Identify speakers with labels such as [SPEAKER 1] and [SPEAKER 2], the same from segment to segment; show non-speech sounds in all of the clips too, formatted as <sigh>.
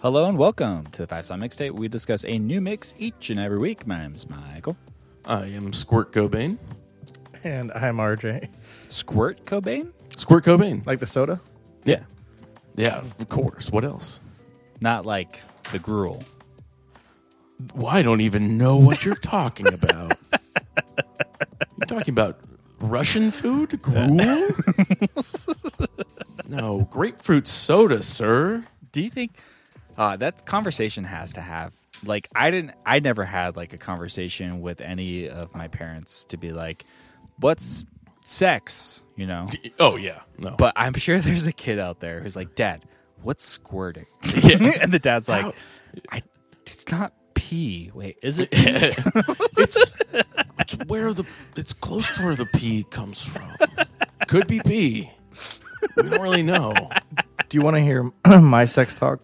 [SPEAKER 1] Hello and welcome to the Five Song Mixtape. We discuss a new mix each and every week. My name's Michael.
[SPEAKER 2] I am Squirt Cobain.
[SPEAKER 3] And I'm RJ.
[SPEAKER 1] Squirt Cobain?
[SPEAKER 2] Squirt Cobain.
[SPEAKER 3] Like the soda?
[SPEAKER 2] Yeah. Yeah, of course. What else?
[SPEAKER 1] Not like the gruel.
[SPEAKER 2] Well, I don't even know what you're talking about. <laughs> you're talking about Russian food?
[SPEAKER 3] <laughs>
[SPEAKER 2] Gruel? no, grapefruit soda, sir.
[SPEAKER 1] Do you think uh, that conversation has to have like I didn't I never had like a conversation with any of my parents to be like, what's sex? You know?
[SPEAKER 2] Oh, yeah. No.
[SPEAKER 1] But I'm sure there's a kid out there who's like, Dad, what's squirting? <laughs> and the dad's like, I, it's not pee. Wait, is it? pee?"
[SPEAKER 2] it's it's where the it's close to where the pee comes from. Could be pee. We don't really know.
[SPEAKER 3] Do you want to hear <clears throat> my sex talk?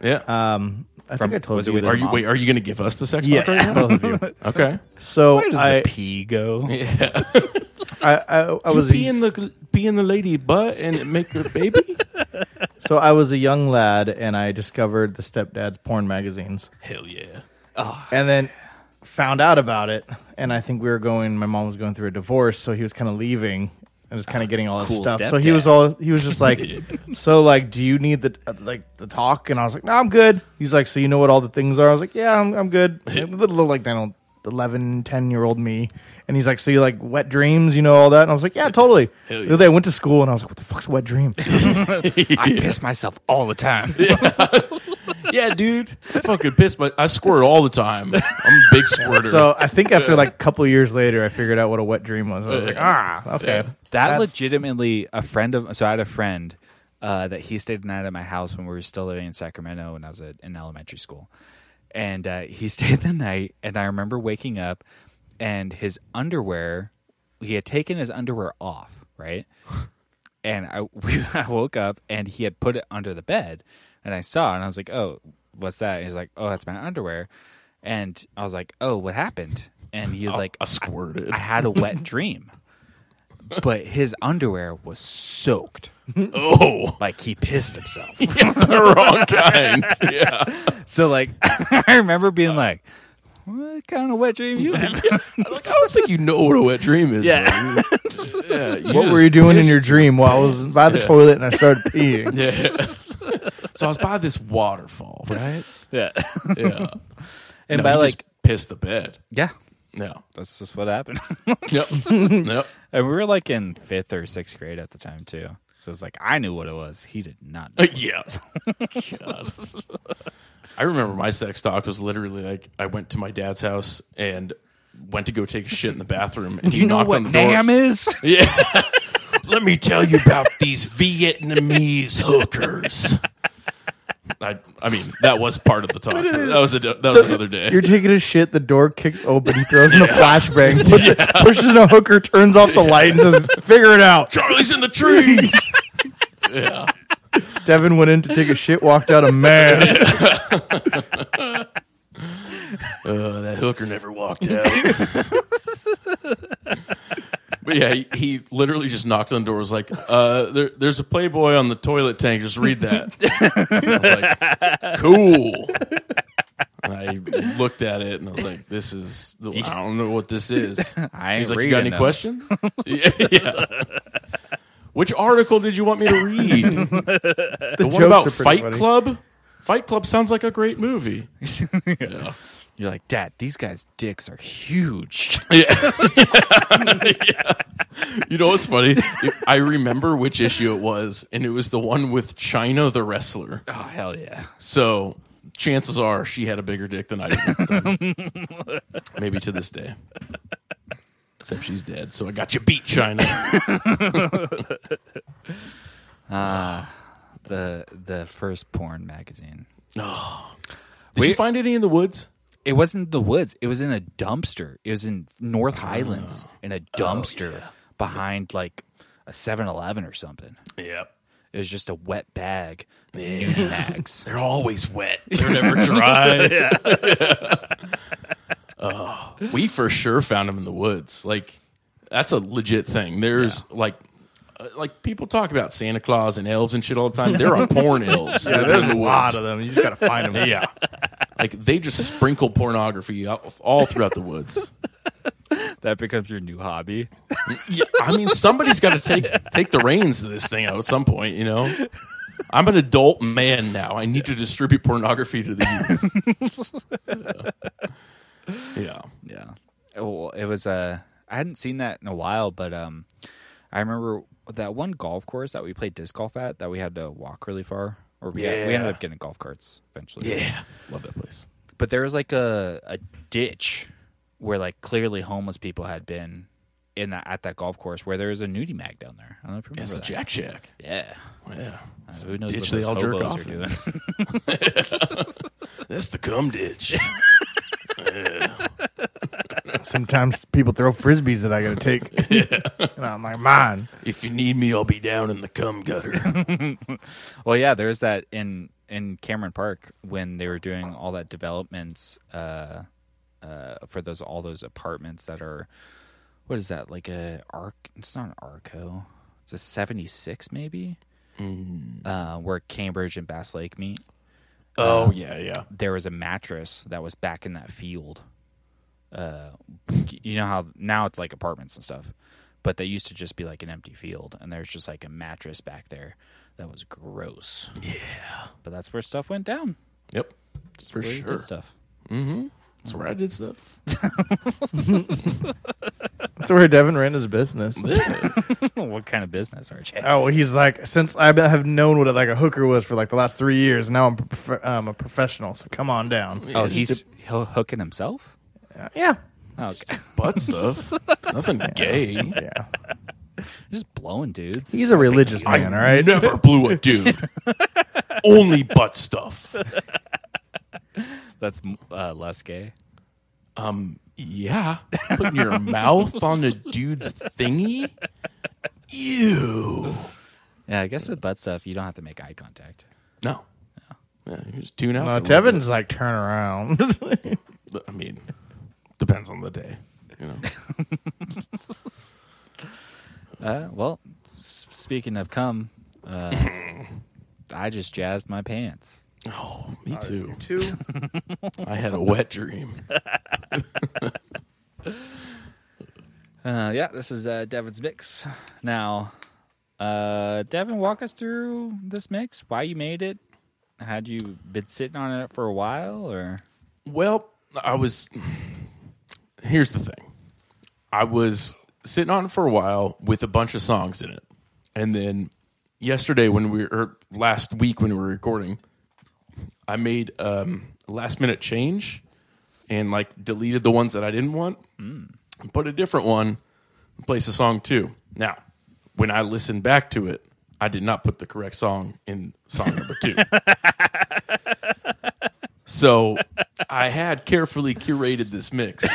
[SPEAKER 2] Yeah.
[SPEAKER 3] Um, I
[SPEAKER 1] From-
[SPEAKER 3] think I told
[SPEAKER 1] was it
[SPEAKER 3] you.
[SPEAKER 1] with
[SPEAKER 3] this.
[SPEAKER 2] are you wait? Are you going to give us the sex
[SPEAKER 3] uh, Yes,
[SPEAKER 2] talk right
[SPEAKER 3] <laughs>
[SPEAKER 2] now?
[SPEAKER 1] <laughs>
[SPEAKER 3] both of you.
[SPEAKER 2] Okay.
[SPEAKER 3] So
[SPEAKER 1] Where does
[SPEAKER 3] I,
[SPEAKER 1] the pee go?
[SPEAKER 3] I, I, I was a-
[SPEAKER 2] pee in the pee in the lady butt and make her baby.
[SPEAKER 3] so I was a young lad, and I discovered the stepdad's porn magazines,
[SPEAKER 2] <laughs> Hell yeah.
[SPEAKER 3] and then found out about it. And I think we were going. My mom was going through a divorce, so he was kind of leaving and was kind of getting all his
[SPEAKER 1] cool
[SPEAKER 3] stuff. So he
[SPEAKER 1] stepdad.
[SPEAKER 3] was all he was just like, so like, do you need the like the talk? And I was like, no, I'm good. He's like, so you know what all the things are? I was like, yeah, I'm I'm good. A little like I don't. 11 10 year old me and he's like so you like wet dreams you know all that and i was like yeah totally
[SPEAKER 2] Hell
[SPEAKER 3] the other day i went to school and i was like what the fuck's a wet dream
[SPEAKER 1] I piss myself all the time.
[SPEAKER 2] Yeah, dude. I fucking piss my. I squirt all the time. I'm a big squirter.
[SPEAKER 3] So I think after like a couple years later, I figured out what a wet dream was. I was like, ah, okay.
[SPEAKER 1] That
[SPEAKER 3] That's-
[SPEAKER 1] legitimately a friend of so I had a friend uh, that he stayed the night at my house when we were still living in Sacramento when I was at, in elementary school, and uh, he <laughs> stayed the night. And I remember waking up and his underwear. He had taken his underwear off, right? and I <laughs> we, I woke up and he had put it under the bed, and I saw it, and I was like, "Oh, what's that?" And he's like, "Oh, that's my underwear," and I was like, "Oh, what happened?" And he was like,
[SPEAKER 2] I squirted.
[SPEAKER 1] I had a <laughs> wet dream. But his underwear was soaked.
[SPEAKER 2] <laughs> oh,
[SPEAKER 1] Like he pissed himself. <laughs>
[SPEAKER 2] the wrong kind. Yeah.
[SPEAKER 1] So like <laughs> I remember being like, What kind of wet dream you had?
[SPEAKER 2] <laughs> Like, I don't think you know what a wet dream is.
[SPEAKER 1] Yeah.
[SPEAKER 2] man. <laughs> yeah you
[SPEAKER 3] What were
[SPEAKER 2] just
[SPEAKER 3] you doing in your
[SPEAKER 2] pissed-
[SPEAKER 3] dream? Well, I was by the toilet and I started
[SPEAKER 2] <laughs>
[SPEAKER 3] peeing.
[SPEAKER 2] Yeah. so I was by this waterfall, right?
[SPEAKER 1] <laughs> Yeah.
[SPEAKER 2] <laughs> Yeah.
[SPEAKER 1] And
[SPEAKER 2] No,
[SPEAKER 1] by
[SPEAKER 2] you
[SPEAKER 1] like
[SPEAKER 2] just pissed the bed.
[SPEAKER 1] Yeah.
[SPEAKER 2] No.
[SPEAKER 1] That's just what happened. <laughs>
[SPEAKER 2] <laughs> Yep. nope.
[SPEAKER 1] and we were like in fifth or sixth grade at the time too. So it's like I knew what it was. He did not know.
[SPEAKER 2] Uh, Yeah. God. <laughs> I remember my sex talk was literally like I went to my dad's house and went to go take a shit in the bathroom and he knocked on the door.
[SPEAKER 1] Nam is?
[SPEAKER 2] Let me tell you about these Vietnamese hookers. I, I mean, that was part of the talk. That was a, that was another day.
[SPEAKER 3] You're taking a shit. The door kicks open. He
[SPEAKER 2] <laughs>
[SPEAKER 3] throws in a flashbang, puts it- pushes in a hooker, turns off the light, and says, "Figure
[SPEAKER 2] <laughs>
[SPEAKER 3] it out."
[SPEAKER 2] Charlie's in
[SPEAKER 1] <laughs>
[SPEAKER 2] the trees.
[SPEAKER 3] Devin went in to take a shit,
[SPEAKER 2] <laughs>
[SPEAKER 3] walked out a man.
[SPEAKER 2] Uh, that hooker never walked out. but yeah, he, he literally just knocked on the door. Was like, uh, there, "There's a Playboy on the toilet tank. Just read that." I was like, "Cool." And I looked at it and I was like, "This is the, I don't know what this is."
[SPEAKER 1] I ain't
[SPEAKER 2] He's like, "You got
[SPEAKER 1] reading
[SPEAKER 2] any
[SPEAKER 1] them."
[SPEAKER 2] questions?" yeah, yeah. Which article did you want me to read? the one
[SPEAKER 3] jokes are
[SPEAKER 2] about
[SPEAKER 3] pretty
[SPEAKER 2] Fight
[SPEAKER 3] funny.
[SPEAKER 2] Club. Fight Club sounds like a great movie.
[SPEAKER 1] <laughs> You're like, Dad, these guys' dicks are huge. <laughs>
[SPEAKER 2] You know what's funny? I remember which issue it was, and it was the one with China the wrestler.
[SPEAKER 1] oh hell yeah.
[SPEAKER 2] So chances are she had a bigger dick than I did. Maybe to this day. Except she's dead, so I got you beat, China.
[SPEAKER 1] The the first porn magazine.
[SPEAKER 2] Did
[SPEAKER 1] We-
[SPEAKER 2] you find any in the woods?
[SPEAKER 1] It wasn't the woods. It was in a dumpster. It was in North Highlands in a dumpster behind like a 7-Eleven or something.
[SPEAKER 2] Yep.
[SPEAKER 1] It was just a wet bag. of nudie mags.
[SPEAKER 2] They're always wet. <laughs> They're never
[SPEAKER 3] <laughs>
[SPEAKER 2] dry. <laughs> Oh, we for sure found them in the woods. Like that's a legit thing. There's like uh, like people talk about Santa Claus and elves and shit all the time. There are <laughs> porn elves. that live
[SPEAKER 3] There's
[SPEAKER 2] in
[SPEAKER 3] a
[SPEAKER 2] the
[SPEAKER 3] lot
[SPEAKER 2] woods.
[SPEAKER 3] of them. You just gotta find them.
[SPEAKER 2] Yeah, like they just sprinkle pornography all, all throughout the woods.
[SPEAKER 1] <laughs> That becomes your new hobby.
[SPEAKER 2] Yeah, I mean, somebody's got to take take the reins of this thing out at some point. You know, I'm an adult man now. I need to distribute pornography to the youth. yeah. yeah.
[SPEAKER 1] Yeah. Well, it was uh I hadn't seen that in a while, but um I remember that one golf course that we played disc golf at that we had to walk really far. Or we, we ended
[SPEAKER 2] Yeah.
[SPEAKER 1] up getting golf carts eventually.
[SPEAKER 2] Yeah. Love that place.
[SPEAKER 1] But there was like a, a ditch where like clearly homeless people had been in that at that golf course where there was a nudie mag down there. I don't know if you remember
[SPEAKER 2] It's the
[SPEAKER 1] that.
[SPEAKER 2] Jack Shack.
[SPEAKER 1] Yeah.
[SPEAKER 2] Yeah. Uh,
[SPEAKER 1] So who knows
[SPEAKER 2] ditch
[SPEAKER 1] what
[SPEAKER 2] they all
[SPEAKER 1] those
[SPEAKER 2] jerk
[SPEAKER 1] hobos
[SPEAKER 2] off
[SPEAKER 1] are
[SPEAKER 2] in.
[SPEAKER 1] doing. <laughs>
[SPEAKER 2] That's the cum ditch. <laughs>
[SPEAKER 3] Sometimes people throw frisbees that I
[SPEAKER 2] <laughs>
[SPEAKER 3] gotta take. And I'm like, mine.
[SPEAKER 2] if you need me, I'll be down in the cum <laughs> gutter.
[SPEAKER 1] Well, yeah, there was that in in Cameron Park when they were doing all that developments uh, uh, for those all those apartments that are what is that like a arc? It's not an arco. It's a seventy six maybe.
[SPEAKER 2] Mm.
[SPEAKER 1] Uh, where Cambridge and Bass Lake meet,
[SPEAKER 2] oh yeah, yeah.
[SPEAKER 1] there was a mattress that was back in that field. Uh, you know how now it's like apartments and stuff, but they used to just be like an empty field, and there's just like a mattress back there that was gross but that's where stuff went down.
[SPEAKER 2] Yep. For
[SPEAKER 1] Where you did
[SPEAKER 2] sure.
[SPEAKER 1] stuff. <laughs>
[SPEAKER 2] That's where I did stuff.
[SPEAKER 3] That's where Devin ran his business.
[SPEAKER 2] <laughs> Yeah.
[SPEAKER 1] what kind of business, RJ?
[SPEAKER 3] Oh, he's like, since I have known what like a hooker was for like the last three years, now I'm prof- um, a professional. So come on down.
[SPEAKER 1] oh,
[SPEAKER 2] just
[SPEAKER 1] he's he'll hooking himself.
[SPEAKER 3] Yeah,
[SPEAKER 1] Oh, okay.
[SPEAKER 2] butt stuff. <laughs> Nothing gay. <laughs>
[SPEAKER 3] yeah.
[SPEAKER 1] just blowing dudes.
[SPEAKER 3] He's a religious man, all right.
[SPEAKER 2] Never blew a <laughs> dude. Only butt stuff.
[SPEAKER 1] That's uh, less gay.
[SPEAKER 2] Yeah. Putting your mouth on a dude's thingy? Ew.
[SPEAKER 1] Yeah, I guess with butt stuff, you don't have to make eye contact.
[SPEAKER 2] No. Yeah, you just tune out.
[SPEAKER 3] Uh,
[SPEAKER 2] for a little
[SPEAKER 3] Devin's like, turn around.
[SPEAKER 2] bit. I mean, depends on the day. You know.
[SPEAKER 1] Uh, well, s- speaking of cum, uh, <laughs> I just jazzed my pants.
[SPEAKER 2] <laughs> Oh, me too.
[SPEAKER 3] Two.
[SPEAKER 2] I had a wet dream.
[SPEAKER 1] Uh, yeah, this is uh, Devin's mix. Now, uh, Devin, walk us through this mix. Why you made it? Had you been sitting on it for a while, or
[SPEAKER 2] Well, I was. Here's the thing I was sitting on it for a while with a bunch of songs in it. And then yesterday, when we or last week when we were recording, I made um, a last minute change and like deleted the ones that I didn't want, and put a different one, and place a song too. Now, when I listened back to it, I did not put the correct song in song number two. So I had carefully curated this mix.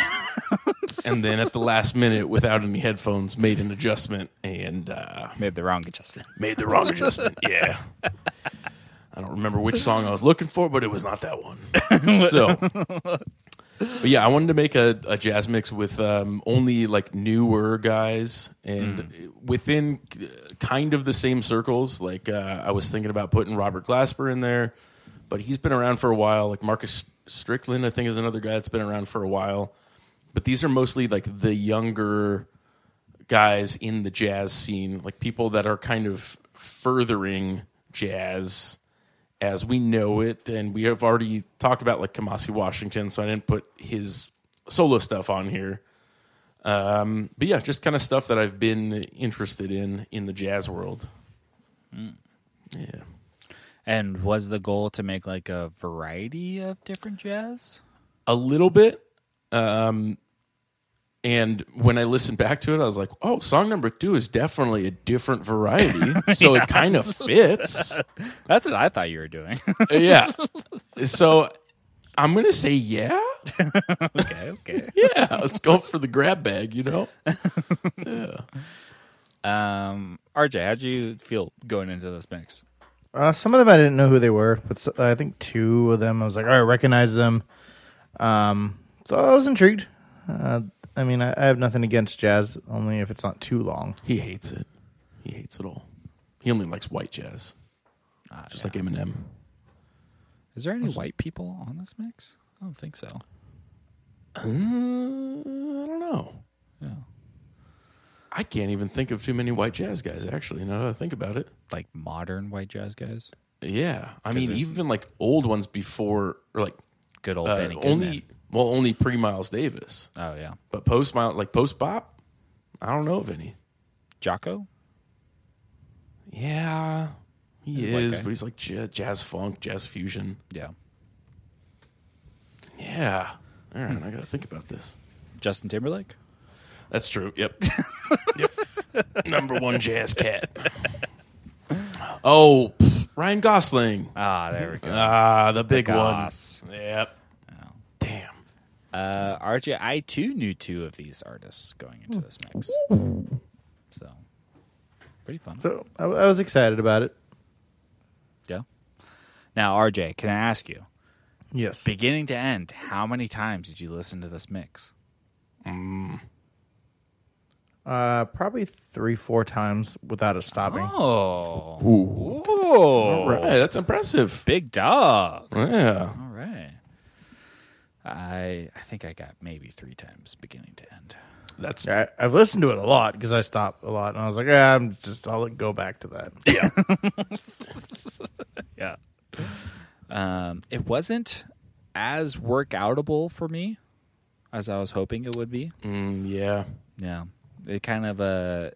[SPEAKER 2] and then at the last minute, without any headphones, made an adjustment and uh,
[SPEAKER 1] made the wrong adjustment?
[SPEAKER 2] made the wrong adjustment. Yeah. I don't remember which song I was looking for, but it was not that one. So, but yeah, I wanted to make a, a jazz mix with um, only like newer guys and within uh, kind of the same circles. Like, uh, I was thinking about putting Robert Glasper in there, but he's been around for a while. Like, Marcus Strickland, I think, is another guy that's been around for a while. But these are mostly like the younger guys in the jazz scene, like people that are kind of furthering jazz as we know it. And we have already talked about like Kamasi Washington, so I didn't put his solo stuff on here. Um, but yeah, just kind of stuff that I've been interested in in the jazz world. Yeah.
[SPEAKER 1] <laughs> And was the goal to make like a variety of different jazz?
[SPEAKER 2] a little bit. Um, and when I listened back to it, I was like, oh, song number two is definitely a different variety. So it kind of fits.
[SPEAKER 1] That's what I thought you were doing.
[SPEAKER 2] yeah. So I'm going to say, yeah.
[SPEAKER 1] <laughs> okay, okay.
[SPEAKER 2] Yeah. Let's go for the grab bag, you know?
[SPEAKER 1] Um, RJ, how'd you feel going into this mix?
[SPEAKER 3] <laughs> Uh, some of them I didn't know who they were, but s I I think two of them I was like, all right, recognize them. Um, so I was intrigued. Uh, I mean, I, I have nothing against jazz, only if it's not too long.
[SPEAKER 2] He hates it. He hates it all. He only likes white jazz, just like Eminem.
[SPEAKER 1] Is there any white people on this mix? I don't think so.
[SPEAKER 2] Uh, I Uh, don't know.
[SPEAKER 1] Yeah.
[SPEAKER 2] I can't even think of too many white jazz guys. Actually, now that I think about it,
[SPEAKER 1] Like modern white jazz guys.
[SPEAKER 2] yeah. I mean,
[SPEAKER 1] there's-
[SPEAKER 2] even like old ones before, or like
[SPEAKER 1] Good old
[SPEAKER 2] uh,
[SPEAKER 1] Benny Goodman.
[SPEAKER 2] only well, only pre Miles Davis,
[SPEAKER 1] oh yeah.
[SPEAKER 2] but post Miles, like post bop. I don't know of any.
[SPEAKER 1] Jocko?
[SPEAKER 2] Yeah, he
[SPEAKER 1] a white
[SPEAKER 2] is,
[SPEAKER 1] guy.
[SPEAKER 2] but he's like j- jazz funk, jazz fusion.
[SPEAKER 1] Yeah.
[SPEAKER 2] Yeah. All right, I got to think about this.
[SPEAKER 1] Justin Timberlake?
[SPEAKER 2] That's true. Yep. <laughs> yep. Number one jazz cat. Oh, pff, Ryan Gosling.
[SPEAKER 1] Ah, there we go.
[SPEAKER 2] Ah, the Oh. big
[SPEAKER 1] Goss.
[SPEAKER 2] one. Yep. Damn.
[SPEAKER 1] Uh, RJ, I too knew two of these artists going into this mix. So, pretty fun.
[SPEAKER 3] So I, I was excited about it.
[SPEAKER 1] yeah. Now, RJ, can I ask you,
[SPEAKER 3] Yes.
[SPEAKER 1] beginning to end, how many times did you listen to this mix?
[SPEAKER 3] Uh, probably three, four times without it stopping.
[SPEAKER 1] Oh.
[SPEAKER 2] All
[SPEAKER 1] Ooh.
[SPEAKER 2] right, that's impressive.
[SPEAKER 1] Big dog.
[SPEAKER 2] Yeah.
[SPEAKER 1] All right. I I think I got maybe three times beginning to end. Oh.
[SPEAKER 2] That's
[SPEAKER 3] I, I've listened to it a lot because I stopped a lot, and I was like, ah, I'm just I'll go back to that.
[SPEAKER 1] Yeah.
[SPEAKER 2] yeah.
[SPEAKER 1] Um, it wasn't as workoutable for me as I was hoping it would be.
[SPEAKER 2] Mm, yeah.
[SPEAKER 1] Yeah. It kind of uh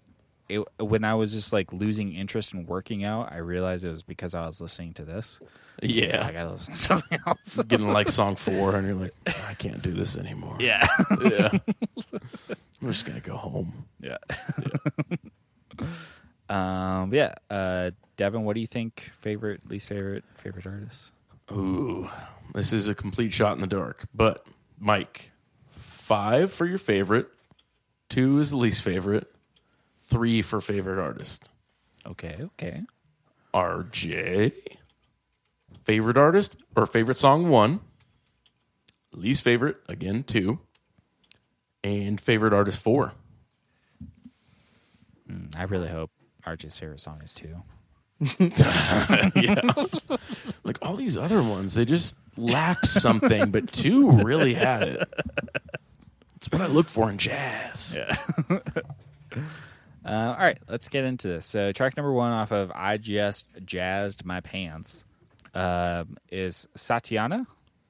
[SPEAKER 1] it, when I was just like losing interest in working out, I realized it was because I was listening to this. I
[SPEAKER 2] Yeah.
[SPEAKER 1] gotta listen to <laughs> something else.
[SPEAKER 2] Getting like song four, and you're like, I can't do this anymore.
[SPEAKER 1] <laughs> yeah.
[SPEAKER 2] Yeah. I'm just going to go home.
[SPEAKER 1] Yeah. um yeah. Uh Devin, what do you think favorite least favorite favorite artist?
[SPEAKER 2] Ooh, this is a complete shot in the dark. But Mike, five for your favorite, two is the least favorite, three for favorite artist.
[SPEAKER 1] Okay, okay.
[SPEAKER 2] RJ, favorite artist or favorite song one, least favorite again two, and favorite artist four.
[SPEAKER 1] Mm, I really hope Archie's favorite song is two.
[SPEAKER 2] Like all these other ones, they just lacked something, but two really had it. It's what I look for in jazz.
[SPEAKER 1] Uh, all right, let's get into this. So, track number one off of I Just Jazzed My Pants um, is Satyana. Is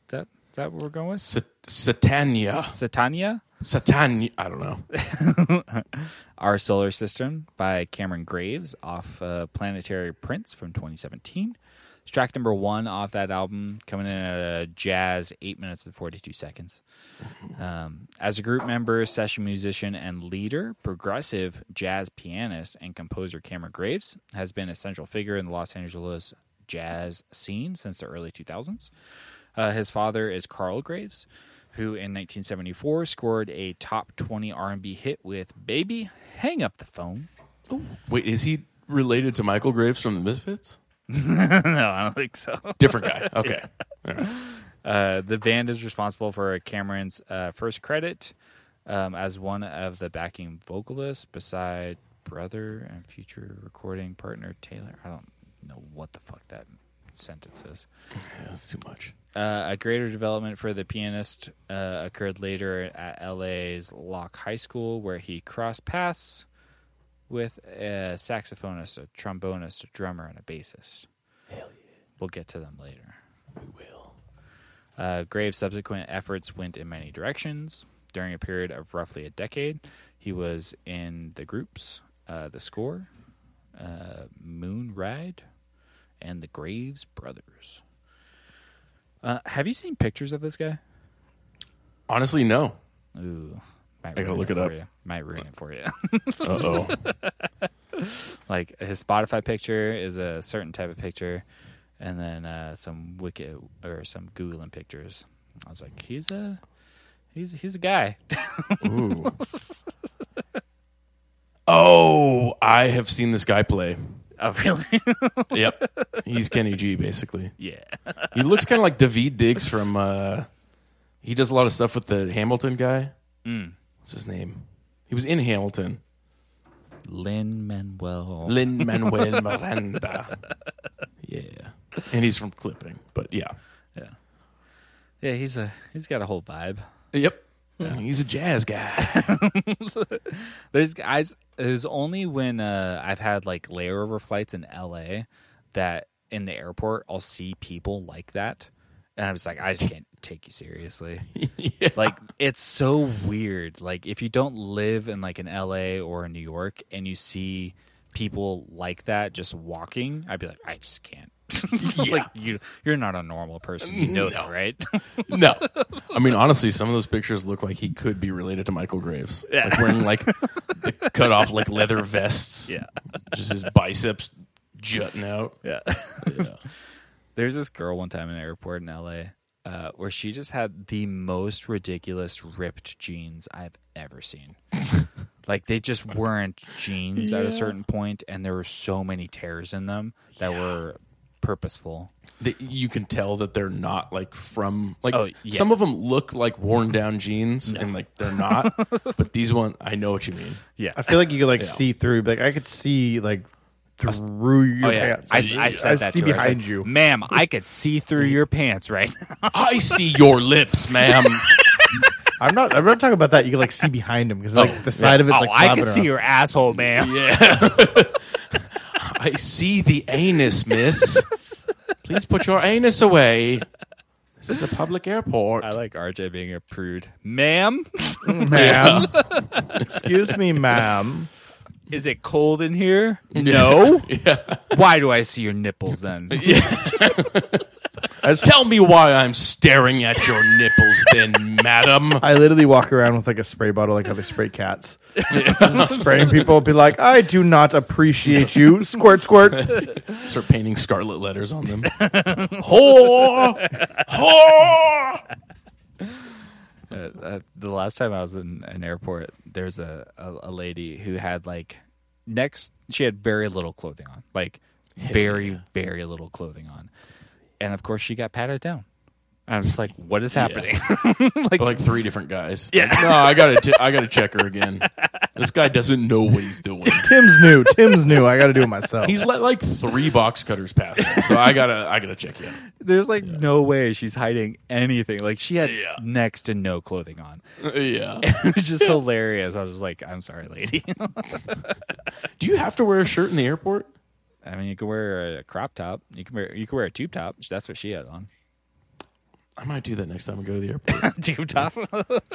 [SPEAKER 1] that, is that what we're going with?
[SPEAKER 2] Sat- Satania.
[SPEAKER 1] Satania,
[SPEAKER 2] Satan. I don't know.
[SPEAKER 1] Our Solar System by Cameron Graves off uh, Planetary Prince from 2017. It's track number one off that album, coming in at a jazz, 8 minutes and 42 seconds. Um, as a group member, session musician, and leader, progressive jazz pianist and composer Cameron Graves has been a central figure in the Los Angeles jazz scene since the early 2000s. Uh, his father is Carl Graves, who in 1974 scored a top 20 R&B hit with "Baby, Hang Up the Phone." <laughs>
[SPEAKER 2] Wait, is he related to Michael Graves from the Misfits?
[SPEAKER 1] no, I don't think so.
[SPEAKER 2] Different <laughs> guy. Okay.
[SPEAKER 1] Uh, the band is responsible for Cameron's uh, first credit um, as one of the backing vocalists beside brother and future recording partner Taylor. I don't know what the fuck that sentence is.
[SPEAKER 2] Yeah, that's too much.
[SPEAKER 1] Uh, a greater development for the pianist uh, occurred later at LA's Locke High School, where he crossed paths with a saxophonist, a trombonist, a drummer, and a bassist. We'll get to them later.
[SPEAKER 2] We will.
[SPEAKER 1] Uh, Graves' subsequent efforts went in many directions. During a period of roughly a decade, he was in the groups uh, The Score, uh, Moon Ride, and the Graves Brothers. Uh, have you seen pictures of this guy?
[SPEAKER 2] Honestly, no.
[SPEAKER 1] Ooh, might
[SPEAKER 2] gotta
[SPEAKER 1] ruin
[SPEAKER 2] look it
[SPEAKER 1] for
[SPEAKER 2] up.
[SPEAKER 1] You. Might ruin it for you. <laughs>
[SPEAKER 2] Uh oh.
[SPEAKER 1] like his Spotify picture is a certain type of picture, and then uh, some wicked or some googling pictures. I was like, he's a he's he's a guy. <laughs>
[SPEAKER 2] Ooh. Oh, I have seen this guy play.
[SPEAKER 1] oh really?
[SPEAKER 2] <laughs> Yep. He's Kenny G, basically.
[SPEAKER 1] yeah.
[SPEAKER 2] He looks kind of like David Diggs from. Uh, he does a lot of stuff with the Hamilton guy. What's his name? He was in Hamilton.
[SPEAKER 1] Lin Manuel.
[SPEAKER 2] Lin <laughs> Manuel Miranda. yeah, and he's from Clipping, but yeah,
[SPEAKER 1] Yeah, yeah. He's a he's got a whole vibe.
[SPEAKER 2] yep, he's a jazz <laughs> guy.
[SPEAKER 1] There's guys. There's only when uh, I've had like layover flights in LA that in the airport I'll see people like that, and I'm just like, I just can't take you seriously.
[SPEAKER 2] yeah.
[SPEAKER 1] Like it's so weird. Like if you don't live in like an LA or in New York and you see people like that just walking, I'd be like, I just can't. <laughs> like you, you're not a normal person. You know that, right? <laughs>
[SPEAKER 2] No, I mean honestly, some of those pictures look like he could be related to Michael Graves, like wearing like the cut off like leather vests.
[SPEAKER 1] Yeah.
[SPEAKER 2] just his biceps jutting out.
[SPEAKER 1] yeah. There's this girl one time in an airport in LA uh, where she just had the most ridiculous ripped jeans I've ever seen. <laughs> like they just weren't jeans at a certain point, and there were so many tears in them that were purposeful.
[SPEAKER 2] that you can tell that they're not like from like
[SPEAKER 1] Oh, yeah.
[SPEAKER 2] some of them look like worn down jeans and like they're
[SPEAKER 1] <laughs>
[SPEAKER 2] not but these one i know what you mean
[SPEAKER 1] Yeah.
[SPEAKER 3] I feel like you could like
[SPEAKER 2] Yeah.
[SPEAKER 3] see through. Like I could see like through your
[SPEAKER 1] Oh, yeah.
[SPEAKER 3] pants.
[SPEAKER 1] I, I said that
[SPEAKER 3] see
[SPEAKER 1] to her. I
[SPEAKER 3] behind
[SPEAKER 1] said,
[SPEAKER 3] you.
[SPEAKER 1] Ma'am, I could see <laughs> through your pants right now.
[SPEAKER 2] i see your
[SPEAKER 1] <laughs>
[SPEAKER 2] lips ma'am
[SPEAKER 3] I'm not. I'm not talking about that. You can like see behind him because like the side of it's
[SPEAKER 1] oh,
[SPEAKER 3] like
[SPEAKER 1] I
[SPEAKER 3] flapping
[SPEAKER 1] could see
[SPEAKER 3] around.
[SPEAKER 1] your asshole, ma'am.
[SPEAKER 2] <laughs> i see the anus miss please put your anus away this is a public airport
[SPEAKER 1] I like RJ being a prude. Ma'am,
[SPEAKER 3] ma'am. <laughs> Excuse me, ma'am.
[SPEAKER 1] is it cold in here? <laughs> No. Why do I see your nipples <laughs> then?
[SPEAKER 3] I just
[SPEAKER 2] tell me why i'm staring at your nipples then madam
[SPEAKER 3] I literally walk around with like a spray bottle, like how they spray cats, <laughs> spraying people. Be like, I do not appreciate you. Squirt, squirt.
[SPEAKER 2] start painting scarlet letters
[SPEAKER 1] <laughs>
[SPEAKER 2] on them whore whore
[SPEAKER 1] uh, the last time I was in an airport, there's a, a a lady who had like next she had very little clothing on, like very very little clothing on, and of course she got patted down. And I'm just like, what is happening? <laughs> like,
[SPEAKER 2] But, like three different guys. Yeah. no, I gotta t- I gotta check her again. This guy doesn't know what he's doing.
[SPEAKER 3] Tim's new. Tim's new. I got to do it myself.
[SPEAKER 2] He's let like three box cutters pass him, so I gotta I gotta check you. out.
[SPEAKER 1] there's like no way she's hiding anything. Like she had
[SPEAKER 2] Yeah.
[SPEAKER 1] next to no clothing on. <laughs>
[SPEAKER 2] Yeah.
[SPEAKER 1] It <laughs> was just hilarious. I was just like, I'm sorry, lady. <laughs>
[SPEAKER 2] Do you have to wear a shirt in the airport?
[SPEAKER 1] I mean, you can wear a crop top. You can wear you can wear a tube top. That's what she had on.
[SPEAKER 2] I might do that next time I go to the <laughs> airport,
[SPEAKER 1] <laughs> tube top.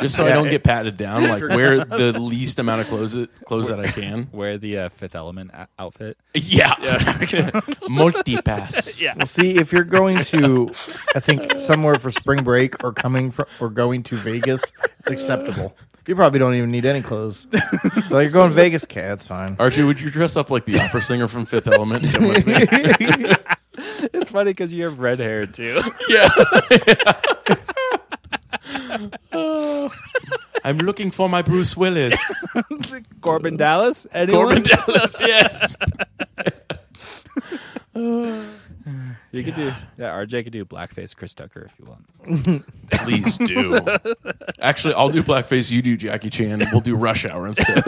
[SPEAKER 2] just so I don't get patted down. Like wear the least amount of clothes that, clothes that I can.
[SPEAKER 1] <laughs> wear the uh, Fifth Element o- outfit.
[SPEAKER 2] <laughs> Yeah. <laughs> Multi pass. Yeah.
[SPEAKER 3] Well, see, if you're going to, I think somewhere for spring break or coming from or going to Vegas, it's acceptable. You probably don't even need any clothes. But you're going to Vegas, okay, that's fine.
[SPEAKER 2] Archie, would you dress up like the opera singer from Fifth <laughs> Element? and come with me?
[SPEAKER 1] It's funny because you have red hair too.
[SPEAKER 2] Yeah. <laughs> I'm looking for my Bruce <laughs> Willis.
[SPEAKER 1] <laughs> Corbin Dallas. Anyone?
[SPEAKER 2] Corbin Dallas, yes.
[SPEAKER 1] You could do. Yeah, RJ could do blackface Chris Tucker if you want.
[SPEAKER 2] Please do. Actually, I'll do blackface. You do Jackie Chan. and We'll do Rush Hour <laughs> instead.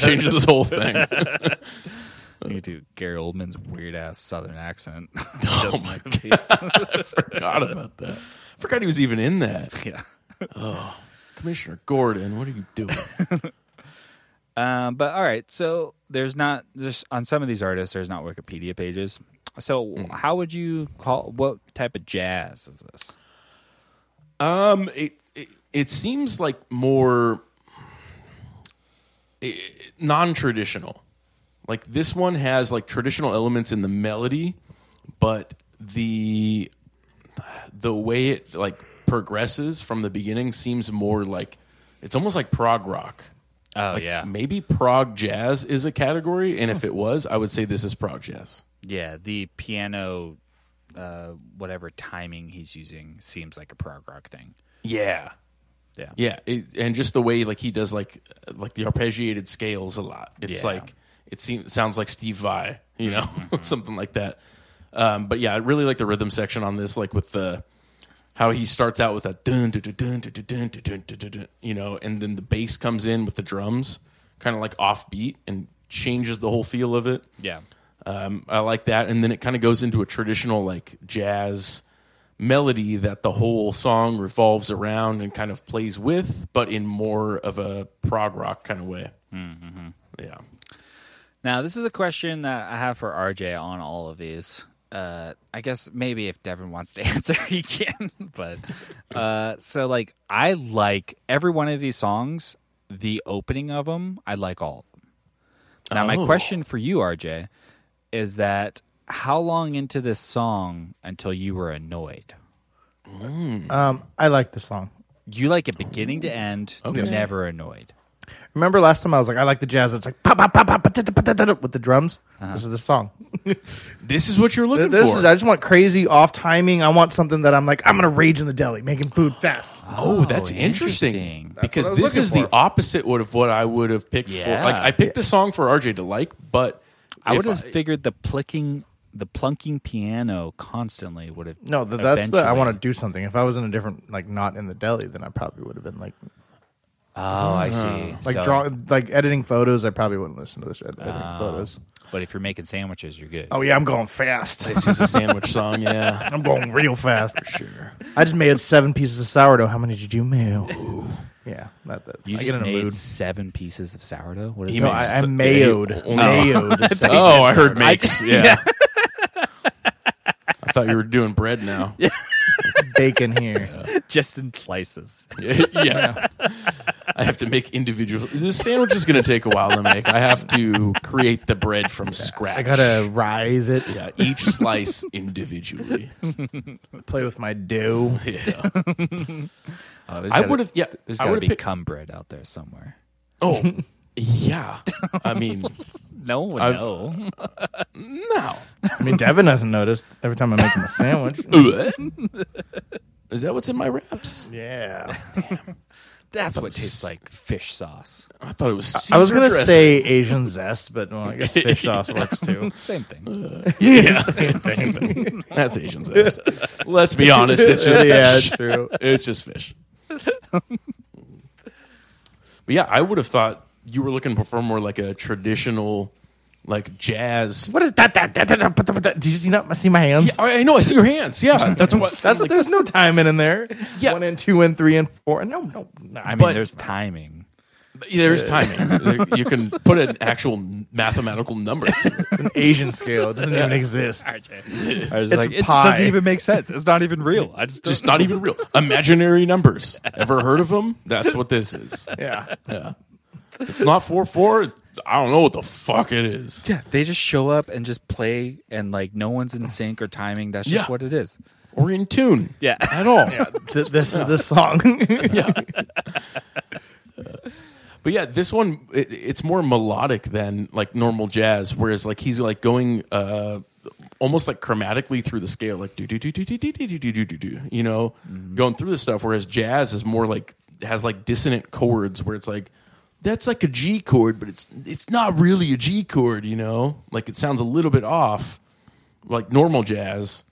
[SPEAKER 2] Change this whole thing.
[SPEAKER 1] You could do Gary Oldman's weird ass Southern accent. <laughs>
[SPEAKER 2] Oh my god! I forgot about that. I forgot he was even in that.
[SPEAKER 1] yeah.
[SPEAKER 2] Commissioner Gordon, what are you doing?
[SPEAKER 1] Um, but all right, so there's not there's on some of these artists there's not Wikipedia pages. So how would you call what type of jazz is this?
[SPEAKER 2] Um, it it, it seems like more non traditional. Like this one has like traditional elements in the melody, but the the way it like progresses from the beginning seems more like it's almost like prog rock.
[SPEAKER 1] Oh yeah,
[SPEAKER 2] Maybe prog jazz is a category, and if it was, I would say this is prog jazz.
[SPEAKER 1] yeah. The piano, uh, whatever timing he's using seems like a prog rock thing.
[SPEAKER 2] Yeah.
[SPEAKER 1] Yeah.
[SPEAKER 2] Yeah, it, and just the way like he does like uh, like the arpeggiated scales a lot. It's
[SPEAKER 1] Yeah. Mm-hmm.
[SPEAKER 2] like it seems sounds like Steve Vai, you know, <laughs> something like that. Um, but yeah, I really like the rhythm section on this, like with the how he starts out with a dun dun dun dun dun dun dun dun dun, dun, dun you know, and then the bass comes in with the drums, kind of like offbeat and changes the whole feel of it.
[SPEAKER 1] Yeah.
[SPEAKER 2] Um, I like that, and then it kind of goes into a traditional like jazz melody that the whole song revolves around and kind of plays with, but in more of a prog rock kind of way.
[SPEAKER 1] Mm-hmm.
[SPEAKER 2] Yeah,
[SPEAKER 1] Now, this is a question that I have for RJ on all of these. Uh, I guess maybe if Devin wants to <laughs> answer, he can. But uh, so, like, I like every one of these songs. The opening of them, I like all of them. Now, my
[SPEAKER 2] Oh.
[SPEAKER 1] question for you, RJ, is that how long into this song until you were annoyed?
[SPEAKER 3] Um, I like the song.
[SPEAKER 1] You like it beginning to end, never annoyed.
[SPEAKER 3] Remember last time I was like, I like the jazz. It's like pop, pop, pop, pop, patata, patata, with the drums.
[SPEAKER 1] Uh-huh.
[SPEAKER 3] This is the
[SPEAKER 1] <laughs>
[SPEAKER 3] song.
[SPEAKER 2] this is what you're looking
[SPEAKER 3] This
[SPEAKER 2] for.
[SPEAKER 3] is. I just want crazy off timing. I want something that I'm like, I'm gonna rage in the deli, making food fast.
[SPEAKER 2] Oh, that's
[SPEAKER 1] Oh,
[SPEAKER 2] interesting.
[SPEAKER 1] interesting. That's
[SPEAKER 2] Because
[SPEAKER 3] what I was
[SPEAKER 2] this
[SPEAKER 3] looking
[SPEAKER 2] is the
[SPEAKER 3] for.
[SPEAKER 2] opposite what- of what I would have picked
[SPEAKER 1] Yeah.
[SPEAKER 2] for. Like I picked the song for RJ to like, but
[SPEAKER 1] I
[SPEAKER 2] if
[SPEAKER 1] would have figured the plicking, the plunking piano constantly would have.
[SPEAKER 3] No, th- that's the, I
[SPEAKER 1] eventually-
[SPEAKER 3] want to do something. If I was in a different, like, not in the deli, then I probably would have been like,
[SPEAKER 1] Oh, I see.
[SPEAKER 3] like
[SPEAKER 1] So- Oh.
[SPEAKER 3] draw, like editing photos. I probably wouldn't listen to this ed- editing photos.
[SPEAKER 1] But if you're making sandwiches, you're good.
[SPEAKER 3] Oh yeah, I'm going fast.
[SPEAKER 2] This is a sandwich
[SPEAKER 1] <laughs>
[SPEAKER 2] song, yeah.
[SPEAKER 3] <laughs> I'm going real fast. sure. I just made seven pieces of sourdough. How many did you make? Yeah, not that.
[SPEAKER 1] you
[SPEAKER 3] I
[SPEAKER 1] just
[SPEAKER 3] get in a
[SPEAKER 1] made
[SPEAKER 3] mood.
[SPEAKER 1] seven pieces of sourdough. What is
[SPEAKER 2] You
[SPEAKER 3] No,
[SPEAKER 1] that?
[SPEAKER 2] made-
[SPEAKER 3] I,
[SPEAKER 2] s-
[SPEAKER 3] I mayoed.
[SPEAKER 2] <laughs> Oh.
[SPEAKER 3] Mayoed. seven
[SPEAKER 2] Oh, I heard
[SPEAKER 1] I-
[SPEAKER 2] makes. Yeah. I thought you were doing bread now. Yeah.
[SPEAKER 3] bacon here.
[SPEAKER 1] <laughs> just in slices.
[SPEAKER 2] <laughs> I have to make individual. This sandwich is going to take a while to make. I have to create the bread from scratch.
[SPEAKER 3] I gotta rise it.
[SPEAKER 2] Yeah, each slice individually.
[SPEAKER 3] Play with my dough.
[SPEAKER 2] Yeah.
[SPEAKER 1] Oh, there's
[SPEAKER 2] I
[SPEAKER 1] gotta-
[SPEAKER 2] would've- yeah,
[SPEAKER 1] There's
[SPEAKER 2] I
[SPEAKER 1] got to
[SPEAKER 2] would've
[SPEAKER 1] be <laughs>
[SPEAKER 2] picked-
[SPEAKER 1] cum bread out there somewhere.
[SPEAKER 2] Oh, yeah. I mean,
[SPEAKER 1] No one would
[SPEAKER 2] I-
[SPEAKER 1] know.
[SPEAKER 2] no.
[SPEAKER 3] I mean, Devin hasn't noticed every time I make him
[SPEAKER 2] <laughs>
[SPEAKER 3] a sandwich.
[SPEAKER 2] Is that what's in my wraps?
[SPEAKER 3] yeah.
[SPEAKER 1] <laughs> That's what tastes like fish sauce.
[SPEAKER 2] I thought it was. Caesar
[SPEAKER 3] I was gonna
[SPEAKER 2] dressing.
[SPEAKER 3] say Asian zest, but well, I guess fish sauce works too.
[SPEAKER 1] Same thing.
[SPEAKER 2] <laughs>
[SPEAKER 3] <laughs>
[SPEAKER 2] yeah, <laughs> Same thing. that's Asian zest. Let's be honest,
[SPEAKER 3] <laughs>
[SPEAKER 2] it's just
[SPEAKER 3] yeah,
[SPEAKER 2] fish.
[SPEAKER 3] it's true.
[SPEAKER 2] It's just fish. but yeah, I would have thought you were looking for more like a traditional, like jazz.
[SPEAKER 3] What is that? that, that, that, that, that, that? Did you see not see my hands?
[SPEAKER 2] Yeah, I I know. I see your hands. Yeah, that's what.
[SPEAKER 3] That's there's no timing in there.
[SPEAKER 2] Yeah.
[SPEAKER 3] One and two and three and four. No, no, no.
[SPEAKER 1] I mean,
[SPEAKER 2] But-
[SPEAKER 1] there's timing.
[SPEAKER 2] there's timing. There- you can put an actual mathematical number. To it.
[SPEAKER 3] It's an Asian scale.
[SPEAKER 2] <laughs>
[SPEAKER 3] It doesn't even exist.
[SPEAKER 1] I was
[SPEAKER 3] It's
[SPEAKER 1] like,
[SPEAKER 3] a
[SPEAKER 1] it
[SPEAKER 3] pie.
[SPEAKER 1] doesn't even make sense. It's not even real. I just,
[SPEAKER 2] Just not even real. Imaginary numbers. Ever heard of them? That's what this is. <laughs>
[SPEAKER 3] Yeah.
[SPEAKER 2] It's not four four. I don't know what the fuck it is.
[SPEAKER 1] Yeah, they just show up and just play, and like no one's in sync or timing. That's just
[SPEAKER 2] Yeah.
[SPEAKER 1] what it is.
[SPEAKER 2] Or in tune.
[SPEAKER 1] Yeah.
[SPEAKER 2] At all.
[SPEAKER 3] yeah. Th- this is the song. <laughs>
[SPEAKER 2] Yeah. But yeah, this one it, it's more melodic than like normal jazz. Whereas like he's like going uh almost like chromatically through the scale, like do do do do do do do do do do do. You know,
[SPEAKER 1] Mm-hmm.
[SPEAKER 2] going through this stuff. Whereas jazz is more like has like dissonant chords where it's like that's like a G chord, but it's it's not really a G chord. You know, like it sounds a little bit off, like normal jazz,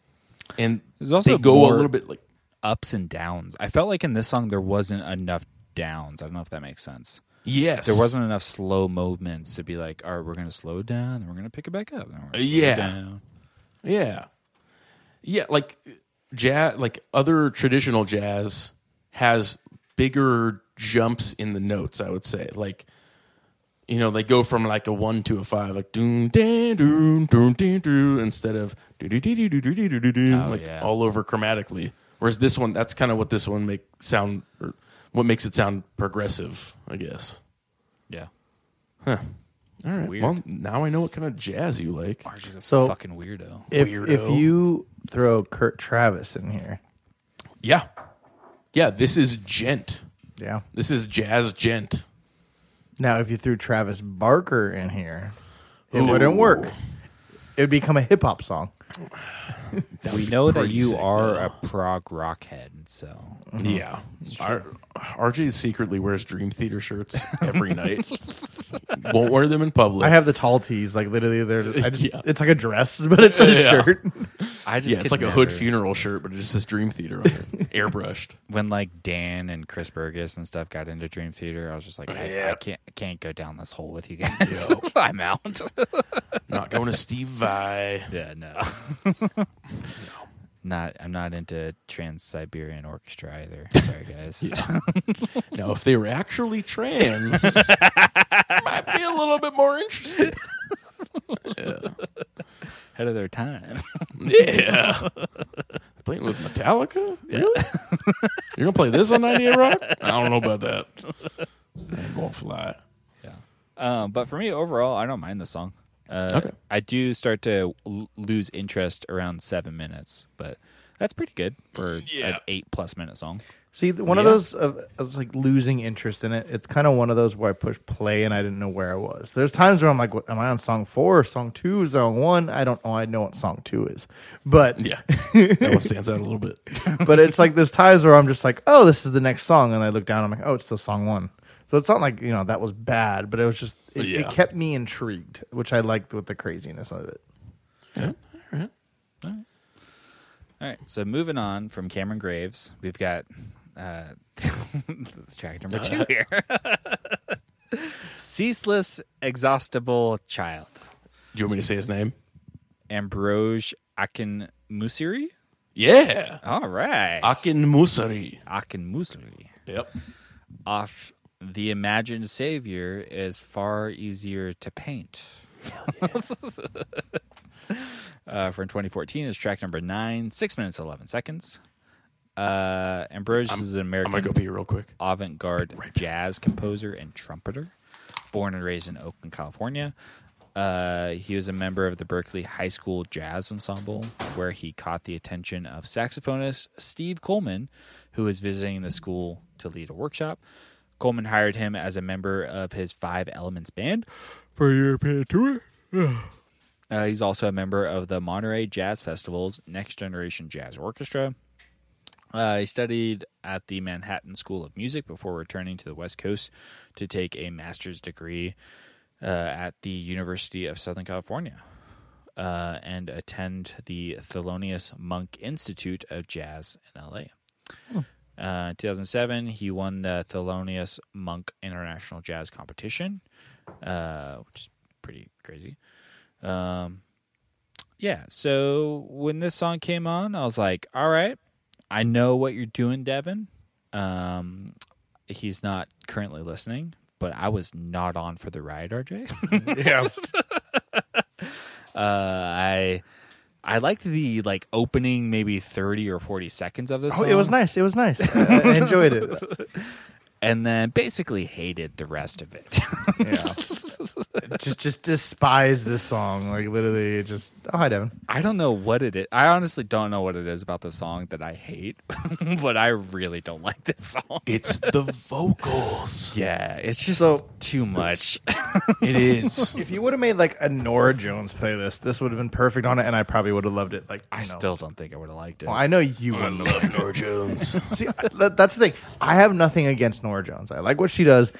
[SPEAKER 2] and
[SPEAKER 1] There's also
[SPEAKER 2] they go
[SPEAKER 1] more-
[SPEAKER 2] a little bit like
[SPEAKER 1] Ups and downs. I felt like in this song there wasn't enough downs. I don't know if that makes sense.
[SPEAKER 2] yes,
[SPEAKER 1] There wasn't enough slow movements to be like, all right, we're gonna slow it down, and we're gonna pick it back up. and we're gonna slow it
[SPEAKER 2] Yeah.
[SPEAKER 1] down.
[SPEAKER 2] Yeah. Yeah, like jazz like other traditional jazz has bigger jumps in the notes, I would say. Like you know, they go from like a one to a five, like doom dan doom doom dun doo instead of do do do do do do do do do do
[SPEAKER 1] Oh,
[SPEAKER 2] like
[SPEAKER 1] yeah.
[SPEAKER 2] all over chromatically. Whereas this one, that's kind of what this one make sound or what makes it sound progressive, I guess.
[SPEAKER 1] yeah.
[SPEAKER 2] All right.
[SPEAKER 1] Weird.
[SPEAKER 2] Well, now I know what kind of jazz you like.
[SPEAKER 1] Archie's a
[SPEAKER 3] So-
[SPEAKER 1] fucking weirdo.
[SPEAKER 3] if if you throw Kurt Travis in here,
[SPEAKER 2] Yeah. Yeah, this is gent.
[SPEAKER 3] yeah.
[SPEAKER 2] This is jazz gent.
[SPEAKER 3] Now if you threw Travis Barker in here, it wouldn't work. It would become a hip hop song.
[SPEAKER 1] we know that
[SPEAKER 2] pretty
[SPEAKER 1] you
[SPEAKER 2] sick,
[SPEAKER 1] are a prog rock head, so
[SPEAKER 2] Mm-hmm. Yeah.
[SPEAKER 1] uh-huh.
[SPEAKER 2] R- RJ secretly wears Dream Theater shirts every night. <laughs> Won't wear them in public.
[SPEAKER 3] I have the tall tees, like literally, they're I just,
[SPEAKER 2] Yeah.
[SPEAKER 3] it's like a dress, <laughs> but it's a
[SPEAKER 2] Yeah.
[SPEAKER 3] shirt.
[SPEAKER 1] I just
[SPEAKER 2] yeah, it's
[SPEAKER 1] could
[SPEAKER 2] like a hood
[SPEAKER 1] never-
[SPEAKER 2] funeral shirt, but it just says Dream Theater on it, <laughs> airbrushed.
[SPEAKER 1] When like Dan and Chris Burgess and stuff got into Dream Theater, I was just like, I, I
[SPEAKER 2] Yeah.
[SPEAKER 1] can't can't go down this hole <laughs> with you guys. I'm out.
[SPEAKER 2] Not going to Steve Vai.
[SPEAKER 1] yeah,
[SPEAKER 2] <laughs>
[SPEAKER 1] no. Not I'm not into Trans Siberian Orchestra
[SPEAKER 2] <laughs>
[SPEAKER 1] either. Sorry guys.
[SPEAKER 2] Now, if they were actually trans, might be a little bit
[SPEAKER 1] <laughs>
[SPEAKER 2] more interesting.
[SPEAKER 1] <laughs> Ahead of their time. <laughs>
[SPEAKER 2] Yeah. <laughs> Playing with Metallica? Really? You're going to play this on 98 Rock? I don't know about that. Ain't going to fly.
[SPEAKER 1] Um, but for me, overall, I don't mind the song. Uh,
[SPEAKER 2] Okay.
[SPEAKER 1] I do start to l- lose interest around seven minutes, but that's pretty good for an
[SPEAKER 2] Yeah.
[SPEAKER 1] eight plus minute song.
[SPEAKER 3] See, th- one of
[SPEAKER 2] Yeah.
[SPEAKER 3] those of I was like losing interest in it. It's kind of one of those where I push play and I didn't know where I was. There's times where I'm like, what, am I on song four, song two, song one? I don't know. I know what song two is, but
[SPEAKER 2] Yeah. That one stands out a little bit.
[SPEAKER 3] but it's like there's times where I'm just like, oh, this is the next song, and I look down, I'm like, oh, it's still song one. So it's not like you know that was bad, but it was just it,
[SPEAKER 2] Yeah.
[SPEAKER 3] it kept me intrigued, which I liked with the craziness of it.
[SPEAKER 1] All right, so moving on from Cameron Graves, we've got uh, <laughs> track
[SPEAKER 2] Uh,
[SPEAKER 1] number two here <laughs> Ceaseless, Exhaustible Child,
[SPEAKER 2] Do you want me to say his name?
[SPEAKER 1] Ambrose Akin Musiri.
[SPEAKER 2] Yeah.
[SPEAKER 1] All right,
[SPEAKER 2] Akin Musari.
[SPEAKER 1] Akin Musiri.
[SPEAKER 2] Yep.
[SPEAKER 1] Off the imagined savior is far easier to paint. <laughs> uh, from 2014 is track number nine, six minutes, 11 seconds. Uh, Ambrose is an
[SPEAKER 2] I'm going
[SPEAKER 1] American
[SPEAKER 2] to go pee real quick.
[SPEAKER 1] avant garde jazz composer and trumpeter, born and raised in Oakland, California. Uh, he was a member of the Berkeley High School Jazz Ensemble, where he caught the attention of saxophonist Steve Coleman, who was visiting the school to lead a workshop. Coleman hired him as a member of his Five Elements Band for a European tour. <sighs> Uh, he's also a member of the Monterey Jazz Festival's Next Generation Jazz Orchestra. Uh, he studied at the Manhattan School of Music before returning to the West Coast to take a master's degree uh, at the University of Southern California uh, and attend the Thelonious Monk Institute of Jazz in LA. Uh, in 2007, he won the Thelonious Monk International Jazz Competition, uh, which is pretty crazy. Um, Yeah. So when this song came on, I was like, all right, I know what you're doing, Devin. Um, he's not currently listening, but I was not on for the ride, RJ.
[SPEAKER 3] <laughs> Yeah,
[SPEAKER 1] <laughs> uh, I. I liked the like opening maybe thirty or forty seconds of this.
[SPEAKER 3] Oh, it was
[SPEAKER 1] song,
[SPEAKER 3] nice. It was nice. <laughs> I, I enjoyed it.
[SPEAKER 1] and then basically hated the rest of it. <laughs>
[SPEAKER 3] <laughs> Just just despise this song. Like literally, it just oh hi Devin.
[SPEAKER 1] I don't know what it is. I honestly don't know what it is about the song that I hate, <laughs> but I really don't like this song.
[SPEAKER 2] It's the vocals.
[SPEAKER 1] Yeah, it's just
[SPEAKER 3] So-
[SPEAKER 1] too much.
[SPEAKER 2] <laughs> It is.
[SPEAKER 3] If you would have made like a Nora Jones playlist, this would have been perfect on it, and I probably would have loved it. Like
[SPEAKER 1] I
[SPEAKER 3] you know.
[SPEAKER 1] still don't think I would have liked it.
[SPEAKER 3] Well, I know you
[SPEAKER 2] I
[SPEAKER 3] wouldn't.
[SPEAKER 2] love Nora Jones.
[SPEAKER 3] See, I- that, that's the thing. I have nothing against Nora Jones. I like what she does.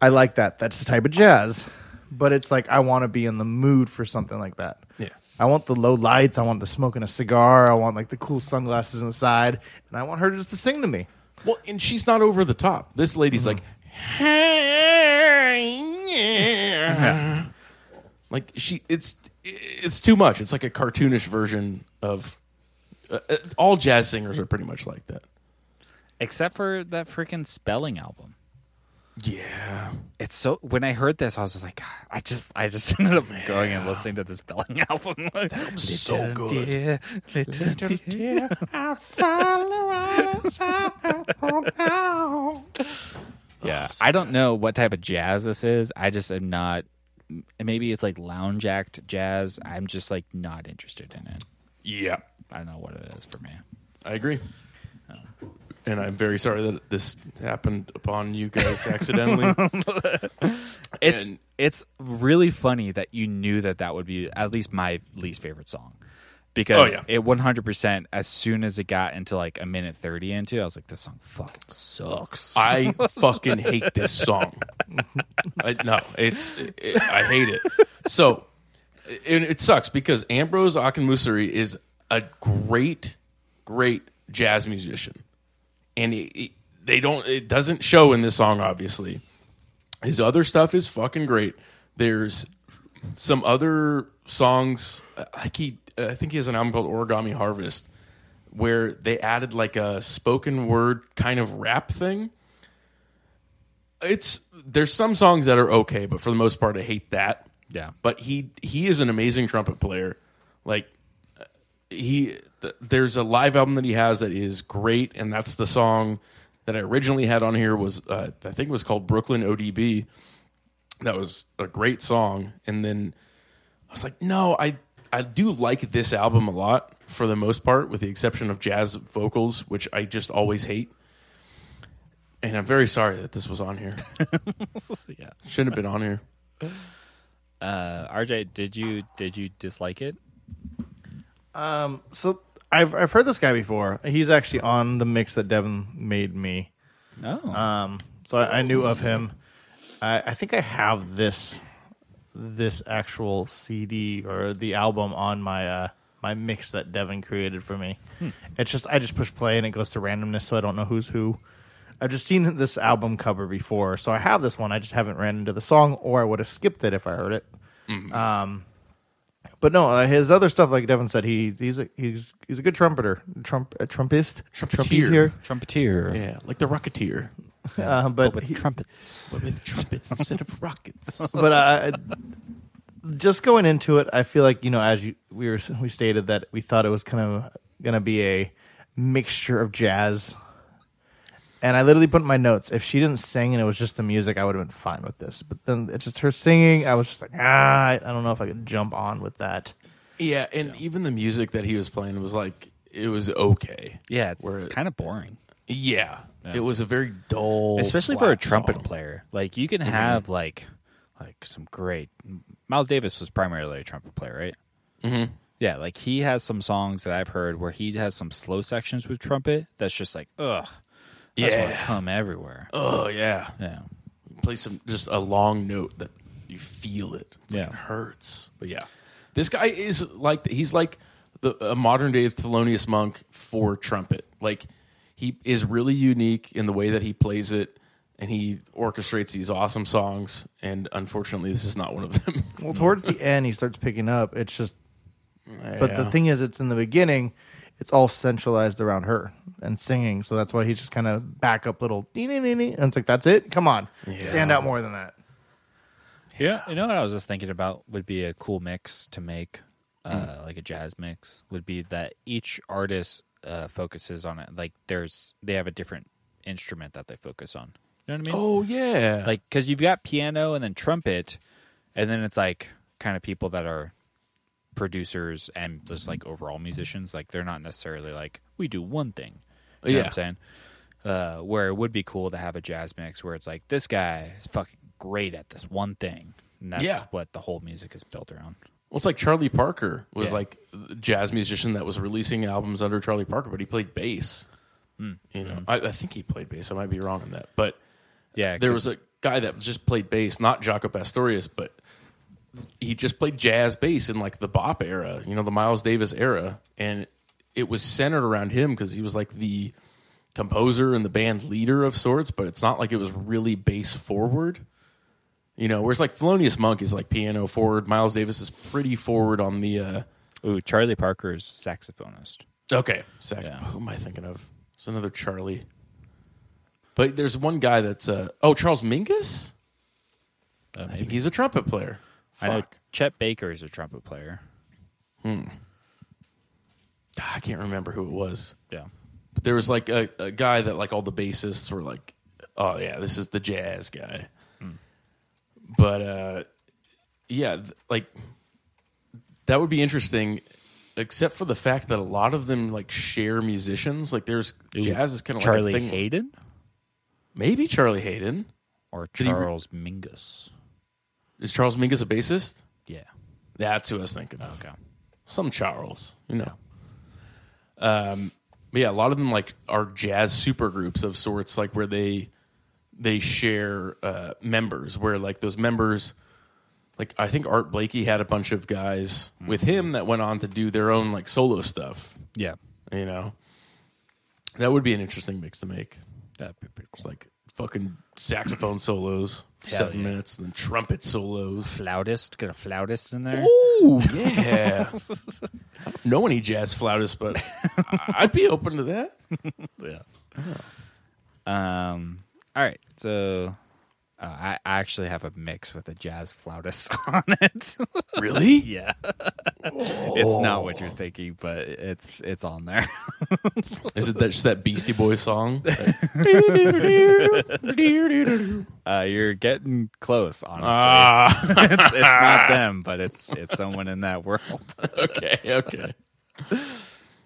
[SPEAKER 3] I like that. That's the type of jazz. But it's like I want to be in the mood for something like that.
[SPEAKER 2] Yeah.
[SPEAKER 3] I want the low lights. I want the smoking a cigar. I want like the cool sunglasses inside, and I want her just to sing to me.
[SPEAKER 2] Well, and she's not over the top. This lady's like, yeah. like she, it's it's too much. It's like a cartoonish version of uh, uh, all jazz singers are pretty much like that.
[SPEAKER 1] Except for that freaking spelling album.
[SPEAKER 2] Yeah,
[SPEAKER 1] It's so when I heard this, I was just like, "God," I just I just <laughs> ended up going and listening to the spelling <laughs> album.
[SPEAKER 3] <laughs>
[SPEAKER 2] so
[SPEAKER 1] Little
[SPEAKER 2] good.
[SPEAKER 1] dear, little dear.
[SPEAKER 2] Yeah,
[SPEAKER 1] I don't know what type of jazz this is. I just am not. m- Maybe it's like lounge act jazz. I'm just like not interested in it.
[SPEAKER 2] yeah,
[SPEAKER 1] I don't know what it is for me.
[SPEAKER 2] I agree. And I'm very sorry that this happened upon you guys accidentally.
[SPEAKER 1] It's
[SPEAKER 2] And-
[SPEAKER 1] it's really funny that you knew that that would be at least my least favorite song, because
[SPEAKER 2] Oh, yeah.
[SPEAKER 1] it 100% as soon as it got into like a minute 30 into I was like this song fucking <laughs> sucks.
[SPEAKER 2] I fucking hate this song. I, no, it's it, I hate it. So it, it sucks because Ambrose Akinmusari is a great, great jazz musician, and he- he- they don't. It doesn't show in this song, obviously. His other stuff is fucking great. There's some other songs. uh, Like he, I think he has an album called Origami Harvest, where they added like a spoken word kind of rap thing. It's there's some songs that are okay, but for the most part, I hate that.
[SPEAKER 1] Yeah.
[SPEAKER 2] but he he is an amazing trumpet player. Like uh, he, th- there's a live album that he has that is great, and that's the song that I originally had on here was uh, I think it was called Brooklyn ODB that was a great song and then i was like no i i do like this album a lot for the most part with the exception of jazz vocals which i just always hate and i'm very sorry that this was on <laughs> here
[SPEAKER 1] yeah.
[SPEAKER 2] shouldn't have been on here
[SPEAKER 1] Uh, RJ, did you did you dislike it?
[SPEAKER 3] So I've I've heard this guy before. He's actually on the mix that Devin made me.
[SPEAKER 1] No.
[SPEAKER 3] Um, so I, I knew of him. I, I think I have this this actual CD or the album on my uh, my mix that Devin created for me. It's just I just push play and it goes to randomness, so I don't know who's who. I've just seen this album cover before, so I have this one. I just haven't ran into the song, or I would have skipped it if I heard it. Um, but no, uh, his other stuff, like Devin said, he he's a, he's he's a good trumpeter, trump a trumpist,
[SPEAKER 2] Trumpeteer.
[SPEAKER 1] Trumpeteer.
[SPEAKER 2] yeah like the rocketeer
[SPEAKER 3] Uh, but he-
[SPEAKER 1] trumpets.
[SPEAKER 2] but with trumpets instead of rockets
[SPEAKER 3] but I, just going into it, I feel like you know, as you, we were we stated that we thought it was kind of going to be a mixture of jazz, and I literally put in my notes. If she didn't sing and it was just the music, I would have been fine with this. But then it's just her singing. I was just like, ah, I, I don't know if I could jump on with that.
[SPEAKER 2] <laughs> yeah and even the music that he was playing was like it was okay
[SPEAKER 1] Yeah, it's
[SPEAKER 2] Where-
[SPEAKER 1] kind of boring,
[SPEAKER 2] yeah, it was a very dull
[SPEAKER 1] especially for a
[SPEAKER 2] flat
[SPEAKER 1] trumpet
[SPEAKER 2] song. Mm-hmm.
[SPEAKER 1] player. Like you can have like like some great. Miles Davis was primarily a trumpet player, right? Mm-hmm. Yeah, like he has some songs that I've heard where he has some slow sections with trumpet that's just like ugh, that's want to
[SPEAKER 2] Yeah.
[SPEAKER 1] come everywhere.
[SPEAKER 2] oh yeah
[SPEAKER 1] Yeah,
[SPEAKER 2] play some just a long note that you feel it. It's like
[SPEAKER 1] Yeah.
[SPEAKER 2] it hurts. But yeah, this guy is like he's like the a modern day Thelonious Monk for trumpet. Like he is really unique in the way that he plays it. And he orchestrates these awesome songs, and unfortunately, this is not one of them. <laughs>
[SPEAKER 3] Well, towards the end, he starts picking up. It's just But the thing is, it's in the beginning, it's all centralized around her and singing. So that's why he's just kind of back up little. dee dee dee dee, And it's like, that's it? Come on. Stand out more than that.
[SPEAKER 1] yeah. You know what I was just thinking about would be a cool mix to make, uh,
[SPEAKER 2] Mm.
[SPEAKER 1] like a jazz mix. Would be that each artist uh, focuses on it. Like there's they have a different instrument that they focus on. You know what I mean?
[SPEAKER 2] oh yeah,
[SPEAKER 1] like because you've got piano and then trumpet and then it's like kind of people that are producers and just like overall musicians like they're not necessarily like we do one thing you know what
[SPEAKER 2] Yeah.
[SPEAKER 1] i'm saying uh, where it would be cool to have a jazz mix where it's like this guy is fucking great at this one thing and that's
[SPEAKER 2] Yeah.
[SPEAKER 1] what the whole music is built around
[SPEAKER 2] Well, it's like Charlie Parker was
[SPEAKER 1] Yeah.
[SPEAKER 2] like a jazz musician that was releasing albums under Charlie Parker, but he played bass. You know, I, I think he played bass. I might be wrong on that, but
[SPEAKER 1] yeah
[SPEAKER 2] there was
[SPEAKER 1] 'cause-
[SPEAKER 2] a guy that just played bass, not Jaco Pastorius, but he just played jazz bass in like the bop era, you know, the Miles Davis era, and it was centered around him because he was like the composer and the band leader of sorts. But it's not like it was really bass forward, you know. Whereas like Thelonious Monk is like piano forward, Miles Davis is pretty forward on the uh,
[SPEAKER 1] ooh charlie parker's saxophonist
[SPEAKER 2] Okay, sax. Who am I thinking of? It's another Charlie. But there's one guy that's uh oh Charles Mingus. I think he's a trumpet player.
[SPEAKER 1] Uh, i know
[SPEAKER 2] Fuck,
[SPEAKER 1] chet baker is a trumpet player
[SPEAKER 2] Ah, I, can't remember who it was.
[SPEAKER 1] yeah
[SPEAKER 2] But there was like a, a guy that like all the bassists were like, oh yeah, this is the jazz guy.
[SPEAKER 1] Hmm.
[SPEAKER 2] But uh yeah, th- like that would be interesting. Except for the fact that a lot of them like share musicians, like there's jazz is kind of
[SPEAKER 1] charlie
[SPEAKER 2] like a thing.
[SPEAKER 1] hayden
[SPEAKER 2] Maybe Charlie Hayden.
[SPEAKER 1] or
[SPEAKER 2] he re-
[SPEAKER 1] charles mingus
[SPEAKER 2] Is Charles Mingus a bassist?
[SPEAKER 1] yeah
[SPEAKER 2] That's who I was thinking of.
[SPEAKER 1] okay
[SPEAKER 2] some Charles, you know. Um, but yeah, a lot of them like are jazz supergroups of sorts, like where they they share uh, members, where like those members, like I think Art Blakey had a bunch of guys with him that went on to do their own like solo stuff.
[SPEAKER 1] Yeah,
[SPEAKER 2] You know, that would be an interesting mix to make.
[SPEAKER 1] that'd be pretty
[SPEAKER 2] It's
[SPEAKER 1] cool.
[SPEAKER 2] like fucking saxophone solos, seven minutes, and then trumpet solos.
[SPEAKER 1] Flautist, get a flautist in there.
[SPEAKER 2] Ooh, yeah. I don't know any jazz flautists, but I- I'd be open to that.
[SPEAKER 1] Um, all right, so uh, I, I actually have a mix with a jazz flautist <laughs> on it.
[SPEAKER 2] Really?
[SPEAKER 1] yeah, <laughs> it's not what you're thinking, but it's it's on there. <laughs>
[SPEAKER 2] Is it that, just that Beastie Boy song?
[SPEAKER 1] Uh, you're getting close, honestly. <laughs>
[SPEAKER 2] Ah,
[SPEAKER 1] it's, it's
[SPEAKER 2] <laughs>
[SPEAKER 1] not them, but it's it's someone in that world.
[SPEAKER 2] okay, okay.
[SPEAKER 1] Uh,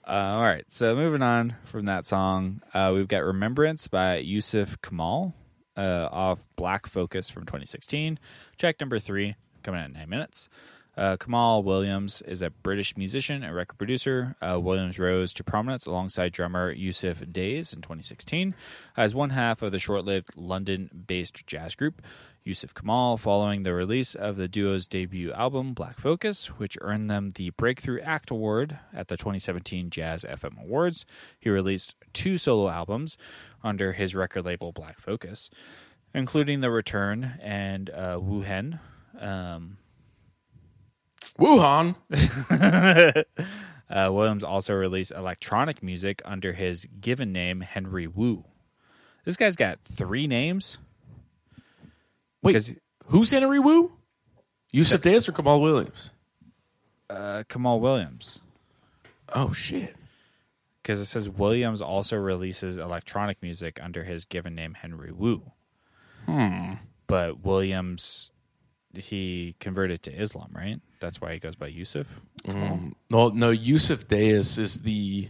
[SPEAKER 1] all right, so moving on from that song, uh, we've got "Remembrance" by Yusuf Kamal uh, off Black Focus from 2016. Track number three, coming out in nine minutes. Uh, Kamal Williams is a British musician and record producer. Uh, Williams rose to prominence alongside drummer Yusuf Days in 2016 as one half of the short-lived London-based jazz group Yusuf Kamal following the release of the duo's debut album, Black Focus, which earned them the Breakthrough Act Award at the 2017 Jazz FM Awards. He released two solo albums under his record label, Black Focus, including The Return and uh, Wu Hen. Um,
[SPEAKER 2] Wuhan.
[SPEAKER 1] uh, Williams also released electronic music under his given name, Henry Wu. This guy's got three names.
[SPEAKER 2] Wait,
[SPEAKER 1] 'Cause-
[SPEAKER 2] who's Henry Wu? Yusuf Dance or Kamal Williams?
[SPEAKER 1] Uh, Kamal Williams.
[SPEAKER 2] Oh, shit.
[SPEAKER 1] because it says Williams also releases electronic music under his given name Henry Wu. Hmm.
[SPEAKER 2] Hmm.
[SPEAKER 1] But Williams, he converted to Islam, right? That's why he goes by Yusuf.
[SPEAKER 2] No, no, Yusuf Deis is the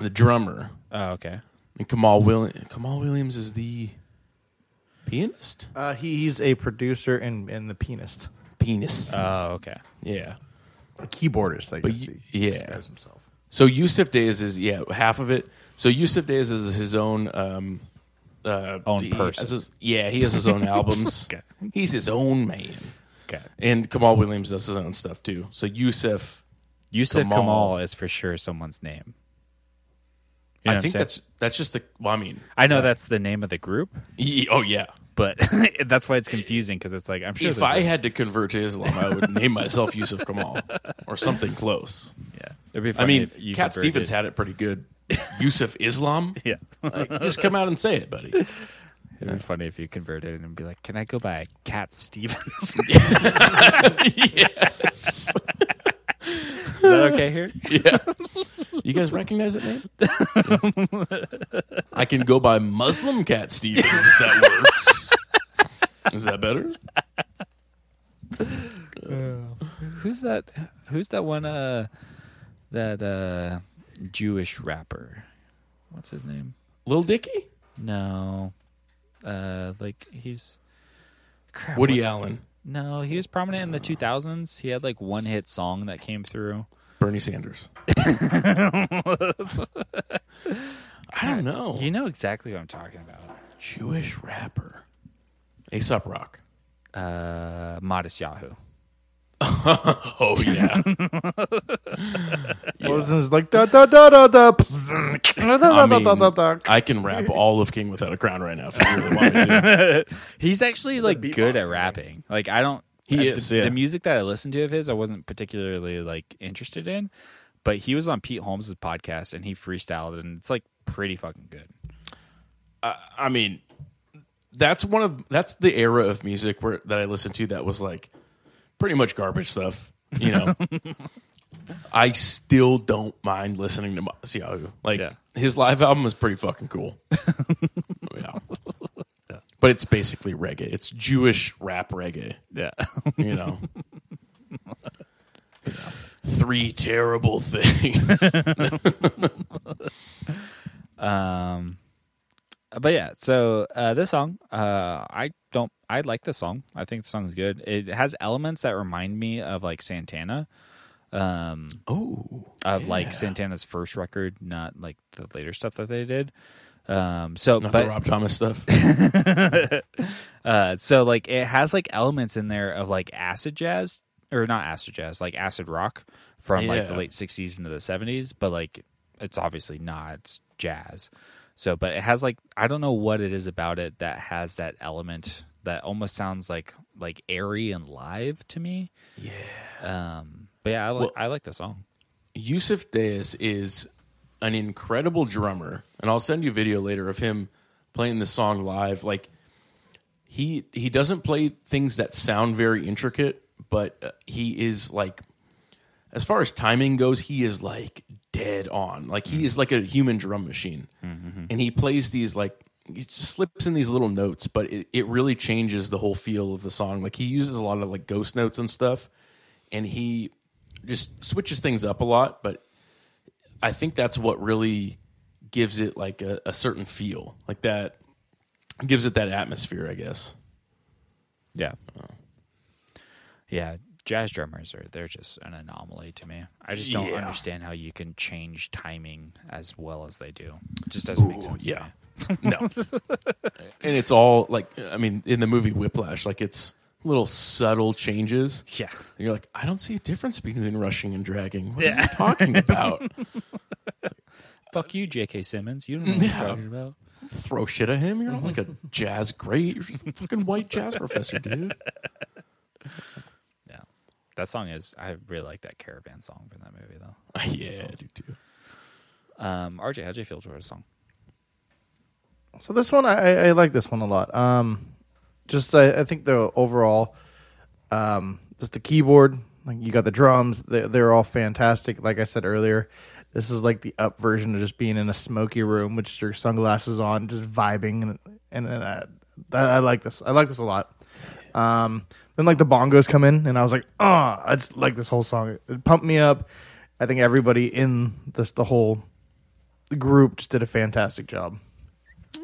[SPEAKER 2] the drummer,
[SPEAKER 1] Oh, okay.
[SPEAKER 2] and Kamal Williams. Kamal Williams is the pianist.
[SPEAKER 3] Uh, he's a producer and, and the pianist,
[SPEAKER 2] Pianist.
[SPEAKER 1] Oh, okay.
[SPEAKER 2] yeah.
[SPEAKER 3] a keyboardist. I guess.
[SPEAKER 2] y-
[SPEAKER 3] he
[SPEAKER 2] yeah.
[SPEAKER 3] describes himself.
[SPEAKER 2] So Yusuf Days is yeah half of it. So Yusuf Days is his own um, uh,
[SPEAKER 1] Own
[SPEAKER 2] he
[SPEAKER 1] person.
[SPEAKER 2] has his- yeah, he has
[SPEAKER 1] <laughs>
[SPEAKER 2] his own albums.
[SPEAKER 1] Okay.
[SPEAKER 2] He's his own man.
[SPEAKER 1] Okay.
[SPEAKER 2] And Kamal Williams does his own stuff too. So Yusuf,
[SPEAKER 1] Yusuf
[SPEAKER 2] Kamal.
[SPEAKER 1] Kamal, is for sure someone's name. You know what
[SPEAKER 2] I
[SPEAKER 1] I'm
[SPEAKER 2] think
[SPEAKER 1] saying?
[SPEAKER 2] that's that's just the. Well, I mean,
[SPEAKER 1] I know that's the name of the group,
[SPEAKER 2] he- oh yeah.
[SPEAKER 1] but <laughs> that's why it's confusing because it's like I'm sure
[SPEAKER 2] If
[SPEAKER 1] there's
[SPEAKER 2] I
[SPEAKER 1] a-
[SPEAKER 2] had to convert to Islam, I would name myself Yusuf Kamal or something close.
[SPEAKER 1] yeah. It'd be
[SPEAKER 2] I
[SPEAKER 1] funny
[SPEAKER 2] mean,
[SPEAKER 1] if you
[SPEAKER 2] Cat
[SPEAKER 1] converted-
[SPEAKER 2] Stevens had it pretty good. Yusuf
[SPEAKER 1] <laughs>
[SPEAKER 2] Islam,
[SPEAKER 1] Yeah.
[SPEAKER 2] Like, just come out and say it, buddy.
[SPEAKER 1] It'd be funny if you converted and be like, "Can I go by Cat <laughs> Stevens?"
[SPEAKER 2] yes.
[SPEAKER 1] Is that okay here?
[SPEAKER 2] Yeah. You guys recognize that name? <laughs> I can go by Muslim Cat Stevens if that works. Is that better?
[SPEAKER 1] Who's that? Who's that one? Uh, that uh, Jewish rapper. What's his name?
[SPEAKER 2] Lil Dicky?
[SPEAKER 1] No, uh, like he's crap,
[SPEAKER 2] Woody Allen.
[SPEAKER 1] No, he was prominent in the two thousands. He had like one hit song that came through.
[SPEAKER 2] Bernie <laughs> Sanders. I don't know.
[SPEAKER 1] You know exactly what I'm talking about.
[SPEAKER 2] Jewish rapper. Aesop Rock.
[SPEAKER 1] Uh, Modest Yahoo.
[SPEAKER 2] Oh, <laughs> yeah.
[SPEAKER 3] What was this like da da da da da? da, da, da, da, da, da.
[SPEAKER 2] <laughs> I can rap all of King Without a Crown right now if you really want me to.
[SPEAKER 1] <laughs> He's actually like good at rapping. Like I don't.
[SPEAKER 2] He
[SPEAKER 1] uh,
[SPEAKER 2] is,
[SPEAKER 1] the,
[SPEAKER 2] yeah.
[SPEAKER 1] the music that I listened to of his, I wasn't particularly like interested in, but he was on Pete Holmes' podcast and he freestyled, and it's like pretty fucking good.
[SPEAKER 2] I mean, that's one of that's the era of music where that I listened to that was like pretty much garbage stuff. You
[SPEAKER 1] <laughs>
[SPEAKER 2] know, I still don't mind listening to Mas Yahoo. Like
[SPEAKER 1] Yeah.
[SPEAKER 2] his live album is pretty
[SPEAKER 1] <laughs>
[SPEAKER 2] fucking cool. yeah. But it's basically reggae. It's Jewish rap reggae.
[SPEAKER 1] Yeah, <laughs>
[SPEAKER 2] You know. You know. Three
[SPEAKER 1] <laughs>
[SPEAKER 2] terrible things.
[SPEAKER 1] but yeah. So uh, this song, uh, I don't. I like this song. I think the song's good. It has elements that remind me of like Santana. um,
[SPEAKER 2] Oh,
[SPEAKER 1] of like Santana's first record, not like the later stuff that they did. Um, so,
[SPEAKER 2] not the
[SPEAKER 1] but
[SPEAKER 2] Rob Thomas stuff.
[SPEAKER 1] uh, so like it has like elements in there of like acid jazz or not acid jazz, like acid rock from like the
[SPEAKER 2] Yeah.
[SPEAKER 1] late '60s into the '70s, but like it's obviously not it's jazz. So, but it has like I don't know what it is about it that has that element that almost sounds like like airy and live to me. Yeah. Um. But yeah, I like
[SPEAKER 2] Well-
[SPEAKER 1] I like the song.
[SPEAKER 2] Yusuf Deis is an incredible drummer, and I'll send you a video later of him playing the song live. Like he he doesn't play things that sound very intricate, but uh, he is like, as far as timing goes, he is like dead on. Like he is like a human drum machine, and he plays these like he slips in these little notes, but it, it really changes the whole feel of the song. Like he uses a lot of like ghost notes and stuff, and he just switches things up a lot, but I think that's what really gives it like a, a certain feel, like that gives it that atmosphere, I guess.
[SPEAKER 1] Yeah. Uh, Yeah. Jazz drummers are they're just an anomaly to me. I just don't
[SPEAKER 2] Yeah.
[SPEAKER 1] understand how you can change timing as well as they do. It just doesn't make sense. to
[SPEAKER 2] yeah.
[SPEAKER 1] me.
[SPEAKER 2] no, <laughs> and it's all like I mean, in the movie Whiplash, like it's little subtle changes.
[SPEAKER 1] Yeah.
[SPEAKER 2] And you're like, I don't see a difference between rushing and dragging. What is he <laughs> talking about?
[SPEAKER 1] Fuck you, J.K. Simmons.
[SPEAKER 2] <laughs>
[SPEAKER 1] You don't know what
[SPEAKER 2] Yeah.
[SPEAKER 1] you're talking about.
[SPEAKER 2] Throw shit at him. You're not like a jazz great. You're just a fucking white jazz professor, dude.
[SPEAKER 1] Yeah. That song is I really like that caravan song from that movie though.
[SPEAKER 2] <laughs> yeah, I do too.
[SPEAKER 1] Um RJ, how'd you feel towards the song?
[SPEAKER 3] So this one, I, I like this one a lot. Um, just I, I think the overall, um, just the keyboard, like you got the drums, they're, they're all fantastic. Like I said earlier, this is like the up version of just being in a smoky room with just your sunglasses on, just vibing, and and, and I, I like this. I like this a lot. Um, then like the bongos come in, and I was like, oh, I just like this whole song. It pumped me up. I think everybody in this the whole group just did a fantastic job.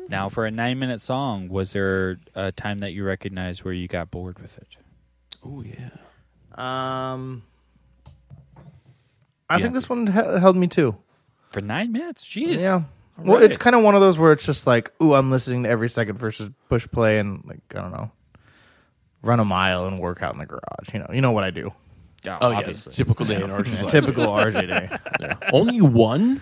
[SPEAKER 1] Now for a nine minute song, was there a time that you recognized where you got bored with it?
[SPEAKER 2] Oh yeah.
[SPEAKER 3] Um, I
[SPEAKER 1] Yeah.
[SPEAKER 3] think this one he- held me too.
[SPEAKER 1] For nine minutes? Jeez.
[SPEAKER 3] Yeah.
[SPEAKER 1] All
[SPEAKER 3] Well, it's
[SPEAKER 1] right.
[SPEAKER 3] kind of one of those where it's just like, ooh, I'm listening to every second versus push play and like I don't know, run a mile and work out in the garage. You know, you know what I do.
[SPEAKER 1] Yeah,
[SPEAKER 2] Oh
[SPEAKER 1] obviously.
[SPEAKER 2] yeah. Typical day in <laughs> Archer's life.
[SPEAKER 3] Typical RJ day.
[SPEAKER 2] Yeah. Only <laughs> one?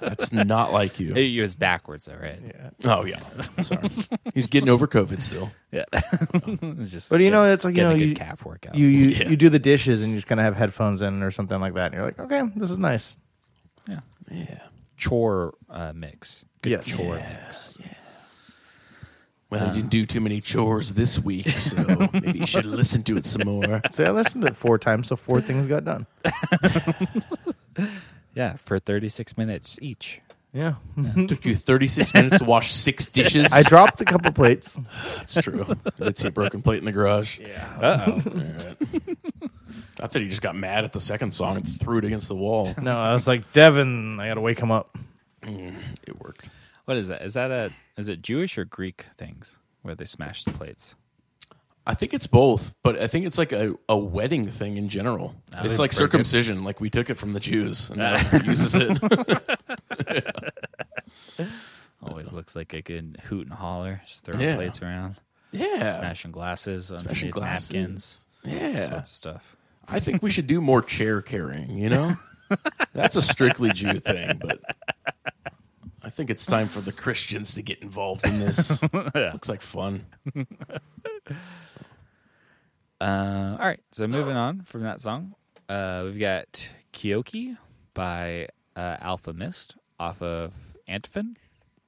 [SPEAKER 2] That's not like you.
[SPEAKER 1] It was backwards though, right?
[SPEAKER 2] Oh yeah. Sorry. He's getting over COVID still.
[SPEAKER 1] Yeah. <laughs> just
[SPEAKER 3] But you know, it's like, you
[SPEAKER 1] getting
[SPEAKER 3] know,
[SPEAKER 1] a good
[SPEAKER 3] you-
[SPEAKER 1] calf workout.
[SPEAKER 3] You you,
[SPEAKER 2] Yeah.
[SPEAKER 3] you do the dishes and you just kind of have headphones in or something like that, and you're like, okay, this is nice.
[SPEAKER 1] yeah.
[SPEAKER 2] Yeah.
[SPEAKER 1] Chore uh, mix. Good
[SPEAKER 3] Yes.
[SPEAKER 1] chore mix.
[SPEAKER 2] Well, I didn't do too many chores this week, <laughs> so maybe you should listen to it some more.
[SPEAKER 3] So I listened to it four times, so four things got done.
[SPEAKER 1] Yeah, for 36 minutes each.
[SPEAKER 3] Yeah,
[SPEAKER 2] Took you 36 minutes to wash <laughs> six dishes.
[SPEAKER 3] I dropped a couple plates.
[SPEAKER 2] That's true. I did see a broken plate in the garage. Oh, Yeah. <laughs> I thought he just got mad at the second song and threw it against the wall.
[SPEAKER 3] No, I was like, Devin, I got to wake him up.
[SPEAKER 2] <laughs> It worked.
[SPEAKER 1] What is that? Is that a is it Jewish or Greek things where they smash the plates?
[SPEAKER 2] I think it's both, but I think it's like a, a wedding thing in general. it's like circumcision. Like we took it from the Jews and now everybody uses <laughs> it.
[SPEAKER 1] Always looks like it can hoot and holler, just throwing
[SPEAKER 2] Yeah.
[SPEAKER 1] plates around,
[SPEAKER 2] yeah.
[SPEAKER 1] smashing glasses underneath
[SPEAKER 2] glasses.
[SPEAKER 1] napkins, all
[SPEAKER 2] Yeah.
[SPEAKER 1] sorts of stuff.
[SPEAKER 2] I think we should do more chair carrying, you know? That's a strictly Jew thing, but I think it's time for the Christians to get involved in
[SPEAKER 1] <laughs>
[SPEAKER 2] this. Looks like fun.
[SPEAKER 1] Uh, all right, so moving on from that song, uh, we've got Kyoki by uh, Alpha Mist off of Antiphon.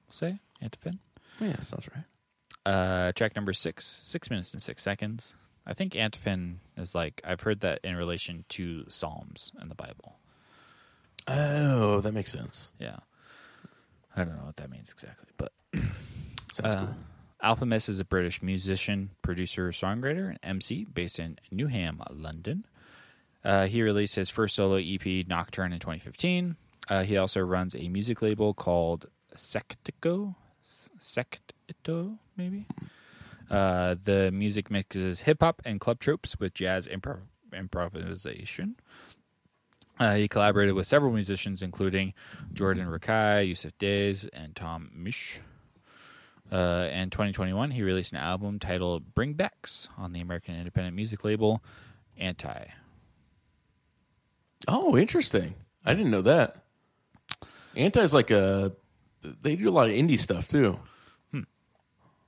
[SPEAKER 1] We'll say Antiphon.
[SPEAKER 2] Yeah, sounds right.
[SPEAKER 1] Uh, track number six, six minutes and six seconds. I think Antiphon is like I've heard that in relation to Psalms in the Bible.
[SPEAKER 2] Oh, that makes sense.
[SPEAKER 1] Yeah, I don't know what that means exactly, but
[SPEAKER 2] Sounds
[SPEAKER 1] uh,
[SPEAKER 2] cool.
[SPEAKER 1] Alpha Miss is a British musician, producer, songwriter, and MC based in Newham, London. Uh, he released his first solo EP, Nocturne, in 2015. Uh, he also runs a music label called Sectico. S- Sectito, maybe? Uh, the music mixes hip hop and club tropes with jazz improv- improvisation. Uh, he collaborated with several musicians, including Jordan Rakai, Yusuf Days, and Tom Mish. Uh, in 2021, he released an album titled Bring Backs on the American independent music label Anti.
[SPEAKER 2] Oh, interesting. I didn't know that. Anti's like a they do a lot of indie stuff too.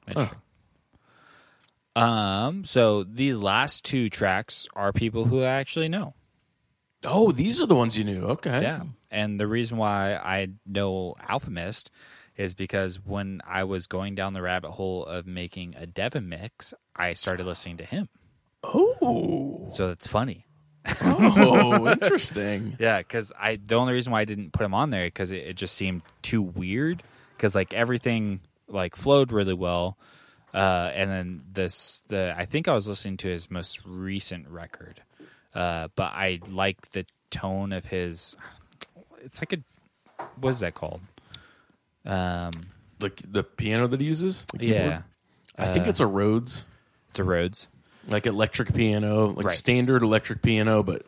[SPEAKER 1] Interesting. Um, so these last two tracks are people who I actually know.
[SPEAKER 2] Oh, these are the ones you knew. Okay.
[SPEAKER 1] Yeah. And the reason why I know Alchemist is because when I was going down the rabbit hole of making a Deva mix, I started listening to him.
[SPEAKER 2] Oh.
[SPEAKER 1] So it's funny. <laughs>
[SPEAKER 2] Oh, interesting.
[SPEAKER 1] Yeah, because I the only reason why I didn't put him on there because it, it just seemed too weird. Because like everything like flowed really well, uh, and then this the I think I was listening to his most recent record, uh, but I like the tone of his. It's like a what is that called? Um,
[SPEAKER 2] The the piano that he uses, the keyboard.
[SPEAKER 1] yeah,
[SPEAKER 2] I think it's a Rhodes,
[SPEAKER 1] it's a Rhodes.
[SPEAKER 2] like electric piano, like
[SPEAKER 1] Right.
[SPEAKER 2] standard electric piano, but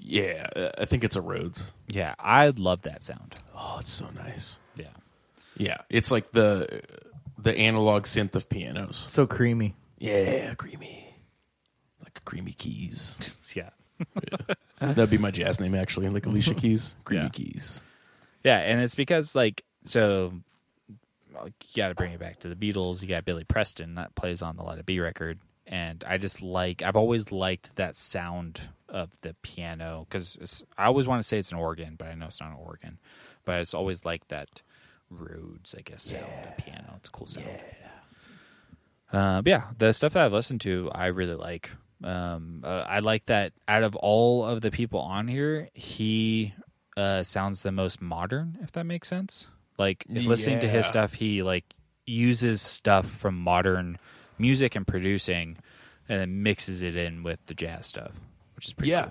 [SPEAKER 2] yeah, uh, I think it's a Rhodes.
[SPEAKER 1] Yeah, I love that sound.
[SPEAKER 2] Oh, it's so nice.
[SPEAKER 1] Yeah, <laughs>
[SPEAKER 2] Yeah, it's like the the analog synth of pianos.
[SPEAKER 3] So creamy.
[SPEAKER 2] Yeah, creamy, like creamy keys.
[SPEAKER 1] yeah,
[SPEAKER 2] That'd be my jazz name actually, like Alicia Keys, creamy
[SPEAKER 1] Yeah.
[SPEAKER 2] keys.
[SPEAKER 1] yeah, and it's because like so you got to bring it back to the Beatles. You got Billy Preston that plays on the Let It Be record, and I just like I've always liked that sound of the piano because I always want to say it's an organ, but I know it's not an organ. But I just always like that Rhodes, I guess, sound of piano. It's a cool sound. Uh, but yeah, the stuff that I've listened to, I really like. Um, uh, I like that out of all of the people on here, he uh, sounds the most modern, if that makes sense. Like if listening to his
[SPEAKER 2] Yeah.
[SPEAKER 1] stuff, he like uses stuff from modern music and producing, and then mixes it in with the jazz stuff, which is pretty.
[SPEAKER 2] Yeah,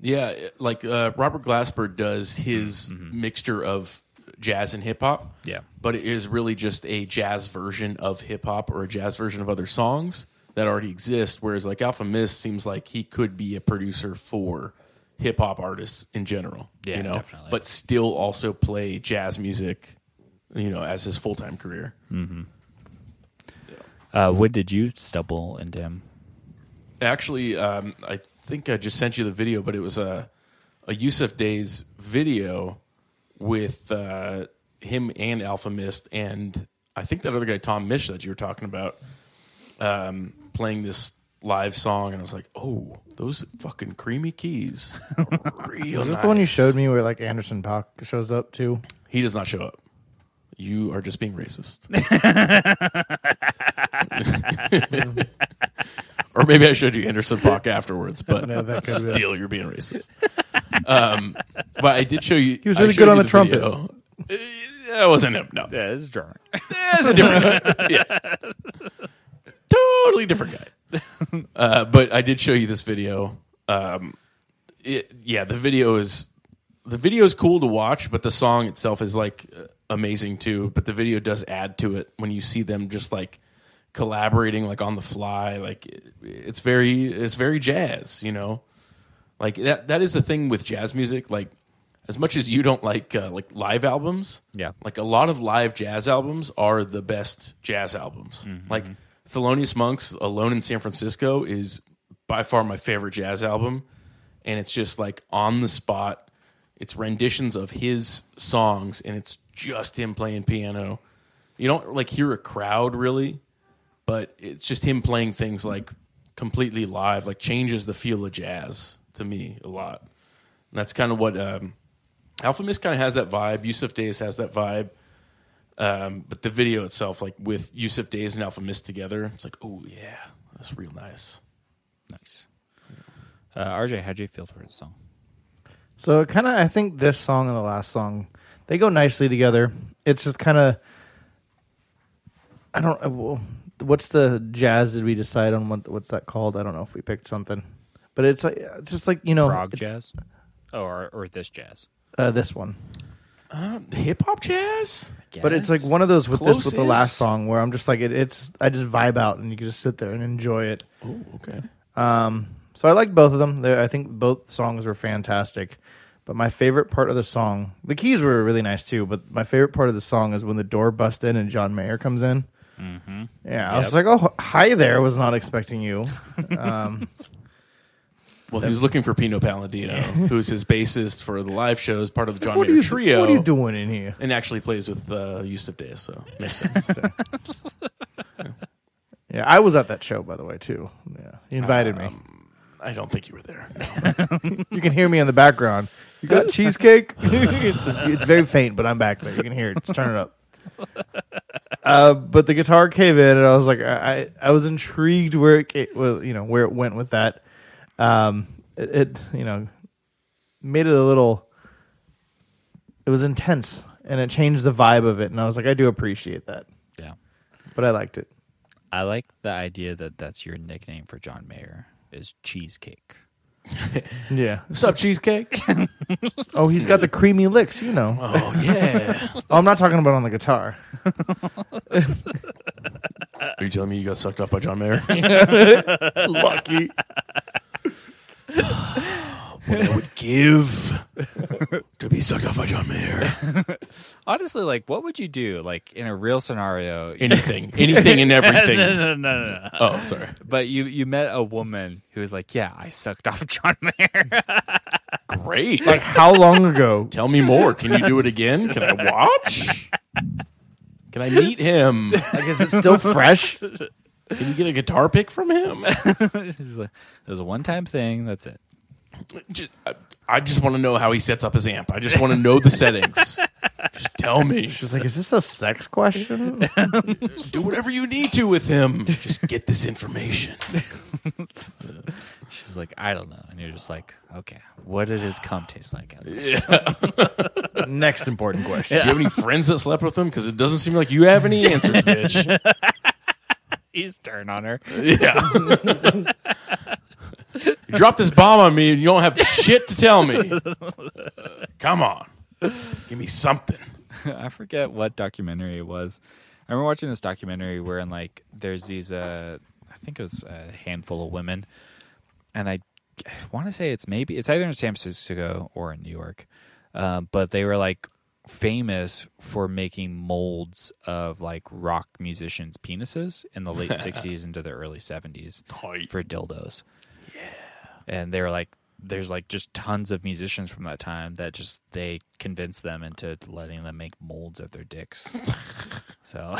[SPEAKER 2] yeah, it- like uh, Robert Glasper does his mixture of jazz and hip hop.
[SPEAKER 1] Mm-hmm, Yeah.
[SPEAKER 2] but it is really just a jazz version of hip hop or a jazz version of other songs that already exist. Whereas like Alpha Mist seems like he could be a producer for hip hop artists in general.
[SPEAKER 1] Yeah,
[SPEAKER 2] you know,
[SPEAKER 1] definitely.
[SPEAKER 2] but still also play jazz music. You know, as his full time career.
[SPEAKER 1] cool. Uh, when did you stumble into him?
[SPEAKER 2] Actually, um, I think I just sent you the video, but it was a a Yusuf Days video with uh, him and Alpha Mist, and I think that other guy Tom Mish that you were talking about um, playing this live song, and I was like, "Oh, those fucking creamy keys!" <laughs> Real
[SPEAKER 3] Is this the one you showed me where like Anderson Pac shows up too?
[SPEAKER 2] He does not show up. You are just being
[SPEAKER 3] <laughs>
[SPEAKER 2] racist. or maybe I showed you Anderson Paak afterwards, but
[SPEAKER 3] No, that could be it.
[SPEAKER 2] still, you're being racist. Um, but I did show you. He
[SPEAKER 3] was really good on the trumpet.
[SPEAKER 2] That wasn't him. No,
[SPEAKER 1] Yeah, this is <laughs> drunk.
[SPEAKER 2] that's a different <laughs> guy. Yeah. Totally different guy. Uh, but I did show you this video. Um, it, yeah, the video is the video is cool to watch, but the song itself is like uh, amazing too. But the video does add to it when you see them just like collaborating like on the fly. Like it, it's very it's very jazz, you know. Like that that is the thing with jazz music. Like as much as you don't like uh, like live albums,
[SPEAKER 1] Yeah.
[SPEAKER 2] Like a lot of live jazz albums are the best jazz albums. Like Thelonious Monk's "Alone in San Francisco" is by far my favorite jazz album, and it's just like on the spot. It's renditions of his songs, and it's just him playing piano. You don't like hear a crowd really but it's just him playing things like completely live, like changes the feel of jazz to me a lot. And that's kind of what um, Alpha Mist kind of has that vibe. Yusuf Days has that vibe. Um, but the video itself, like with Yusuf Days and Alpha Mist together, it's like, oh yeah, that's real nice.
[SPEAKER 1] Nice. Uh, RJ, how'd you feel towards the song?
[SPEAKER 3] So it kind of, I think this song and the last song, they go nicely together. It's just kind of, I don't, uh, well, what's the jazz? Did we decide on what what's that called? I don't know if we picked something, but it's like it's just like you know,
[SPEAKER 1] Frog
[SPEAKER 3] it's,
[SPEAKER 1] jazz, oh, or or this jazz?
[SPEAKER 3] Uh, this one, Uh,
[SPEAKER 2] Hip hop jazz?
[SPEAKER 3] but it's like one of those with this with the last
[SPEAKER 2] Closest.
[SPEAKER 3] song where I'm just like it, it's I just vibe out and you can just sit there and enjoy it.
[SPEAKER 2] Oh, okay.
[SPEAKER 3] Um, So I like both of them. They're, I think both songs were fantastic. But my favorite part of the song, the keys were really nice too. But my favorite part of the song is when the door busts in and John Mayer comes in. Mm-hmm. Yeah, I was like, oh, hi there. Was not expecting you.
[SPEAKER 2] Well, he was looking for Pino Palladino, who's his bassist for the live shows, part of the John
[SPEAKER 3] what are
[SPEAKER 2] Mayer
[SPEAKER 3] you
[SPEAKER 2] Trio,
[SPEAKER 3] What are you doing in here?
[SPEAKER 2] and actually plays with uh, Yusuf Days, so makes
[SPEAKER 3] <laughs>
[SPEAKER 2] sense.
[SPEAKER 3] Yeah, I was at that show by the way too. Yeah, he invited me.
[SPEAKER 2] I don't think you were there. No.
[SPEAKER 3] You can hear me in the background. You got cheesecake? <laughs> it's, just- it's very faint, but I'm back there. You can hear it. Just turn it up. Uh, but the guitar came in, and I was like, I, I I was intrigued where it came, well, you know, where it went with that. Um, it, it, you know, made it a little. It was intense, and it changed the vibe of it. And I was like, I do appreciate that,
[SPEAKER 1] Yeah.
[SPEAKER 3] but I liked it.
[SPEAKER 1] I like the idea that that's your nickname for John Mayer is cheesecake.
[SPEAKER 3] Yeah.
[SPEAKER 2] <laughs> What's up, <laughs> cheesecake?
[SPEAKER 3] Oh, he's got the creamy licks, you know.
[SPEAKER 2] Oh yeah.
[SPEAKER 3] <laughs> Oh, I'm not talking about on the guitar.
[SPEAKER 2] Are you telling me you got sucked off by John <laughs> Mayer?
[SPEAKER 3] Lucky.
[SPEAKER 2] <sighs> what I would give to be sucked off by John Mayer.
[SPEAKER 1] Honestly, like, what would you do, like, in a real scenario?
[SPEAKER 2] Anything, anything, <laughs> and everything.
[SPEAKER 1] no, no, no, no.
[SPEAKER 2] Oh, sorry.
[SPEAKER 1] But you you met a woman who was like, "Yeah, I sucked off <laughs> John Mayer."
[SPEAKER 2] Great.
[SPEAKER 3] How long ago?
[SPEAKER 2] Tell me more. Can you do it again? Can I watch? Can I meet him?
[SPEAKER 3] Like, is it still <laughs> fresh?
[SPEAKER 2] Can you get a guitar pick from him?
[SPEAKER 1] <laughs> She's like, it was a one time thing. That's it.
[SPEAKER 2] Just- I- I just want to know how he sets up his amp. I just want to know the settings. Just tell me.
[SPEAKER 3] She's like, is this a sex question?
[SPEAKER 2] Do whatever you need to with him. Just get this <laughs> information.
[SPEAKER 1] She's like, "I don't know," and you're just like, "Okay, what did his cum taste like?" At least?
[SPEAKER 3] <laughs> Next important question.
[SPEAKER 2] Do you have any friends that slept with him? Because it doesn't seem like you have any <laughs> answers, bitch.
[SPEAKER 1] <laughs> He's turned on her.
[SPEAKER 2] Yeah. you drop this bomb on me and you don't have shit to tell me. Come on. Give me something.
[SPEAKER 1] I forget what documentary it was. I remember watching this documentary where, in like, there's these, uh, I think it was a handful of women, and I want to say it's maybe it's either in San Francisco or in New York, um, but they were like famous for making molds of like rock musicians' penises in the late '60s into the early '70s
[SPEAKER 2] Tight.
[SPEAKER 1] for dildos. Yeah, and they were like. There's like just tons of musicians from that time that just they convinced them into letting them make molds of their <laughs> dicks. so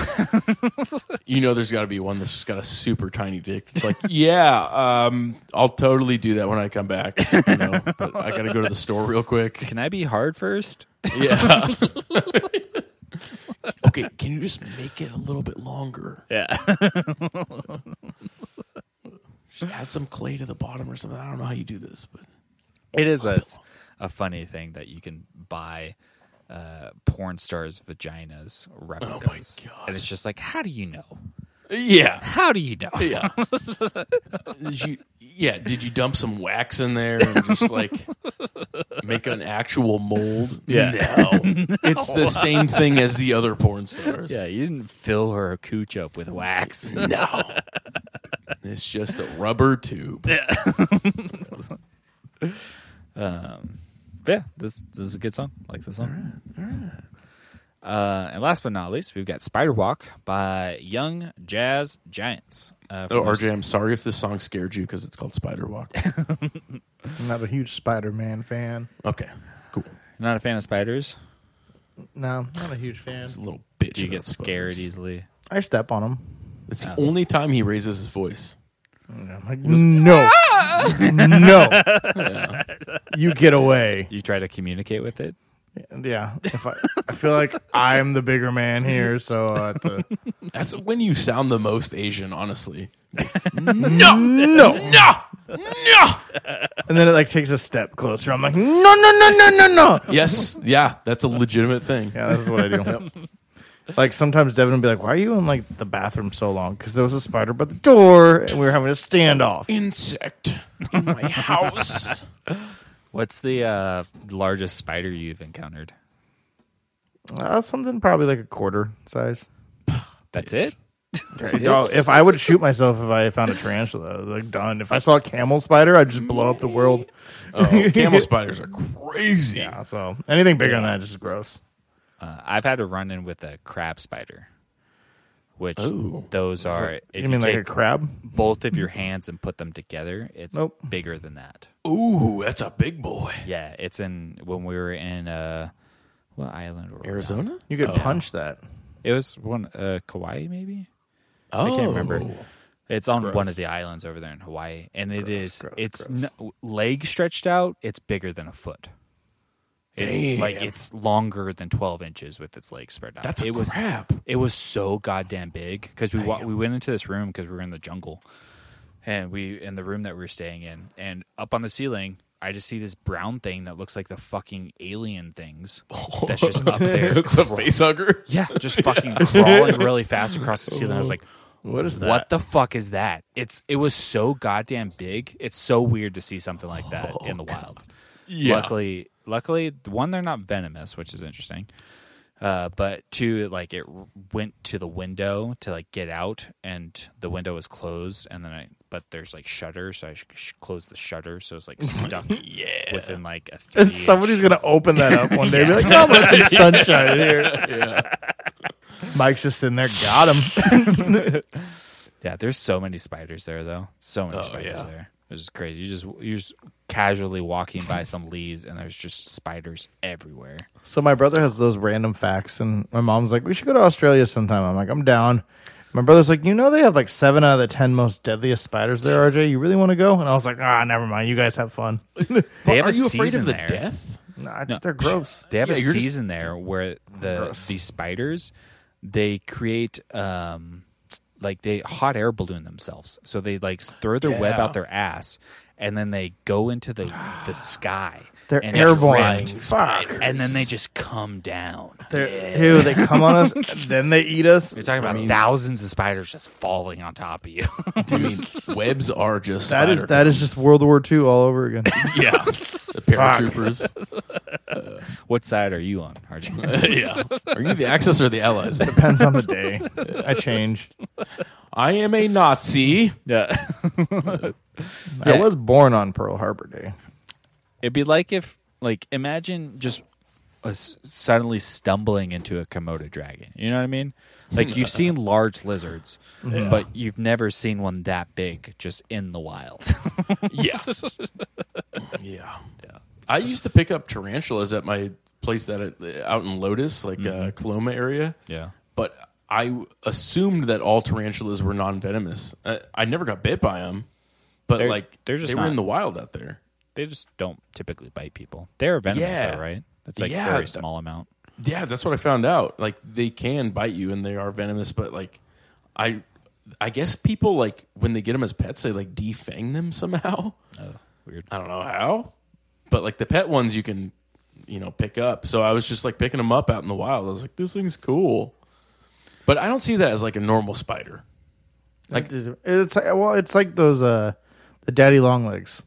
[SPEAKER 2] you know there's got to be one that's just got a super tiny dick. It's like, <laughs> yeah, um, I'll totally do that when I come back. You know, but I got to go to the store real
[SPEAKER 1] <laughs>
[SPEAKER 2] quick.
[SPEAKER 1] can I <laughs> be hard first?
[SPEAKER 2] Yeah. <laughs> okay, can you just make it a little bit longer?
[SPEAKER 1] Yeah. <laughs>
[SPEAKER 2] Just add some clay to the bottom or something. I don't know how you do this, but
[SPEAKER 1] It is a, a funny thing that you can buy uh, porn stars' vaginas replicas.
[SPEAKER 2] God.
[SPEAKER 1] And it's just like, how do you know?
[SPEAKER 2] yeah,
[SPEAKER 1] How do you know? <laughs>
[SPEAKER 2] yeah. Did you, yeah, did you dump some wax in there and just like make an actual mold?
[SPEAKER 1] Yeah. <laughs>
[SPEAKER 2] no. it's the same thing as the other porn stars.
[SPEAKER 1] Yeah, you didn't fill her cooch up with <laughs> wax.
[SPEAKER 2] No. it's just a rubber tube.
[SPEAKER 1] <laughs> Um, yeah, this this is a good song. I like this song. Uh, and last but not least, we've got Spider Walk by Young Jazz Giants. Uh,
[SPEAKER 2] Oh,
[SPEAKER 1] from
[SPEAKER 2] RJ, I'm sorry if this song scared you because it's called Spider
[SPEAKER 1] <laughs>
[SPEAKER 2] Walk.
[SPEAKER 3] I'm not a huge Spider Man fan.
[SPEAKER 2] Okay, cool.
[SPEAKER 1] Not a fan of spiders.
[SPEAKER 3] No, not a huge fan.
[SPEAKER 2] It's a little bitch.
[SPEAKER 1] Do you
[SPEAKER 2] about
[SPEAKER 1] get scared
[SPEAKER 2] spiders.
[SPEAKER 1] easily?
[SPEAKER 3] I step on him.
[SPEAKER 2] It's the only time he raises his voice.
[SPEAKER 3] I'm like, <laughs> no. no. You get away.
[SPEAKER 1] You try to communicate with it?
[SPEAKER 3] Yeah. If I, I feel like I'm the bigger man here, so I have to-
[SPEAKER 2] That's when you sound the most Asian, honestly.
[SPEAKER 3] <laughs> no.
[SPEAKER 2] <laughs> No, no.
[SPEAKER 3] And then it like takes a step closer. I'm like, no, no, no, no, no, no.
[SPEAKER 2] Yes, yeah, that's a legitimate thing.
[SPEAKER 3] Yeah, that's what I do. <laughs> Like sometimes Devin would be like, "Why are you in like the bathroom so long?" Because there was a spider by the door, and we were having a standoff.
[SPEAKER 2] Insect in my <laughs> house.
[SPEAKER 1] What's the uh, largest spider you've encountered?
[SPEAKER 3] Uh, something probably like a quarter size.
[SPEAKER 1] That's it?
[SPEAKER 3] Oh, if I would shoot myself if I found a tarantula, like done. If I saw a camel spider, I'd just blow up the world.
[SPEAKER 2] Oh,
[SPEAKER 3] <laughs>
[SPEAKER 2] camel spiders are crazy.
[SPEAKER 3] So anything bigger than that is just gross.
[SPEAKER 1] Uh, I've had a run in with a crab spider, which those are. If
[SPEAKER 3] you mean like
[SPEAKER 1] take
[SPEAKER 3] a crab?
[SPEAKER 1] both of your hands and put them together, it's
[SPEAKER 3] Nope.
[SPEAKER 1] bigger than that.
[SPEAKER 2] Ooh, that's a big boy.
[SPEAKER 1] Yeah, it's in when we were in uh, what island? Were we on?
[SPEAKER 2] Arizona?
[SPEAKER 3] You could punch that.
[SPEAKER 1] It was one uh, Kauai, maybe.
[SPEAKER 2] Oh.
[SPEAKER 1] I can't remember. It's on one of the islands over there in Hawaii, and it is it's n- leg stretched out. It's bigger than a foot. It- like it's longer than twelve inches with its legs spread out.
[SPEAKER 2] That's a
[SPEAKER 1] it was
[SPEAKER 2] crab.
[SPEAKER 1] <laughs> it was so goddamn big because we wa- we went into this room because we were in the jungle, and we in the room that we were staying in, and up on the ceiling, I just see this brown thing that looks like the fucking alien things that's just
[SPEAKER 2] <laughs>
[SPEAKER 1] up there.
[SPEAKER 2] It's a face hugger.
[SPEAKER 1] Yeah, just fucking crawling really fast across the ceiling. I was like,
[SPEAKER 3] What is that?
[SPEAKER 1] what the fuck is that? It's it was so goddamn big. It's so weird to see something like that in the wild.
[SPEAKER 2] Yeah.
[SPEAKER 1] Luckily, luckily, one they're not venomous, which is interesting. Uh, but two, like it r- went to the window to like get out, and the window was closed, and then I but there's like shutter, so I sh- sh- closed the shutter, so it's like stuck yeah. within like a. Three
[SPEAKER 3] And <laughs> somebody's gonna open that up one day. and Be like, oh, there's <laughs> some sunshine in here. Mike's just sitting there. Got <laughs> him.
[SPEAKER 1] Yeah, there's so many spiders there though. So many spiders
[SPEAKER 2] Oh, yeah.
[SPEAKER 1] there. It's just crazy. You just you're just casually walking by some leaves and there's just spiders everywhere.
[SPEAKER 3] So my brother has those random facts, and my mom's like, "We should go to Australia sometime." I'm like, "I'm down." My brother's like, "You know they have like seven out of the ten most deadliest spiders there, RJ. You really want to go?" And I was like, "Ah, never mind. You guys have fun."
[SPEAKER 1] They have
[SPEAKER 2] Are
[SPEAKER 1] a
[SPEAKER 2] you afraid
[SPEAKER 1] season
[SPEAKER 2] of the
[SPEAKER 1] there.
[SPEAKER 2] death?
[SPEAKER 3] Nah, it's- they're gross.
[SPEAKER 1] They have
[SPEAKER 2] Yeah,
[SPEAKER 1] a
[SPEAKER 2] you're just-
[SPEAKER 1] season there where the
[SPEAKER 3] Gross.
[SPEAKER 1] these spiders they create um like they hot air balloon themselves. So they like throw their web out their ass and then they go into the the
[SPEAKER 2] <sighs>
[SPEAKER 1] sky.
[SPEAKER 3] They're
[SPEAKER 1] and
[SPEAKER 3] airborne.
[SPEAKER 1] drift,
[SPEAKER 3] Fuck.
[SPEAKER 1] and then they just come down.
[SPEAKER 3] They're, Ew, they come on us, then they eat us.
[SPEAKER 1] You're talking about thousands of spiders just falling on top of you.
[SPEAKER 2] I mean, <laughs> webs are just
[SPEAKER 3] That is that is just World War II all over again.
[SPEAKER 2] yeah.
[SPEAKER 1] <laughs>
[SPEAKER 2] The paratroopers.
[SPEAKER 1] what side are you on, RJ?
[SPEAKER 2] <laughs> yeah. Are you the Axis or the <laughs> Allies?
[SPEAKER 3] Depends on the day. I change.
[SPEAKER 2] I am a Nazi.
[SPEAKER 1] <laughs> yeah.
[SPEAKER 3] I was born on Pearl Harbor Day.
[SPEAKER 1] It'd be like if, like, imagine just us suddenly stumbling into a Komodo dragon. You know what I mean? Like, you've
[SPEAKER 2] <laughs>
[SPEAKER 1] seen large lizards, but you've never seen one that big just in the wild. <laughs>
[SPEAKER 2] Yeah. <laughs> yeah. I used to pick up tarantulas at my place that I- out in Lotus, like uh, Coloma area.
[SPEAKER 1] Mm-hmm. yeah.
[SPEAKER 2] But I assumed that all tarantulas were non venomous. I, I never got bit by them, but
[SPEAKER 1] They're-
[SPEAKER 2] like
[SPEAKER 1] they're just
[SPEAKER 2] they were
[SPEAKER 1] not-
[SPEAKER 2] in the wild out there.
[SPEAKER 1] They just don't typically bite people. They're venomous,
[SPEAKER 2] Yeah.
[SPEAKER 1] though, right? It's like
[SPEAKER 2] Yeah.
[SPEAKER 1] very small amount.
[SPEAKER 2] Yeah, that's what I found out. Like they can bite you and they are venomous, but like I I guess people like when they get them as pets, they like defang them somehow.
[SPEAKER 3] Oh,
[SPEAKER 1] Weird.
[SPEAKER 2] I don't know how, but like the pet ones you can, you know, pick up. So I was just like picking them up out in the wild. I was like, this thing's cool, but I don't see that as like a normal spider. Like-
[SPEAKER 3] it's like, well, it's like those uh, the daddy long legs.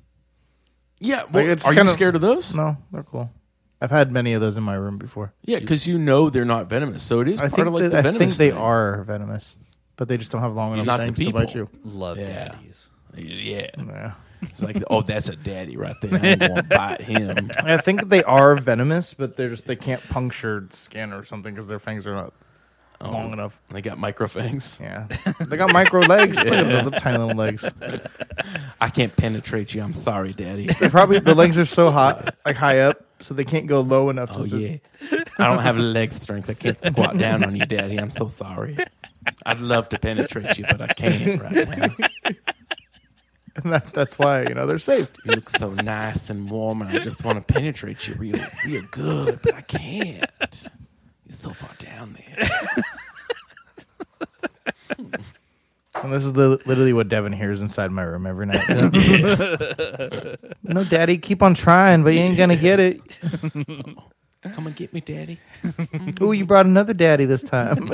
[SPEAKER 2] Yeah, well,
[SPEAKER 3] it's
[SPEAKER 2] are you
[SPEAKER 3] kinda-
[SPEAKER 2] scared of those? Yeah, 'cause
[SPEAKER 3] No, they're cool. I've had many of those in my room before.
[SPEAKER 2] Yeah, because you know they're not venomous, so it is
[SPEAKER 3] I
[SPEAKER 2] part
[SPEAKER 3] think
[SPEAKER 2] of like
[SPEAKER 3] that-
[SPEAKER 2] the
[SPEAKER 3] I
[SPEAKER 2] venomous.
[SPEAKER 3] think they
[SPEAKER 2] thing.
[SPEAKER 3] are venomous, but they just don't have long enough
[SPEAKER 2] Not to
[SPEAKER 3] fangs to, bite you.
[SPEAKER 2] people.
[SPEAKER 1] Love
[SPEAKER 2] Yeah.
[SPEAKER 1] <laughs> daddies.
[SPEAKER 2] Yeah, <laughs>
[SPEAKER 3] Yeah.
[SPEAKER 2] it's like oh, that's a daddy right there. I ain't gonna bite him.
[SPEAKER 3] I think that they are venomous, but they're just they can't puncture skin or something because their fangs are not
[SPEAKER 2] Oh.
[SPEAKER 3] long enough.
[SPEAKER 2] They got microfangs. <laughs>
[SPEAKER 3] Yeah, they got micro legs. Look at the, tiny little legs.
[SPEAKER 2] I can't penetrate you. I'm sorry, <laughs> daddy.
[SPEAKER 3] They probably the legs are so hot, like high up, so they can't go low enough.
[SPEAKER 2] Oh
[SPEAKER 3] to,
[SPEAKER 2] yeah, I don't have leg strength. I can't squat down on you, Daddy. I'm so sorry. I'd love to penetrate you, but I can't right now.
[SPEAKER 3] <laughs> and that, that's why you know they're safe.
[SPEAKER 2] You look so nice and warm, and I just want to penetrate you real, real good, but I can't. You're so far down there.
[SPEAKER 3] And this is the, literally what Devin hears inside my room
[SPEAKER 2] <laughs>
[SPEAKER 3] every night. <laughs> no, Daddy, keep on trying, but you ain't gonna get it.
[SPEAKER 2] Come and get me, Daddy.
[SPEAKER 3] Ooh, you brought another daddy this time.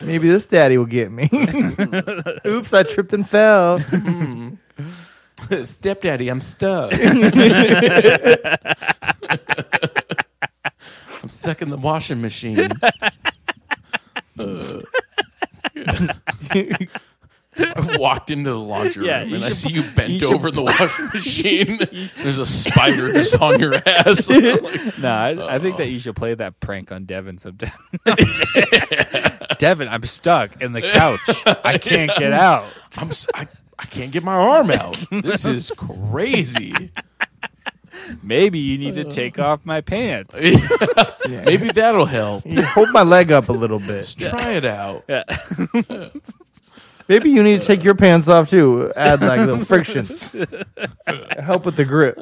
[SPEAKER 3] Maybe this daddy will get me. Oops, I tripped and fell.
[SPEAKER 2] Stepdaddy, I'm <laughs> stuck. I'm stuck in the washing machine. Uh, walked into the laundry
[SPEAKER 1] Yeah,
[SPEAKER 2] room
[SPEAKER 1] you
[SPEAKER 2] and I
[SPEAKER 1] should-
[SPEAKER 2] see you bent
[SPEAKER 1] you should-
[SPEAKER 2] over in the washing machine.
[SPEAKER 1] <laughs>
[SPEAKER 2] There's a spider just on your ass. Like,
[SPEAKER 1] No, I, I think that you should play that prank on Devin sometime. <laughs> Devin, I'm stuck in the couch. I can't
[SPEAKER 2] <laughs>
[SPEAKER 1] get out.
[SPEAKER 2] I'm, s- I, I can't get my arm out. This is crazy.
[SPEAKER 1] Maybe you need to take off my pants.
[SPEAKER 2] Maybe that'll help.
[SPEAKER 3] You hold my leg up a little bit.
[SPEAKER 2] Try it out.
[SPEAKER 1] Yeah.
[SPEAKER 3] Maybe you need to take your pants off too. Add like a little friction. Help with the grip.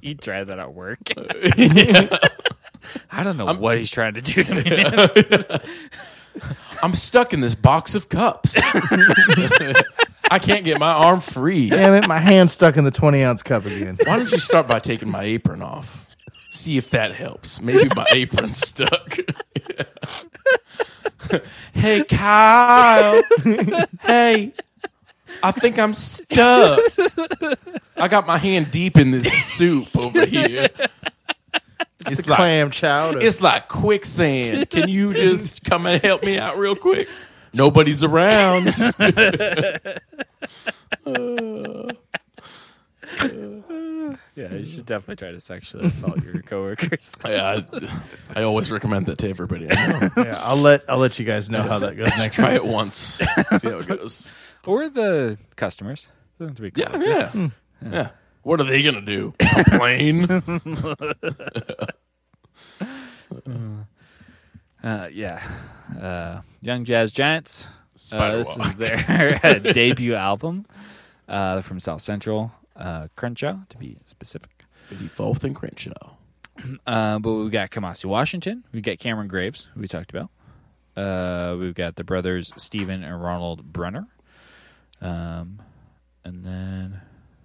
[SPEAKER 1] You try that at work. <laughs> I don't know what he's trying to do to me. man.
[SPEAKER 2] I'm stuck in this box of cups. I can't get my arm free.
[SPEAKER 3] Damn it, my hand's stuck in the 20 ounce cup again.
[SPEAKER 2] Why don't you start by taking my apron off? See if that helps. Maybe my apron's stuck. hey, Kyle. hey, I think I'm stuck. I got my hand deep in this soup over here. It's, like
[SPEAKER 3] Clam chowder.
[SPEAKER 2] it's like quicksand. Can you just come and help me out real quick? Nobody's around.
[SPEAKER 1] <laughs> yeah, you should definitely try to sexually assault your coworkers.
[SPEAKER 2] Yeah, I, I always recommend that to everybody. I <laughs> know.
[SPEAKER 3] yeah, I'll let I'll let you guys know how that goes
[SPEAKER 2] <laughs>
[SPEAKER 3] next
[SPEAKER 2] Try it once. See how it goes.
[SPEAKER 1] or the customers. Doesn't have to be cool.
[SPEAKER 2] Yeah, Hmm. yeah. Yeah. What are they going to do? <laughs> Complain?
[SPEAKER 1] Uh, yeah. Uh, Young Jazz Giants. Uh, this
[SPEAKER 2] Spiderwalk.
[SPEAKER 1] is their <laughs> uh, debut album uh, from South Central, uh, Crenshaw, to be specific.
[SPEAKER 2] Default and Crenshaw.
[SPEAKER 1] Uh, but we've got Kamasi Washington. We've got Cameron Graves, who we talked about. Uh, we've got the brothers Stephen and Ronald Brenner. Um, and then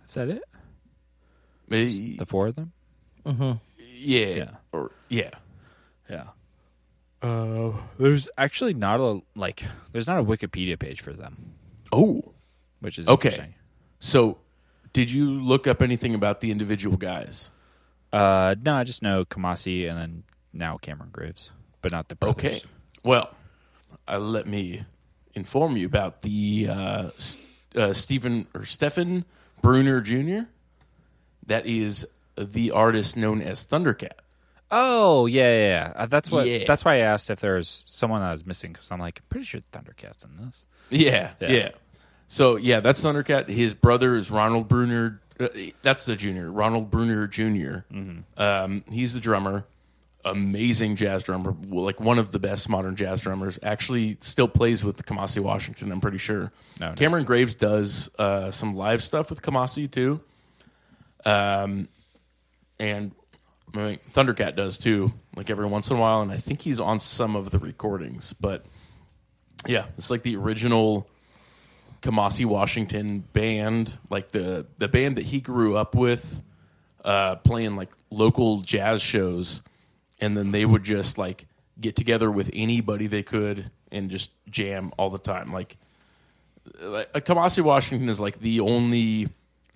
[SPEAKER 1] is that it?
[SPEAKER 2] Eh,
[SPEAKER 1] The four of them?
[SPEAKER 2] Yeah.
[SPEAKER 1] Yeah.
[SPEAKER 2] Or, yeah.
[SPEAKER 1] Yeah. Uh, there's actually not a like. There's not a Wikipedia page for them,
[SPEAKER 2] Oh.
[SPEAKER 1] which is
[SPEAKER 2] Okay.
[SPEAKER 1] Interesting.
[SPEAKER 2] So, did you look up anything about the individual guys?
[SPEAKER 1] Uh, no, I just know Kamasi and then now Cameron Graves, but not the brothers.
[SPEAKER 2] Okay. Well, uh, let me inform you about the uh, S- uh, Stephen or Stephen Bruner Jr. That is the artist known as Thundercat.
[SPEAKER 1] Oh yeah, yeah. yeah. Uh, that's what.
[SPEAKER 2] Yeah.
[SPEAKER 1] That's why I asked if there was someone I was missing because I'm like pretty sure Thundercats in this.
[SPEAKER 2] Yeah, yeah. So yeah, that's Thundercat. His brother is Ronald Bruner. uh, That's the junior, Ronald Bruner junior
[SPEAKER 1] Mm-hmm.
[SPEAKER 2] Um, he's the drummer, amazing jazz drummer, like one of the best modern jazz drummers. Actually, still plays with Kamasi Washington. I'm pretty sure.
[SPEAKER 1] Oh, nice.
[SPEAKER 2] Cameron Graves does uh, some live stuff with Kamasi too. Um, and I mean, Thundercat does too, like every once in a while. And I think he's on some of the recordings, but yeah, it's like the original Kamasi Washington band, like the the band that he grew up with, uh, playing like local jazz shows, and then they would just like get together with anybody they could and just jam all the time. Like, like uh, Kamasi Washington is like the only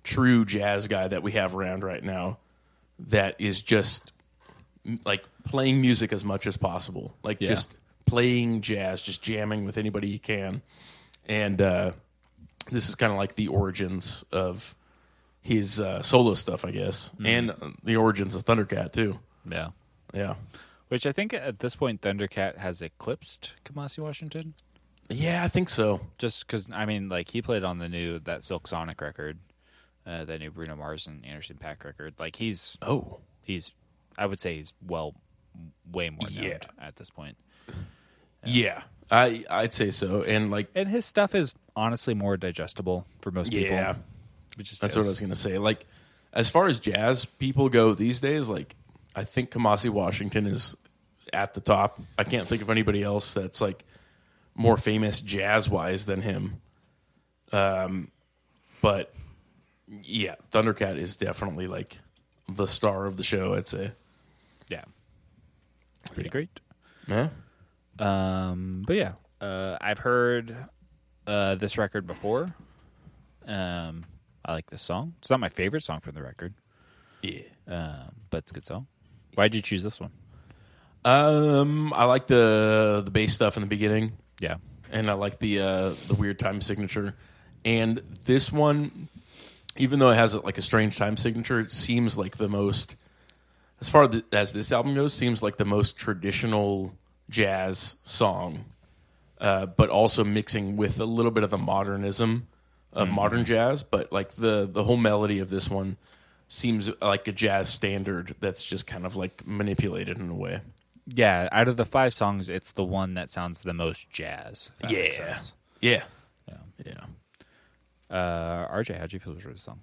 [SPEAKER 2] true jazz guy that we have around right now that is just m- like playing music as much as possible, like
[SPEAKER 1] Yeah.
[SPEAKER 2] just playing jazz, just jamming with anybody he can, and. uh this is kind of like the origins of his uh, solo stuff, I guess, and uh, the origins of Thundercat too.
[SPEAKER 1] Yeah.
[SPEAKER 2] Yeah,
[SPEAKER 1] Which I think at this point Thundercat has eclipsed Kamasi Washington,
[SPEAKER 2] yeah, I think so.
[SPEAKER 1] just because I mean like he played on the new that Silk Sonic record, uh, the new Bruno Mars and Anderson Pack record. Like he's
[SPEAKER 2] Oh,
[SPEAKER 1] he's I would say he's well way more known
[SPEAKER 2] Yeah.
[SPEAKER 1] at this point.
[SPEAKER 2] yeah, I I'd say so. And like,
[SPEAKER 1] And his stuff is honestly more digestible for most
[SPEAKER 2] yeah,
[SPEAKER 1] people. Which is
[SPEAKER 2] that's what I was gonna say. Like, as far as jazz people go these days, like, I think Kamasi Washington is at the top. I can't think of anybody else that's like more famous jazz wise than him. Um, but yeah, Thundercat is definitely like the star of the show. I'd say.
[SPEAKER 1] Yeah. Pretty great.
[SPEAKER 2] Yeah.
[SPEAKER 1] Um, but yeah, uh, I've heard uh, this record before. Um, I like this song. It's not my favorite song from the record,
[SPEAKER 2] Yeah.
[SPEAKER 1] um, but it's a good song. Why'd you choose this one?
[SPEAKER 2] Um, I like the the bass stuff in the beginning.
[SPEAKER 1] Yeah.
[SPEAKER 2] and I like the uh, the weird time signature. And this one, even though it has like a strange time signature, it seems like the most, as far th- as this album goes, seems like the most traditional jazz song, uh, but also mixing with a little bit of the modernism of modern jazz. But like the the whole melody of this one seems like a jazz standard that's just kind of like manipulated in a way.
[SPEAKER 1] Yeah, out of the five songs, it's the one that sounds the most jazz. if that makes sense.
[SPEAKER 2] yeah, yeah.
[SPEAKER 1] Uh, RJ, how'd you feel with this song?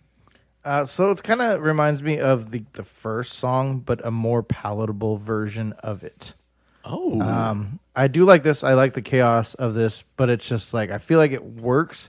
[SPEAKER 3] Uh, so it's kind of reminds me of the, the first song, but a more palatable version of it.
[SPEAKER 2] Oh,
[SPEAKER 3] Um, I do like this. I like the chaos of this, but it's just like I feel like it works,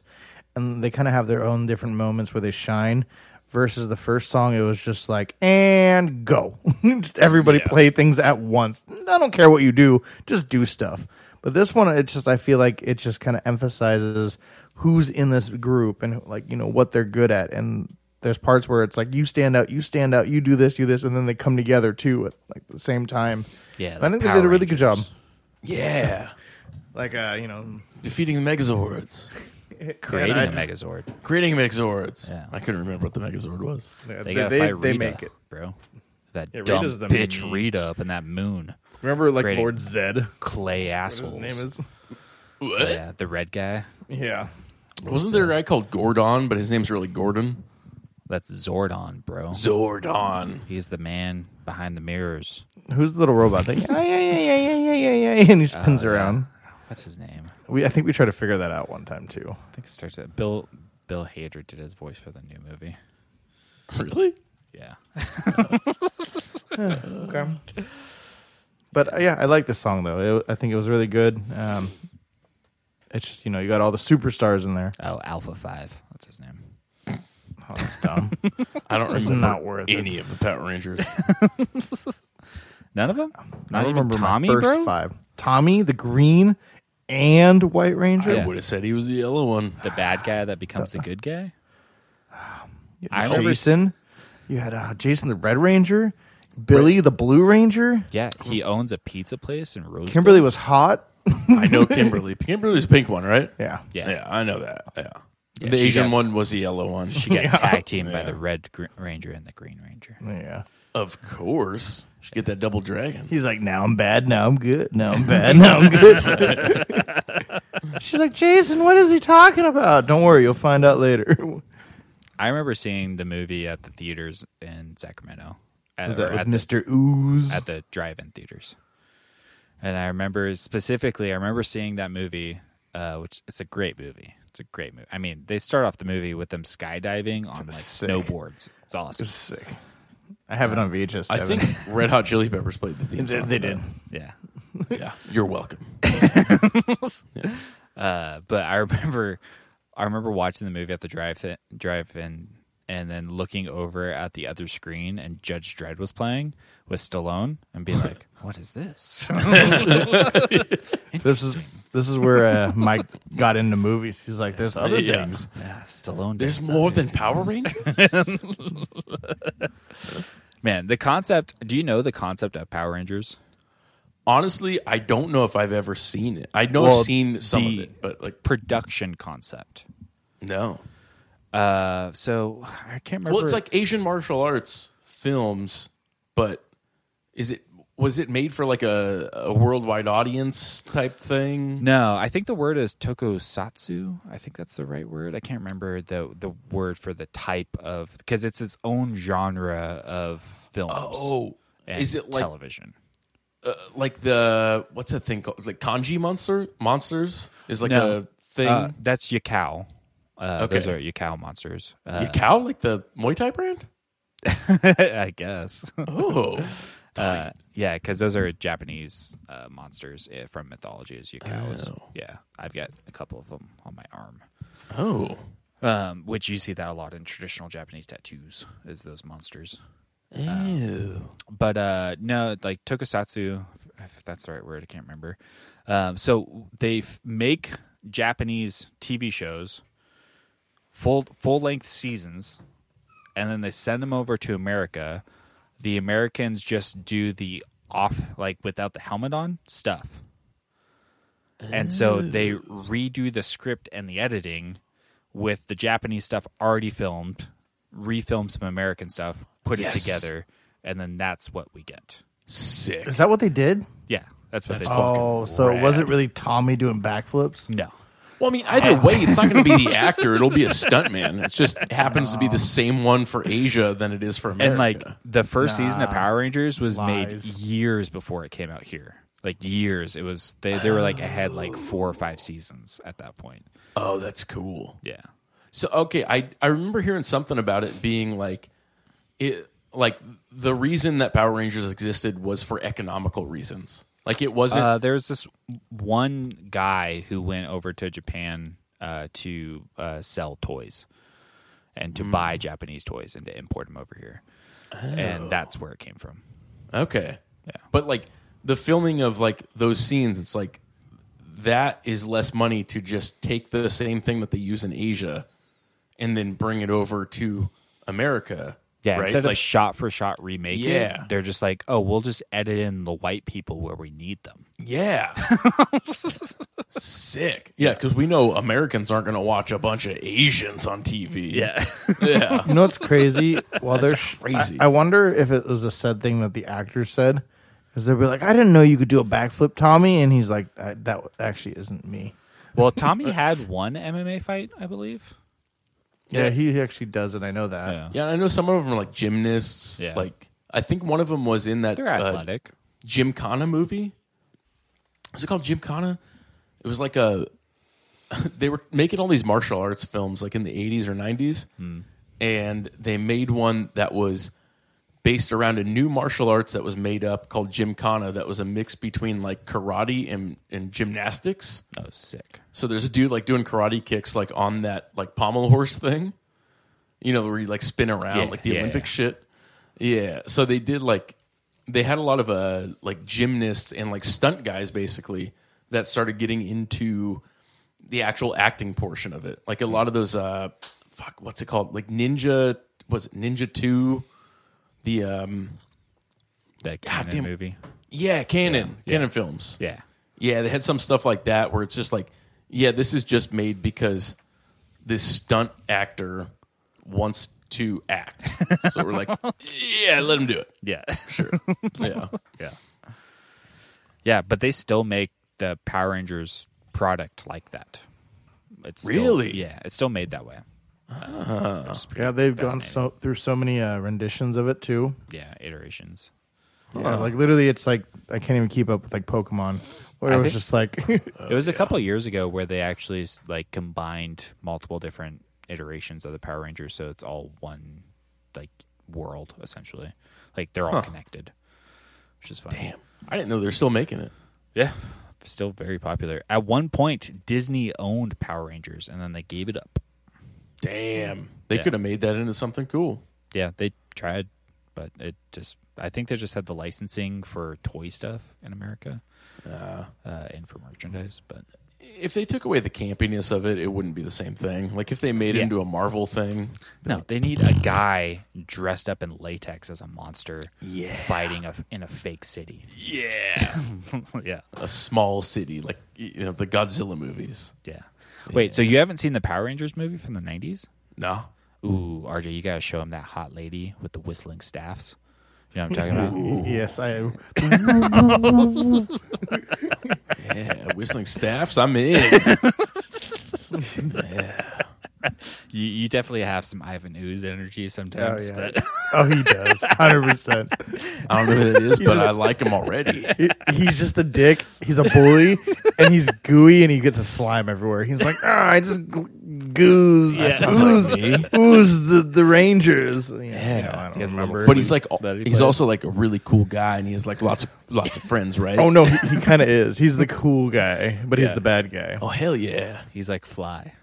[SPEAKER 3] and they kind of have their own different moments where they shine. Versus the first song, it was just like and go, <laughs> just everybody play things at once. I don't care what you do, just do stuff. But this one, it's just I feel like it just kind of emphasizes who's in this group and like you know what they're good at. And there's parts where it's like you stand out, you stand out, you do this, do this, and then they come together too at like the same time.
[SPEAKER 1] Yeah,
[SPEAKER 3] I
[SPEAKER 1] like
[SPEAKER 3] think they
[SPEAKER 1] Power
[SPEAKER 3] did a really good job
[SPEAKER 1] Rangers.
[SPEAKER 2] yeah.
[SPEAKER 3] like uh you know
[SPEAKER 2] Defeating the Megazords.
[SPEAKER 1] Creating
[SPEAKER 3] I
[SPEAKER 1] a
[SPEAKER 3] just-
[SPEAKER 1] <laughs> Megazord.
[SPEAKER 2] Creating Megazords.
[SPEAKER 1] Yeah.
[SPEAKER 2] I couldn't remember what the Megazord was.
[SPEAKER 1] They,
[SPEAKER 3] they,
[SPEAKER 1] gotta
[SPEAKER 3] they,
[SPEAKER 1] fight Rita,
[SPEAKER 3] they make it
[SPEAKER 1] bro. That
[SPEAKER 3] Yeah,
[SPEAKER 1] dumb
[SPEAKER 3] Rita's the
[SPEAKER 1] bitch
[SPEAKER 3] mean-
[SPEAKER 1] Rita up in that moon.
[SPEAKER 3] remember like
[SPEAKER 1] Great.
[SPEAKER 3] lord zed
[SPEAKER 1] Clay assholes.
[SPEAKER 3] his name is <laughs>
[SPEAKER 2] What?
[SPEAKER 1] yeah, the red guy.
[SPEAKER 3] yeah
[SPEAKER 2] Wasn't there a guy called Gordon, but his name's really Gordon?
[SPEAKER 1] That's Zordon, bro.
[SPEAKER 2] Zordon.
[SPEAKER 1] He's the man behind the mirrors.
[SPEAKER 3] who's the little robot thing yeah yeah yeah yeah
[SPEAKER 1] <laughs>
[SPEAKER 3] yeah yeah yeah and
[SPEAKER 1] Oh,
[SPEAKER 3] he spins around
[SPEAKER 1] What's his name?
[SPEAKER 3] we i think we tried to figure that out one time too
[SPEAKER 1] I think it starts at Bill. Bill Hader did his voice for the new movie.
[SPEAKER 2] Really?
[SPEAKER 1] Yeah,
[SPEAKER 3] okay but uh, yeah i like this song though it, i think it was really good um it's just you know you got all the superstars in there
[SPEAKER 1] Oh, Alpha Five. That's his name.
[SPEAKER 3] oh, that's dumb
[SPEAKER 2] I don't
[SPEAKER 3] it's
[SPEAKER 2] remember
[SPEAKER 3] not worth it
[SPEAKER 2] any of the Power Rangers.
[SPEAKER 1] None of them.
[SPEAKER 3] I
[SPEAKER 1] Not even
[SPEAKER 3] remember my
[SPEAKER 1] Tommy,
[SPEAKER 3] first
[SPEAKER 1] bro.
[SPEAKER 3] five tommy the green and white ranger
[SPEAKER 2] I would have said he was the yellow one.
[SPEAKER 1] The bad guy that becomes
[SPEAKER 3] <laughs>
[SPEAKER 1] the good guy. I
[SPEAKER 3] I
[SPEAKER 1] remember-
[SPEAKER 3] Jason. You had uh, Jason the Red Ranger, Billy the Blue Ranger.
[SPEAKER 1] Yeah, he owns a pizza place in Roseville.
[SPEAKER 3] Kimberly was hot. <laughs>
[SPEAKER 2] I know Kimberly. Kimberly's the pink one, right?
[SPEAKER 3] Yeah.
[SPEAKER 1] Yeah,
[SPEAKER 2] Yeah, I know that. Yeah.
[SPEAKER 1] Yeah,
[SPEAKER 2] the
[SPEAKER 1] she
[SPEAKER 2] Asian
[SPEAKER 1] got-
[SPEAKER 2] one was the yellow one.
[SPEAKER 1] she
[SPEAKER 2] <laughs>
[SPEAKER 1] got tag teamed by the Red Gr- Ranger and the Green Ranger.
[SPEAKER 3] Yeah.
[SPEAKER 2] of course. She get that double dragon.
[SPEAKER 3] He's like, now I'm bad. Now I'm good. Now I'm bad. Now I'm good. <laughs> She's like, Jason, what is he talking about? Don't worry, you'll find out later. <laughs>
[SPEAKER 1] I remember seeing the movie at the theaters in Sacramento. At,
[SPEAKER 3] Is that
[SPEAKER 1] or
[SPEAKER 3] with
[SPEAKER 1] at the
[SPEAKER 3] Mr. Ooze?
[SPEAKER 1] at the drive-in theaters. And I remember specifically, I remember seeing that movie, uh, which it's a great movie. It's a great movie. I mean, they start off the movie with them skydiving on like
[SPEAKER 3] sick.
[SPEAKER 1] snowboards. It's awesome.
[SPEAKER 3] Sick. I have it on VHS.
[SPEAKER 2] I
[SPEAKER 3] <laughs> Devin.
[SPEAKER 2] think Red Hot Chili Peppers played the theme
[SPEAKER 3] they,
[SPEAKER 2] song.
[SPEAKER 3] they did.
[SPEAKER 1] Yeah.
[SPEAKER 2] Yeah, you're welcome.
[SPEAKER 1] Uh, but I <laughs> remember, I remember watching the movie at the drive th- drive-in, and then looking over at the other screen, and Judge Dredd was playing with Stallone, and being like, <laughs> "What is this?"
[SPEAKER 3] This is this is where uh, Mike got into movies. He's like, there's other
[SPEAKER 2] Yeah.
[SPEAKER 3] things.
[SPEAKER 1] <laughs> yeah, Stallone. did
[SPEAKER 2] There's more than Power Rangers.
[SPEAKER 1] Man, the concept. Do you know the concept of Power Rangers?
[SPEAKER 2] Honestly, I don't know if I've ever seen it. I know
[SPEAKER 1] Well,
[SPEAKER 2] I've seen some
[SPEAKER 1] the-
[SPEAKER 2] of it, but like
[SPEAKER 1] Production concept.
[SPEAKER 2] no.
[SPEAKER 1] Uh, so I can't remember.
[SPEAKER 2] Well, it's like Asian martial arts films, but is it was it made for like a, a worldwide audience type thing?
[SPEAKER 1] no. I think the word is tokusatsu. I think that's the right word. I can't remember the the word for the type of because it's its own genre of films.
[SPEAKER 2] Oh,
[SPEAKER 1] and
[SPEAKER 2] is it like uh,
[SPEAKER 1] television?
[SPEAKER 2] like the what's that thing called? Like kanji monster monsters is like
[SPEAKER 1] No.
[SPEAKER 2] a thing.
[SPEAKER 1] Uh, that's Yakao. Uh,
[SPEAKER 2] Okay.
[SPEAKER 1] Those are Yakao monsters. Uh,
[SPEAKER 2] Cow like the Muay
[SPEAKER 1] <laughs>
[SPEAKER 2] Thai brand?
[SPEAKER 1] I
[SPEAKER 2] <laughs>
[SPEAKER 1] guess.
[SPEAKER 2] Oh,
[SPEAKER 1] Uh, yeah, because those are Japanese uh, monsters eh, from mythology as Yukaos. Yeah, I've got a couple of them on my arm,
[SPEAKER 2] oh,
[SPEAKER 1] um, which you see that a lot in traditional Japanese tattoos is those monsters. Uh.
[SPEAKER 2] ew.
[SPEAKER 1] But uh, no, like tokusatsu, if that's the right word, I can't remember. Um, so they f- make Japanese TV shows, full full length seasons, and then they send them over to America. The Americans just do the off, like without the helmet on stuff. And so they
[SPEAKER 2] Oh.
[SPEAKER 1] redo the script and the editing with the Japanese stuff already filmed, refilm some American stuff, put
[SPEAKER 2] Yes.
[SPEAKER 1] it together, and then that's what we get.
[SPEAKER 2] Sick.
[SPEAKER 3] Is that what they did?
[SPEAKER 1] Yeah, that's what
[SPEAKER 2] That's
[SPEAKER 1] they did.
[SPEAKER 2] fucking
[SPEAKER 3] Oh, so it
[SPEAKER 2] rad.
[SPEAKER 3] wasn't really Tommy doing backflips.
[SPEAKER 1] No.
[SPEAKER 2] Well, I mean, either way, it's not going to
[SPEAKER 1] <laughs>
[SPEAKER 2] be the actor. It'll be a stuntman. It's just it happens to be the same one for Asia than it is for America.
[SPEAKER 1] And like the first season of Power Rangers was made
[SPEAKER 3] Lies.
[SPEAKER 1] years before it came out here. Like years. It was they they were like ahead like four or five seasons at that point.
[SPEAKER 2] oh, that's cool.
[SPEAKER 1] Yeah.
[SPEAKER 2] So okay, I I remember hearing something about it being like it like the reason that Power Rangers existed was for economical reasons. Like it wasn't
[SPEAKER 1] Uh, there was this one guy who went over to Japan uh, to uh, sell toys and to
[SPEAKER 2] Hmm.
[SPEAKER 1] buy Japanese toys and to import them over here.
[SPEAKER 2] Oh.
[SPEAKER 1] And that's where it came from.
[SPEAKER 2] okay. Yeah. But like the filming of like those scenes, it's like that is less money to just take the same thing that they use in Asia and then bring it over to America.
[SPEAKER 1] Yeah,
[SPEAKER 2] right?
[SPEAKER 1] instead
[SPEAKER 2] like,
[SPEAKER 1] of shot for shot remake, it,
[SPEAKER 2] Yeah.
[SPEAKER 1] they're just like, oh, we'll just edit in the white people where we need them.
[SPEAKER 2] Yeah.
[SPEAKER 1] <laughs>
[SPEAKER 2] Sick. Yeah, because we know Americans aren't going to watch a bunch of Asians on TV. Yeah. <laughs>
[SPEAKER 3] You know what's crazy? Well, there's
[SPEAKER 2] crazy.
[SPEAKER 3] I, I wonder if it was a said thing that the actor said, because they'll be like, "I didn't know you could do a backflip, Tommy," and he's like, I, "That actually isn't me."
[SPEAKER 1] <laughs> well, Tommy had one MMA fight, I believe.
[SPEAKER 3] Yeah,
[SPEAKER 2] Yeah.
[SPEAKER 3] he he actually does it. I know that.
[SPEAKER 1] Yeah.
[SPEAKER 2] Yeah. and I know some of them are like gymnasts.
[SPEAKER 1] Yeah.
[SPEAKER 2] Like, I think one of them was in that
[SPEAKER 1] They're
[SPEAKER 2] uh,
[SPEAKER 1] athletic.
[SPEAKER 2] Gymkhana movie. Was it called Gymkhana? It was like a. <laughs> They were making all these martial arts films like in the 80s or 90s. And they made one that was based around a new martial arts that was made up called Gymkhana that was a mix between like karate and, and gymnastics.
[SPEAKER 1] oh, sick.
[SPEAKER 2] So there's a dude like doing karate kicks like on that like pommel horse thing, you know, where you like spin around
[SPEAKER 1] Yeah,
[SPEAKER 2] like the
[SPEAKER 1] yeah,
[SPEAKER 2] Olympic
[SPEAKER 1] yeah.
[SPEAKER 2] shit. Yeah. So they did like they had a lot of uh like gymnasts and like stunt guys basically that started getting into the actual acting portion of it. Like a lot of those uh fuck what's it called like ninja was it ninja two the um
[SPEAKER 1] That canon
[SPEAKER 2] Goddamn-
[SPEAKER 1] movie.
[SPEAKER 2] yeah canon canon films
[SPEAKER 1] Yeah.
[SPEAKER 2] yeah, they had some stuff like that where it's just like, yeah, this is just made because this stunt actor wants to <laughs> act. So we're like, yeah, let him do it.
[SPEAKER 1] Yeah. <laughs>
[SPEAKER 2] Sure. Yeah.
[SPEAKER 1] yeah. Yeah, but they still make the Power Rangers product like that. It's still-
[SPEAKER 2] Really?
[SPEAKER 1] yeah, it's still made that way. Uh, which is pretty-
[SPEAKER 3] Yeah, they've gone so through so many uh, renditions of it too.
[SPEAKER 1] yeah, iterations.
[SPEAKER 3] Yeah, like literally, it's like I can't even keep up with like Pokemon, where it
[SPEAKER 1] think-
[SPEAKER 3] was just like, <laughs>
[SPEAKER 1] it was a couple of years ago where they actually s- like combined multiple different iterations of the Power Rangers, so it's all one like world essentially. Like they're all connected, which is fun.
[SPEAKER 2] Damn. I didn't know they're still making it.
[SPEAKER 1] Yeah, still very popular. At one point, Disney owned Power Rangers, and then they gave it up.
[SPEAKER 2] Damn. They could have made that into something cool.
[SPEAKER 1] Yeah, they tried, but it just. I think they just had the licensing for toy stuff in America, uh, and for merchandise. But
[SPEAKER 2] If they took away the campiness of it, it wouldn't be the same thing. Like if they made it
[SPEAKER 1] Yeah.
[SPEAKER 2] into a Marvel thing.
[SPEAKER 1] No, they need a guy dressed up in latex as a monster,
[SPEAKER 2] Yeah.
[SPEAKER 1] fighting a, in a fake city. <laughs>
[SPEAKER 2] Yeah.
[SPEAKER 1] yeah,
[SPEAKER 2] <laughs> a small city, like you know, the Godzilla movies.
[SPEAKER 1] yeah. Wait, so you haven't seen the Power Rangers movie from the '90s?
[SPEAKER 2] No.
[SPEAKER 1] Ooh, RJ, you gotta show him that hot lady with the whistling staffs. You know what I'm talking about?
[SPEAKER 3] yes, I. oh,
[SPEAKER 2] Yeah, whistling staffs, I'm in.
[SPEAKER 1] You, you definitely have some Ivan Ooze energy
[SPEAKER 3] Oh,
[SPEAKER 1] sometimes.
[SPEAKER 3] yeah.
[SPEAKER 1] but
[SPEAKER 3] oh, he
[SPEAKER 2] <laughs>
[SPEAKER 3] does, hundred percent.
[SPEAKER 2] I don't know who it <laughs> is, but I like him already.
[SPEAKER 3] He's just a dick. He's a bully, and he's gooey, and he gets a slime everywhere. He's like, ah, I just gl- goos,
[SPEAKER 2] That sounds
[SPEAKER 3] ooze,
[SPEAKER 2] like me.
[SPEAKER 3] ooze the the Rangers. Yeah, you know, I
[SPEAKER 1] He has
[SPEAKER 3] don't
[SPEAKER 1] a little
[SPEAKER 3] remember.
[SPEAKER 2] But he's like,
[SPEAKER 1] That he
[SPEAKER 2] he's
[SPEAKER 1] plays.
[SPEAKER 2] also like a really cool guy, and he has like lots of lots of friends, right?
[SPEAKER 3] oh no, he, he kind of is. He's the cool guy, but he's
[SPEAKER 1] Yeah.
[SPEAKER 3] the bad guy.
[SPEAKER 2] Oh, hell yeah!
[SPEAKER 1] he's like fly.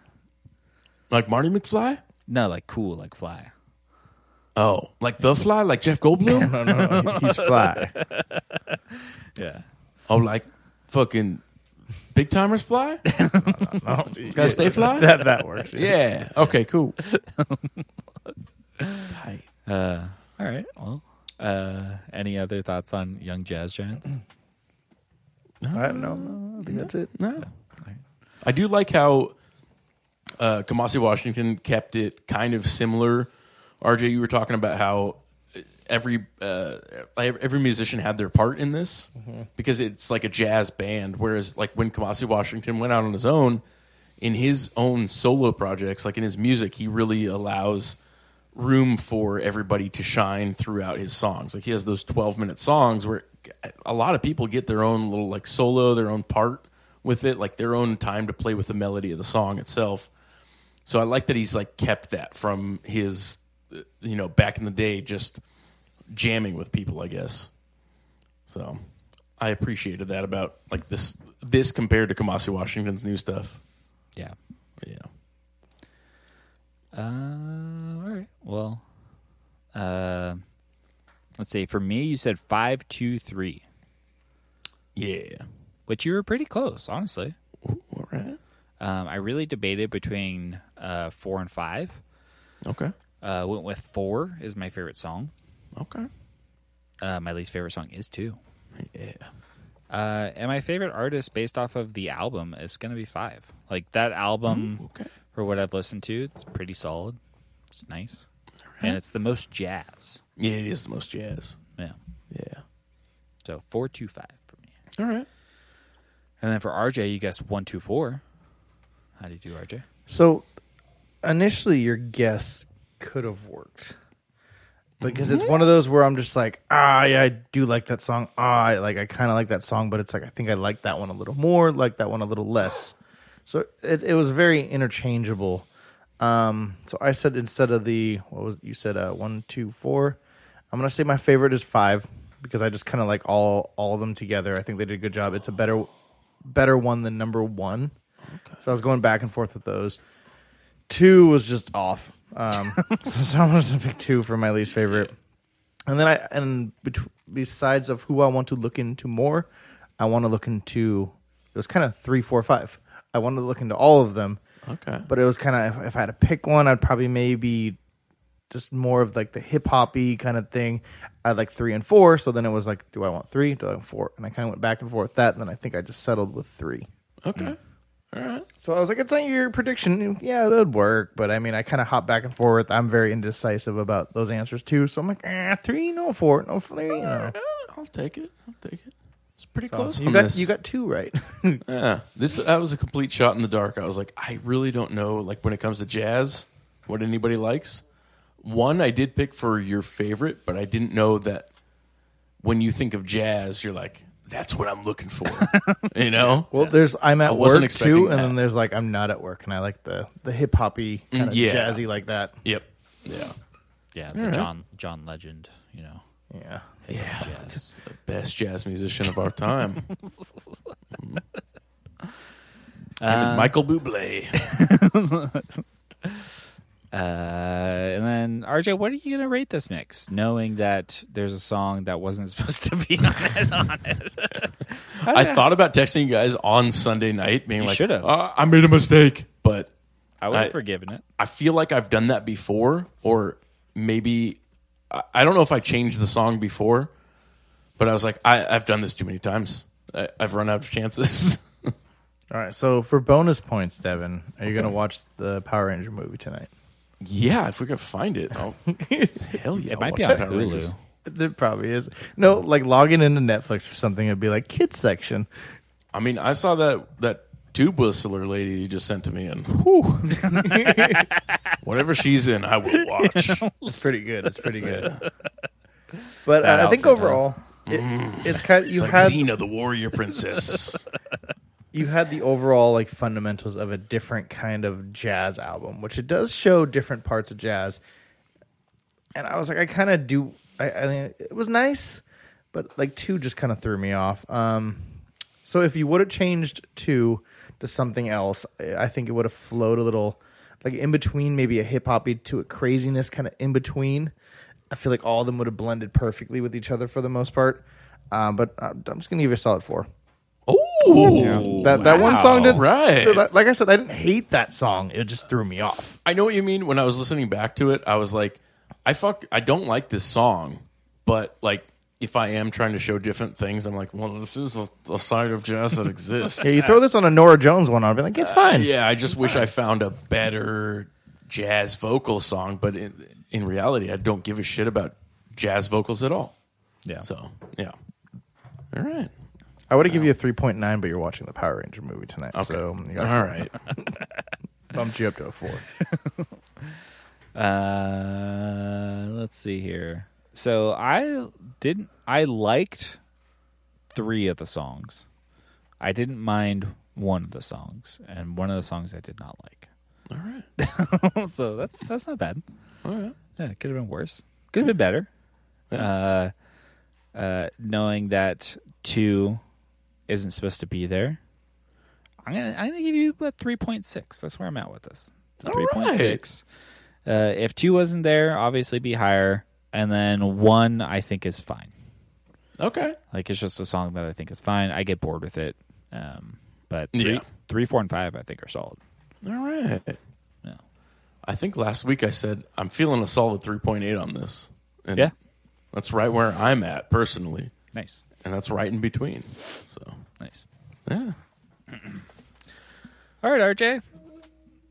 [SPEAKER 2] Like Marty McFly?
[SPEAKER 1] No, like cool, like fly.
[SPEAKER 2] Oh, like the Fly, like Jeff
[SPEAKER 3] <laughs>
[SPEAKER 2] Goldblum?
[SPEAKER 3] No, no, no, he's fly.
[SPEAKER 1] Yeah.
[SPEAKER 2] oh, like fucking Big Timers Fly?
[SPEAKER 3] No,
[SPEAKER 2] Gotta stay fly.
[SPEAKER 3] that that works.
[SPEAKER 2] Yeah. Okay. Cool.
[SPEAKER 1] Uh, all
[SPEAKER 3] <clears throat>
[SPEAKER 1] right. Well, uh, any other thoughts on Young Jazz Giants?
[SPEAKER 3] I don't know. I think that's it.
[SPEAKER 2] No. I do like how uh, Kamasi Washington kept it kind of similar. RJ, you were talking about how every uh, every musician had their part in this because it's like a jazz band. Whereas, like when Kamasi Washington went out on his own, in his own solo projects, like in his music, he really allows room for everybody to shine throughout his songs. Like he has those 12 minute songs where a lot of people get their own little like solo, their own part with it, like their own time to play with the melody of the song itself. So I like that he's like kept that from his, uh, you know, back in the day, just jamming with people, I guess. So I appreciated that about like this, this compared to Kamasi Washington's new stuff.
[SPEAKER 1] Yeah.
[SPEAKER 2] Yeah.
[SPEAKER 1] Uh, all right. Well, uh, let's see. For me, you said five, two, three,
[SPEAKER 2] Yeah.
[SPEAKER 1] which you were pretty close, honestly.
[SPEAKER 2] Ooh, all right.
[SPEAKER 1] Um, I really debated between uh, four and five.
[SPEAKER 2] Okay.
[SPEAKER 1] Uh, went with four is my favorite song.
[SPEAKER 2] Okay.
[SPEAKER 1] Uh, my least favorite song is two.
[SPEAKER 2] Yeah.
[SPEAKER 1] Uh, and my favorite artist based off of the album is going to be five. Like that album,
[SPEAKER 2] okay.
[SPEAKER 1] for what I've listened to, it's pretty solid. It's nice. And it's the most jazz.
[SPEAKER 2] Yeah, it is the most jazz.
[SPEAKER 1] Yeah.
[SPEAKER 2] Yeah.
[SPEAKER 1] So four, two, five for me.
[SPEAKER 2] All right.
[SPEAKER 1] And then for RJ, you guessed one, two, four. How do you do, RJ?
[SPEAKER 3] So initially, your guess could have worked because it's one of those where I'm just like, ah, yeah, I do like that song. Ah, I, like I kind of like that song, but it's like I think I like that one a little more, like that one a little less. So it it was very interchangeable. Um, so I said instead of the what was you said uh, one two four, I'm gonna say my favorite is five because I just kind of like all all of them together. I think they did a good job. It's a better better one than number one. So I was going back and forth with those. Two was just off. Um, <laughs> so I'm just gonna pick two for my least favorite. And then I and bet- besides of who I want to look into more, I want to look into it was kind of three, four, five. I wanted to look into all of them,
[SPEAKER 2] Okay.
[SPEAKER 3] but it was kind of if, if I had to pick one, I'd probably maybe just more of like the hip hoppy kind of thing. I had like three and four, so then it was like, do I want three? Do I want four? And I kind of went back and forth with that, and then I think I just settled with three.
[SPEAKER 2] Okay. All right.
[SPEAKER 3] So I was like, it's not your prediction. Yeah, that would work. But I mean, I kind of hop back and forth. I'm very indecisive about those answers too. So I'm like, eh, three, no, four, no, three, no.
[SPEAKER 2] Uh, I'll take it. I'll take it. It's pretty
[SPEAKER 3] So
[SPEAKER 2] close.
[SPEAKER 3] you
[SPEAKER 2] on
[SPEAKER 3] got
[SPEAKER 2] this.
[SPEAKER 3] you got two right. <laughs>
[SPEAKER 2] Yeah. This that was a complete shot in the dark. I was like, I really don't know. Like when it comes to jazz, what anybody likes. One I did pick for your favorite, but I didn't know that when you think of jazz, you're like, that's what I'm looking for. you know.
[SPEAKER 3] well, there's I'm at
[SPEAKER 2] wasn't
[SPEAKER 3] work
[SPEAKER 2] expecting
[SPEAKER 3] too, and
[SPEAKER 2] that. Mm,
[SPEAKER 3] then there's like I'm not at work, and I like the the hip hoppy kind of
[SPEAKER 2] yeah.
[SPEAKER 3] jazzy like that.
[SPEAKER 2] Yep. Yeah.
[SPEAKER 1] Yeah, the John John Legend, you know.
[SPEAKER 3] Yeah.
[SPEAKER 2] Yeah.
[SPEAKER 1] Jazz.
[SPEAKER 2] The best jazz musician of our time. Mhm. Him and Michael Bublé.
[SPEAKER 1] uh, and then RJ, what are you gonna rate this mix? Knowing that there's a song that wasn't <laughs> supposed to be on it.
[SPEAKER 3] <laughs>
[SPEAKER 1] On it.
[SPEAKER 2] I thought about texting you guys on Sunday night, being
[SPEAKER 1] You
[SPEAKER 2] like,
[SPEAKER 1] should've.
[SPEAKER 2] "Uh, I made a mistake, but
[SPEAKER 1] I would
[SPEAKER 2] I-
[SPEAKER 1] have forgiven it.
[SPEAKER 2] I feel like I've done that before, or maybe I, I don't know if I changed the song before, but I was like, I, I've done this too many times. I, I've run out of chances. <laughs>
[SPEAKER 3] All right. So for bonus points, Devin, are you gonna watch the Power Ranger movie tonight?
[SPEAKER 2] yeah, if we could find it, <laughs> I'll, hell yeah,
[SPEAKER 1] It might
[SPEAKER 2] I'll
[SPEAKER 1] be
[SPEAKER 2] watch
[SPEAKER 1] on
[SPEAKER 2] Power Rangers.
[SPEAKER 1] Hulu.
[SPEAKER 3] There probably is no like logging into Netflix or something. It'd be like kids section.
[SPEAKER 2] I mean, I saw that that tube whistler lady you just sent to me, and whew, <laughs> whatever she's in, I will
[SPEAKER 1] <laughs>
[SPEAKER 2] watch.
[SPEAKER 3] It's pretty good. It's
[SPEAKER 2] <laughs>
[SPEAKER 3] pretty good. But uh, I think
[SPEAKER 1] outfit, huh?
[SPEAKER 3] overall, it, it's kind. You
[SPEAKER 2] It's like
[SPEAKER 3] had
[SPEAKER 2] Xena, the warrior <laughs> princess.
[SPEAKER 3] you had the overall like fundamentals of a different kind of jazz album, which it does show different parts of jazz. And I was like, I kind of do. I, I mean, it was nice, but like two just kind of threw me off. Um, so if you would have changed two to something else, I I think it would have flowed a little, like in between, maybe a hip hoppy to a craziness kind of in between. I feel like all of them would have blended perfectly with each other for the most part. Um, but uh, I'm just gonna give you a solid four.
[SPEAKER 2] Oh,
[SPEAKER 3] That that one song did
[SPEAKER 2] right.
[SPEAKER 3] th- Like I said, I didn't hate that song. It just threw me off.
[SPEAKER 2] I know what you mean. When I was listening back to it, I was like, I fuck, I don't like this song, but like if I am trying to show different things, I'm like, well, this is a, a side of jazz that exists.
[SPEAKER 3] <laughs> Yeah, you throw this on a Nora Jones one, I'll be like, it's fine.
[SPEAKER 2] Yeah, I just wish I found a better jazz vocal song, but in, in reality, I don't give a shit about jazz vocals at all.
[SPEAKER 1] Yeah.
[SPEAKER 2] So, yeah. All right.
[SPEAKER 3] I would have given you a three point nine, but you're watching the Power Ranger movie tonight, so you got
[SPEAKER 2] All
[SPEAKER 3] <laughs>
[SPEAKER 2] right.
[SPEAKER 3] bumped you up to a <laughs> four.
[SPEAKER 1] Uh, let's see here. So I didn't. I liked three of the songs. I didn't mind one of the songs, and one of the songs I did not like.
[SPEAKER 2] All
[SPEAKER 1] <laughs>
[SPEAKER 2] right.
[SPEAKER 1] so that's that's not bad.
[SPEAKER 2] All right.
[SPEAKER 1] Yeah, it could have been worse. Could have been better. Uh, uh, knowing that two isn't supposed to be there, I'm gonna I'm gonna give you a three point six. That's where I'm at with this.
[SPEAKER 2] All
[SPEAKER 1] Three point six. Uh, if two wasn't there, obviously be higher. And then one, I think is fine.
[SPEAKER 2] Okay.
[SPEAKER 1] Like it's just a song that I think is fine. I get bored with it. Um, but three,
[SPEAKER 2] Yeah.
[SPEAKER 1] three, four, and five, I think are solid.
[SPEAKER 2] All right.
[SPEAKER 1] Yeah.
[SPEAKER 2] I think last week I said I'm feeling a solid 3.8 on this. And
[SPEAKER 1] Yeah.
[SPEAKER 2] That's right where I'm at personally,
[SPEAKER 1] Nice,
[SPEAKER 2] and that's right in between. So,
[SPEAKER 1] nice.
[SPEAKER 2] yeah.
[SPEAKER 1] All right, RJ.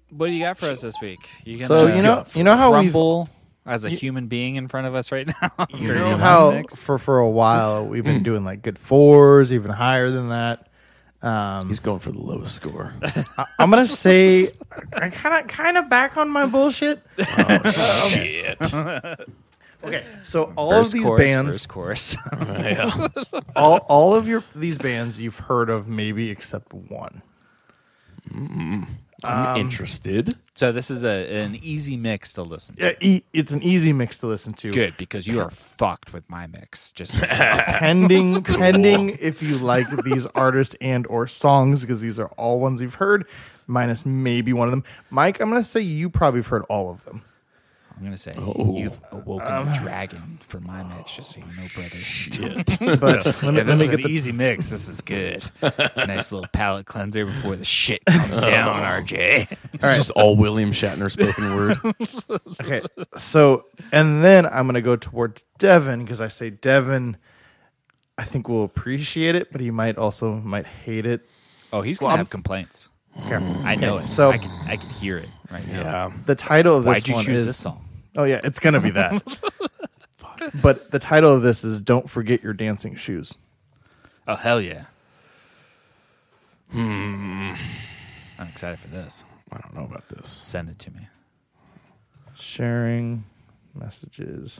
[SPEAKER 1] What do you got for us this week? You gonna
[SPEAKER 3] So you know, you know how we
[SPEAKER 1] crumble as a human being in front of us right
[SPEAKER 3] <laughs>
[SPEAKER 1] now? after
[SPEAKER 3] you know
[SPEAKER 1] your last
[SPEAKER 3] how
[SPEAKER 1] mix?
[SPEAKER 3] for for a while we've
[SPEAKER 2] Mm.
[SPEAKER 3] been doing like good fours, even higher than that.
[SPEAKER 2] He's going for the lowest score.
[SPEAKER 3] I'm gonna say <laughs> I kind of kind of back on my bullshit.
[SPEAKER 2] Shit.
[SPEAKER 3] Okay, so all
[SPEAKER 1] First
[SPEAKER 3] of these
[SPEAKER 1] chorus,
[SPEAKER 3] bands,
[SPEAKER 1] first chorus.
[SPEAKER 2] Yeah.
[SPEAKER 3] all all of your these bands you've heard of, maybe except one.
[SPEAKER 2] I'm interested.
[SPEAKER 1] <laughs> so this is a an easy mix to listen to.
[SPEAKER 3] Yeah, e- it's an easy mix to listen to.
[SPEAKER 1] Good because you are fucked with my mix. Just
[SPEAKER 3] pending pending if you like these artists and or songs because these are all ones you've heard minus maybe one of them mike i'm gonna say you probably have heard all of them
[SPEAKER 1] I'm gonna
[SPEAKER 2] <laughs>
[SPEAKER 1] say
[SPEAKER 2] Oh.
[SPEAKER 1] you've awoken the dragon for my mix. Just so you know, brother.
[SPEAKER 2] Um, Shit.
[SPEAKER 3] but let me,
[SPEAKER 1] Yeah,
[SPEAKER 3] let
[SPEAKER 1] this
[SPEAKER 3] me
[SPEAKER 1] is
[SPEAKER 3] get
[SPEAKER 1] an
[SPEAKER 3] the
[SPEAKER 1] easy mix. This is
[SPEAKER 3] <laughs>
[SPEAKER 1] good. nice little palate cleanser before the shit
[SPEAKER 3] Oh.
[SPEAKER 1] comes down, RJ.
[SPEAKER 2] It's just all William Shatner <laughs> spoken word.
[SPEAKER 3] okay so and then i'm gonna go towards devin because i say devin i think will appreciate it but he might also might hate it
[SPEAKER 1] Oh, he's gonna have complaints.
[SPEAKER 3] Here.
[SPEAKER 1] I know it.
[SPEAKER 3] so-
[SPEAKER 1] I can I can hear it right now.
[SPEAKER 3] the title of this
[SPEAKER 1] Why'd you
[SPEAKER 3] one
[SPEAKER 1] choose
[SPEAKER 3] is
[SPEAKER 1] this song?
[SPEAKER 3] Oh yeah, it's
[SPEAKER 1] <laughs>
[SPEAKER 3] gonna <laughs> be that. but the title of this is "Don't Forget Your Dancing Shoes."
[SPEAKER 1] Oh hell yeah! Hmm. I'm excited for this.
[SPEAKER 2] I don't know about this.
[SPEAKER 1] Send it to me.
[SPEAKER 3] Sharing messages.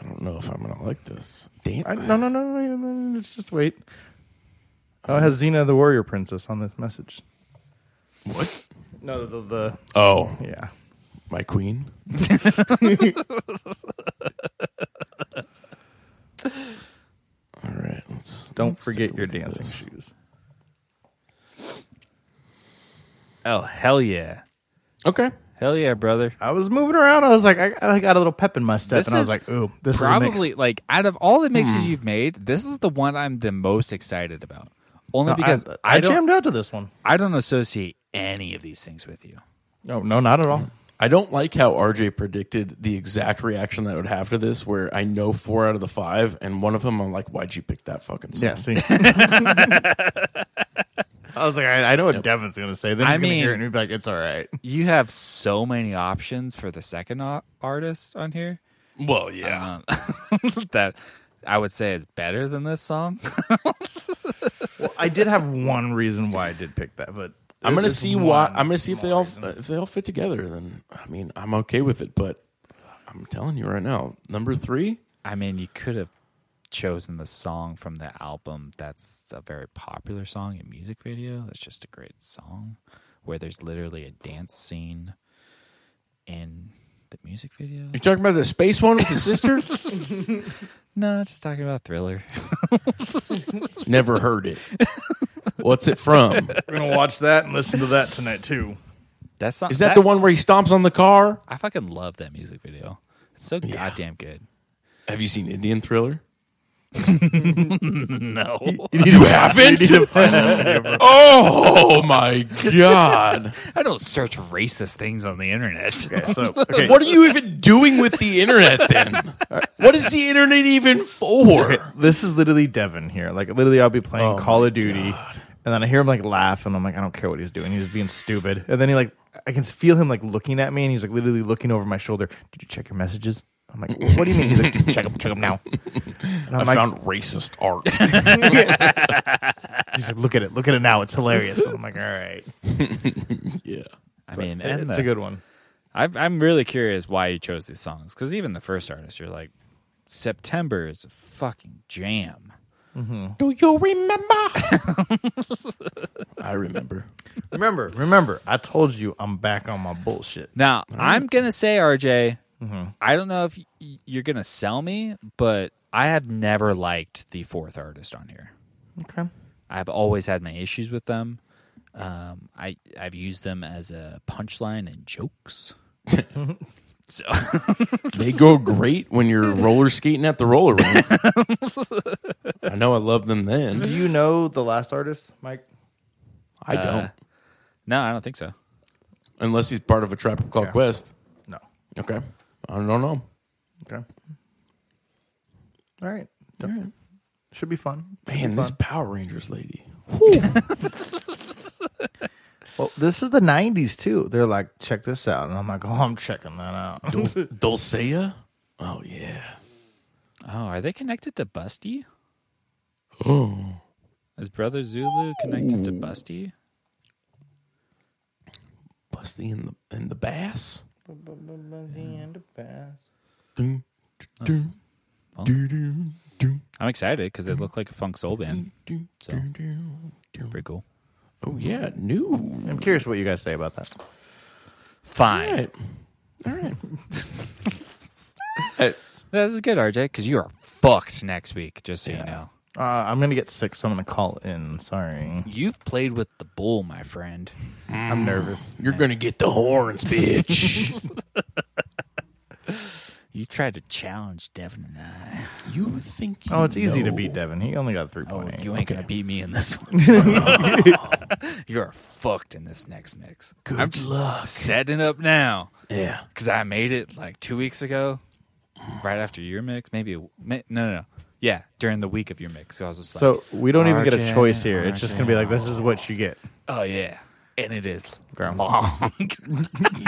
[SPEAKER 2] I don't know if I'm going to like this. Damn.
[SPEAKER 3] I, no, no, no, no, no, no, Just, just wait. Oh, it has Xena the Warrior Princess on this message.
[SPEAKER 2] What?
[SPEAKER 3] No, the, the,
[SPEAKER 2] Oh,
[SPEAKER 3] the yeah.
[SPEAKER 2] my queen. <laughs> All right. Let's,
[SPEAKER 3] Don't
[SPEAKER 2] let's
[SPEAKER 3] forget
[SPEAKER 2] take a
[SPEAKER 3] your
[SPEAKER 2] look at
[SPEAKER 3] dancing
[SPEAKER 2] this.
[SPEAKER 3] shoes.
[SPEAKER 1] Oh hell yeah!
[SPEAKER 2] Okay.
[SPEAKER 1] Hell yeah, brother!
[SPEAKER 3] I was moving around. I was like, I, I got a little pep in my step,
[SPEAKER 1] This
[SPEAKER 3] and I was
[SPEAKER 1] is
[SPEAKER 3] like, ooh, this is a
[SPEAKER 1] Probably
[SPEAKER 3] mix. Hmm.
[SPEAKER 1] like out of all the mixes you've made, this is the one I'm the most excited about. Only
[SPEAKER 3] No,
[SPEAKER 1] because
[SPEAKER 3] I,
[SPEAKER 1] I,
[SPEAKER 3] I
[SPEAKER 1] don't
[SPEAKER 3] jammed out to this one.
[SPEAKER 1] I don't associate any of these things with you.
[SPEAKER 3] Oh no, not at all.
[SPEAKER 2] I don't like how RJ predicted the exact reaction that I would have to this, where I know four out of the five, and one of them I'm like, why'd you pick that fucking song?
[SPEAKER 3] Yeah, <laughs> see. I was like, I, I know what Devin's going to say. Then
[SPEAKER 1] I
[SPEAKER 3] he's going to
[SPEAKER 1] mean-
[SPEAKER 3] hear it and he'll be like, it's all right.
[SPEAKER 1] You have so many options for the second o- artist on here <laughs>
[SPEAKER 2] Well, yeah.
[SPEAKER 1] um, that I would say is better than this song. <laughs>
[SPEAKER 3] <laughs> I did have one reason why I did pick that, but
[SPEAKER 2] I'm gonna
[SPEAKER 3] there's
[SPEAKER 2] see why.
[SPEAKER 3] one
[SPEAKER 2] I'm gonna see if they
[SPEAKER 3] small
[SPEAKER 2] all
[SPEAKER 3] reason.
[SPEAKER 2] if they all fit together. Then I mean, I'm okay with it. But I'm telling you right now, number three.
[SPEAKER 1] I mean, you could have chosen the song from the album that's a very popular song and music video. That's just a great song where there's literally a dance scene in the music video.
[SPEAKER 2] You're talking about the space one with the sister.
[SPEAKER 1] No, just talking about Thriller. <laughs>
[SPEAKER 2] Never heard it. What's it from?
[SPEAKER 3] We're going to watch that and listen to that tonight, too.
[SPEAKER 1] That's not,
[SPEAKER 2] Is that, the one where he stomps on the car?
[SPEAKER 1] I fucking love that music video. It's so goddamn good.
[SPEAKER 2] Have you seen Indian Thriller?
[SPEAKER 1] No.
[SPEAKER 2] You haven't? <laughs> oh my god!
[SPEAKER 1] I don't search racist things on the internet. <laughs>
[SPEAKER 3] <laughs> So okay,
[SPEAKER 2] What are you even doing with the internet <laughs> then? What is the internet even for?
[SPEAKER 3] this is literally Devin here. Like literally, I'll be playing Call of Duty, and then I hear him like laugh, and I'm like, I don't care what he's doing. He's being stupid. And then he like, I can feel him like looking at me, and he's like literally looking over my shoulder. Did you check your messages? I'm like, what do you mean? He's like, check them, check them <laughs> now. And I'm
[SPEAKER 2] I
[SPEAKER 3] like,
[SPEAKER 2] found racist art.
[SPEAKER 3] he's like, look at it, look at it now. It's hilarious. And I'm like, all <laughs> right,
[SPEAKER 2] <laughs> yeah.
[SPEAKER 1] I mean, and
[SPEAKER 3] it's
[SPEAKER 1] the-
[SPEAKER 3] a good one.
[SPEAKER 1] I've, I'm really curious why you chose these songs because even the first artist, you're like, September is a fucking jam.
[SPEAKER 2] Do you remember? <laughs> I remember.
[SPEAKER 3] Remember, remember, I told you I'm back on my bullshit.
[SPEAKER 1] Now, I'm going to say, RJ, I don't know if y- you're going to sell me, but I have never liked the fourth artist on here.
[SPEAKER 3] Okay.
[SPEAKER 1] I've always had my issues with them. Um, I, I've used them as a punchline and jokes. so,
[SPEAKER 2] They go great when you're roller skating at the roller <laughs> rink. I know I love them then.
[SPEAKER 3] Do you know the last artist, Mike? Uh,
[SPEAKER 2] I don't.
[SPEAKER 1] no, I don't think so.
[SPEAKER 2] Unless he's part of a Tropical Call Quest.
[SPEAKER 3] No.
[SPEAKER 2] Okay. I don't know.
[SPEAKER 3] Okay. All right. Should be fun.
[SPEAKER 2] Man, this Power Rangers lady.
[SPEAKER 3] Well, this is the '90s too. They're like, check this out, and I'm like, oh, I'm checking that out.
[SPEAKER 2] Dul-
[SPEAKER 3] <laughs>
[SPEAKER 2] Dulcea? Oh, yeah.
[SPEAKER 1] Oh, are they connected to Busty?
[SPEAKER 2] Oh.
[SPEAKER 1] Is Brother Zulu connected to Busty?
[SPEAKER 2] Busty in the, in the bass? Oh.
[SPEAKER 1] I'm excited because they look like a funk soul band. So. Pretty cool.
[SPEAKER 2] Oh, yeah. New.
[SPEAKER 3] I'm curious what you guys say about that.
[SPEAKER 1] Fine.
[SPEAKER 2] All right. All right. Hey,
[SPEAKER 1] This is good, RJ, because you are fucked next week, just so you know.
[SPEAKER 3] Uh, I'm gonna get sick, so I'm gonna call in. Sorry,
[SPEAKER 1] You've played with the bull, my friend.
[SPEAKER 3] I'm nervous.
[SPEAKER 2] you're going to get the horns, <laughs> bitch.
[SPEAKER 1] You tried to challenge Devin and I.
[SPEAKER 2] you think. You
[SPEAKER 3] Oh, it's easy to
[SPEAKER 2] know.
[SPEAKER 3] beat Devin. He only got three
[SPEAKER 1] Oh,
[SPEAKER 3] point eight.
[SPEAKER 1] you ain't gonna beat me in this
[SPEAKER 3] <laughs>
[SPEAKER 1] one. You're fucked in this next mix.
[SPEAKER 2] Good luck.
[SPEAKER 1] Setting up now,
[SPEAKER 2] Yeah.
[SPEAKER 1] because I made it like two weeks ago, right after your mix. Maybe a- ma- no, no, no. Yeah, during the week of your mix. So I was just like,
[SPEAKER 3] So we don't even get a
[SPEAKER 1] RJ,
[SPEAKER 3] choice here. It's just gonna be like, this is what you get. <laughs>
[SPEAKER 1] oh yeah, and it is
[SPEAKER 3] Grandma.
[SPEAKER 2] <laughs>
[SPEAKER 1] long.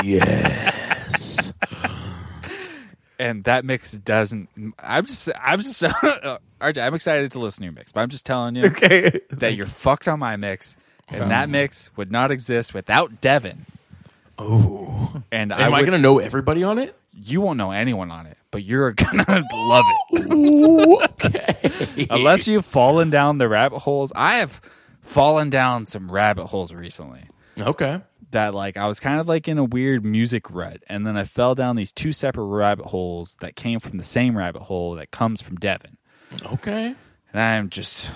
[SPEAKER 2] Yes.
[SPEAKER 1] and that mix doesn't. I'm just, I'm just, <laughs> RJ. I'm excited to listen to your mix, but I'm just telling you
[SPEAKER 3] Okay.
[SPEAKER 1] that you're fucked on my mix, and that mix would not exist without Devin.
[SPEAKER 2] Oh.
[SPEAKER 1] And I,
[SPEAKER 2] Am I,
[SPEAKER 1] would-
[SPEAKER 2] going to know everybody on it?
[SPEAKER 1] you won't know anyone on it, but you're <laughs> gonna love it
[SPEAKER 2] Ooh, okay.
[SPEAKER 1] <laughs> unless you've fallen down the rabbit holes. I have fallen down some rabbit holes recently.
[SPEAKER 2] okay.
[SPEAKER 1] That like I was kind of like in a weird music rut, and then I fell down these two separate rabbit holes that came from the same rabbit hole that comes from Devin,
[SPEAKER 2] Okay.
[SPEAKER 1] and I'm just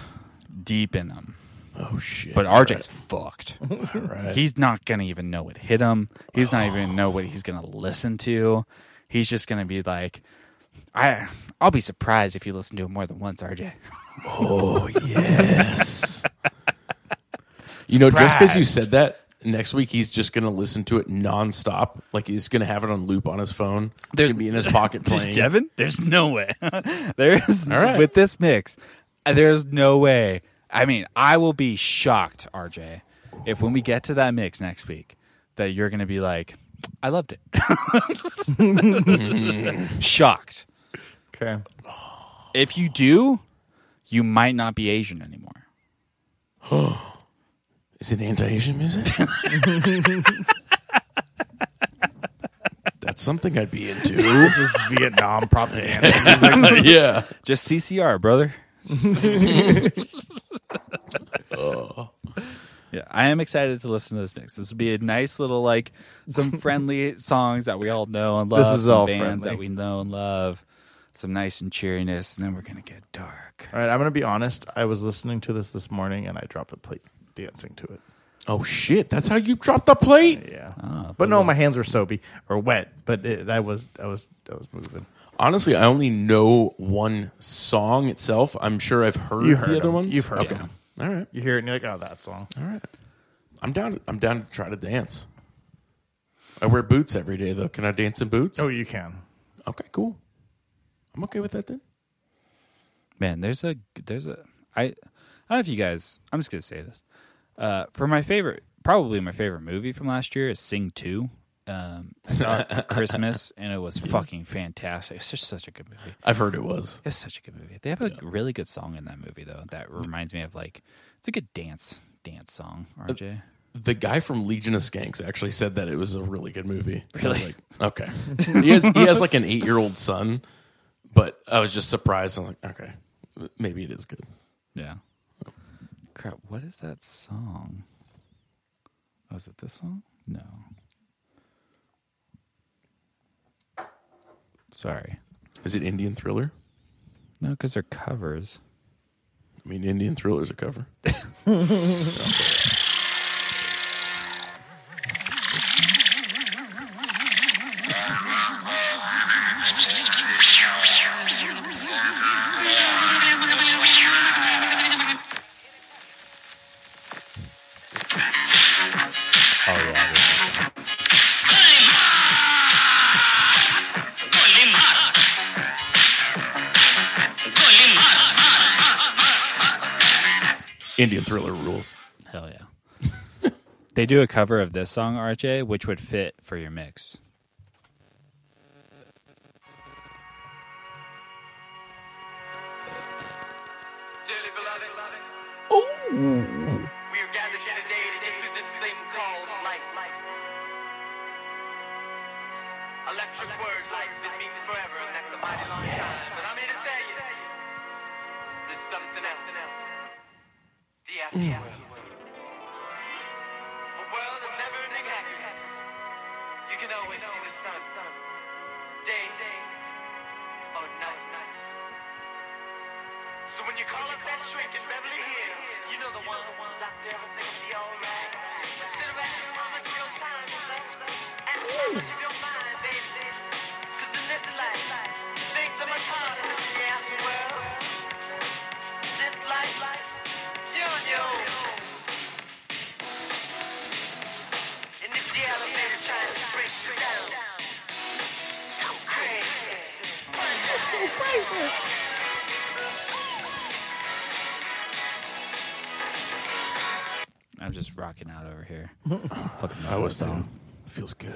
[SPEAKER 1] deep in them.
[SPEAKER 2] Oh shit.
[SPEAKER 1] But RJ's fucked.
[SPEAKER 2] right.
[SPEAKER 1] He's not gonna even know what hit him. He's not even know what he's gonna listen to. He's just gonna be like, I I'll be surprised if you listen to him more than once, RJ.
[SPEAKER 2] oh yes. you know, just because you
[SPEAKER 1] Surprise.
[SPEAKER 2] said that, next week he's just gonna listen to it nonstop. Like he's gonna have it on loop on his phone. It's
[SPEAKER 1] There's-
[SPEAKER 2] gonna be in his pocket
[SPEAKER 1] Just
[SPEAKER 2] playing.
[SPEAKER 1] Devin? There's no way. <laughs> there is
[SPEAKER 2] All right.
[SPEAKER 1] with this mix, uh, there's no way. I mean, I will be shocked, RJ, if when we get to that mix next week, that you're gonna be like, I loved it. <laughs> shocked.
[SPEAKER 3] Okay.
[SPEAKER 1] If you do, you might not be Asian anymore.
[SPEAKER 2] Is it anti-Asian music? That's something I'd be
[SPEAKER 3] <laughs>
[SPEAKER 2] into.
[SPEAKER 3] Just Vietnam propaganda.
[SPEAKER 2] yeah.
[SPEAKER 1] Just CCR,
[SPEAKER 3] <laughs>
[SPEAKER 1] brother. yeah, I am excited to listen to this mix. This will be a nice little like
[SPEAKER 3] <laughs>
[SPEAKER 1] some friendly songs that we all know and love.
[SPEAKER 3] This is
[SPEAKER 1] some
[SPEAKER 3] all
[SPEAKER 1] bands
[SPEAKER 3] friendly.
[SPEAKER 1] that we know and love. Some nice and cheeriness, and then we're gonna get dark.
[SPEAKER 3] All right, I'm gonna be honest. I was listening to this this morning, and I dropped the plate dancing to it.
[SPEAKER 2] Oh shit! That's how you dropped the plate.
[SPEAKER 3] Yeah, but no, my hands were soapy or wet. But it, I was, I was, I was moving.
[SPEAKER 2] Honestly, I only know one song itself. I'm sure I've heard,
[SPEAKER 3] You heard
[SPEAKER 2] the other
[SPEAKER 3] 'em.
[SPEAKER 2] ones.
[SPEAKER 3] You've heard
[SPEAKER 2] Okay.
[SPEAKER 3] 'em.
[SPEAKER 2] All right.
[SPEAKER 3] You hear it and you're like, oh, that song.
[SPEAKER 2] All right. I'm down. I'm down to try to dance. I wear boots every day though. Can I dance in boots?
[SPEAKER 3] Oh, you can.
[SPEAKER 2] Okay, cool. I'm okay with that then.
[SPEAKER 1] Man, there's a there's a I I don't know if you guys. I'm just gonna say this. Uh, for my favorite, probably my favorite movie from last year is Sing Two. Um, I saw it
[SPEAKER 3] <laughs>
[SPEAKER 1] at Christmas and it was fucking fantastic. It's just such a good movie.
[SPEAKER 2] I've heard it was.
[SPEAKER 1] It's such a good movie. They have a really good song in that movie though. That reminds me of like it's a good dance dance song. RJ.
[SPEAKER 2] The guy from Legion of Skanks actually said that it was a really good movie. I was
[SPEAKER 1] Really?
[SPEAKER 2] Like, okay. he has he has like an eight year old son, but I was just surprised. I'm like, okay, maybe it is good.
[SPEAKER 1] Yeah. Crap, what is that song? Was it this song? No. Sorry.
[SPEAKER 2] Is it Indian Thriller?
[SPEAKER 1] No, because they're covers.
[SPEAKER 2] I mean, Indian Thriller is a cover.
[SPEAKER 1] Oh, yeah. This is the song.
[SPEAKER 2] Indian Thriller rules.
[SPEAKER 1] Hell yeah. <laughs> they do a cover of this song, RJ, which would fit for your mix.
[SPEAKER 4] Dearly beloved, we are gathered here today to get through this thing called life. Electric word life, it means forever, and that's a mighty long time. But I'm here to tell you, there's something else. The afterworld. A world of never-ending happiness. You can always see the sun, day or night. So when you call up that shrink in Beverly Hills, you know the one. Doctor, everything will be alright. Instead of asking mama if your time is up, ask mama to your mind, baby. 'Cause in this life, things are much harder than the afterworld. This life, you're on your own. And if the elevator tries to break you down, go crazy. Punch out.
[SPEAKER 1] I'm just rocking out over here. <laughs> Fucking love
[SPEAKER 2] I was
[SPEAKER 1] that
[SPEAKER 2] too. Feels good.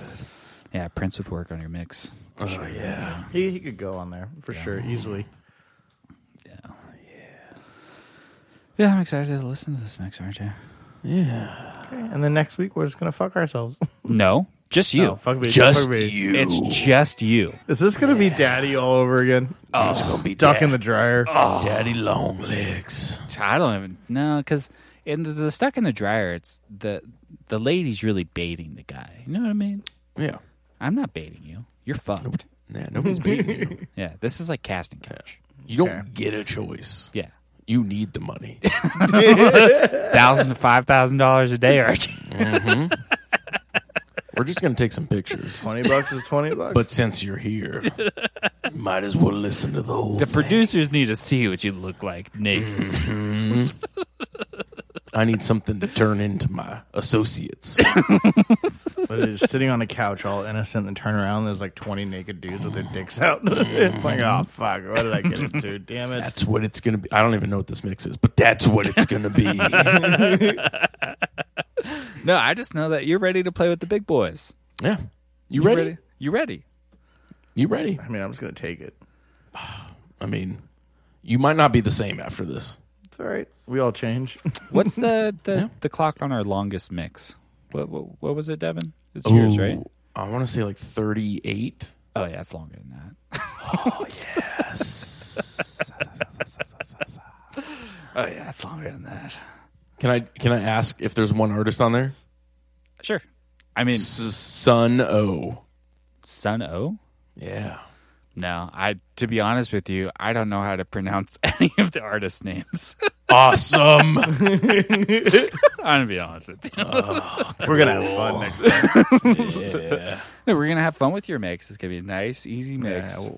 [SPEAKER 1] Yeah, Prince would work on your mix.
[SPEAKER 2] Oh yeah.
[SPEAKER 3] He he could go on there for sure easily.
[SPEAKER 1] Yeah, I'm excited to listen to this mix, aren't you?
[SPEAKER 3] Okay, and then next week we're just gonna fuck ourselves. <laughs>
[SPEAKER 1] No, just you.
[SPEAKER 3] No, fuck me,
[SPEAKER 2] Just
[SPEAKER 3] fuck me.
[SPEAKER 2] you.
[SPEAKER 1] it's just you.
[SPEAKER 3] Is this gonna be daddy all over again?
[SPEAKER 2] Oh. it's gonna be
[SPEAKER 3] Duck
[SPEAKER 2] Dad-
[SPEAKER 3] in
[SPEAKER 2] Oh.
[SPEAKER 3] the dryer.
[SPEAKER 2] Daddy long legs.
[SPEAKER 1] I don't even know because in the, the stuck in the dryer, it's the the lady's really baiting the guy. You know what I mean?
[SPEAKER 2] Yeah.
[SPEAKER 1] I'm not baiting you. You're fucked.
[SPEAKER 2] Yeah. Nobody's beating
[SPEAKER 1] <laughs>
[SPEAKER 2] you.
[SPEAKER 1] Yeah, this is like casting couch.
[SPEAKER 2] You don't get a choice.
[SPEAKER 1] Yeah,
[SPEAKER 2] You need the money.
[SPEAKER 1] thousand to five thousand dollars a day, Archie.
[SPEAKER 2] We're just gonna take some pictures.
[SPEAKER 1] <laughs>
[SPEAKER 3] Twenty bucks is
[SPEAKER 2] <laughs>
[SPEAKER 3] twenty bucks.
[SPEAKER 2] But since you're here, might as well listen to the whole.
[SPEAKER 1] The
[SPEAKER 2] thing.
[SPEAKER 1] producers need to see what you look like,
[SPEAKER 3] Mm-hmm.
[SPEAKER 1] Nate.
[SPEAKER 2] I need something to turn into my associates.
[SPEAKER 3] But it's just sitting on a couch, all innocent, and turn around. There's like 20 naked dudes with their dicks out. <laughs> it's like, oh fuck, what did I get into? Damn it!
[SPEAKER 2] That's what it's gonna be. I don't even know what this mix is, but that's what it's
[SPEAKER 1] <laughs>
[SPEAKER 2] gonna be.
[SPEAKER 1] no, I just know that you're ready to play with the big boys.
[SPEAKER 2] Yeah.
[SPEAKER 1] You
[SPEAKER 2] You ready?
[SPEAKER 1] You ready?
[SPEAKER 2] You ready?
[SPEAKER 3] I mean, I'm just gonna take it.
[SPEAKER 2] I mean, you might not be the same after this.
[SPEAKER 3] It's all right. We all change. <laughs>
[SPEAKER 1] What's <laughs> the the,
[SPEAKER 2] Yeah.
[SPEAKER 1] the clock on our longest mix? What what, what was it, Devin? It's yours, right?
[SPEAKER 2] Ooh, I want to say like 38.
[SPEAKER 1] Oh yeah, it's longer than <laughs> that. oh yeah, it's longer than that.
[SPEAKER 2] Can I can I ask if there's one artist on there?
[SPEAKER 1] Sure. I mean,
[SPEAKER 2] S- Sun O.
[SPEAKER 1] Sun O.
[SPEAKER 2] Yeah.
[SPEAKER 1] <laughs> No, I to be honest with you, I don't know how to pronounce any of the artist names. <laughs>
[SPEAKER 2] awesome. <laughs>
[SPEAKER 1] I'm gonna be honest with you.
[SPEAKER 3] We're gonna have fun next time.
[SPEAKER 2] yeah.
[SPEAKER 1] No, we're gonna have fun with your mix. It's gonna be a nice, easy mix,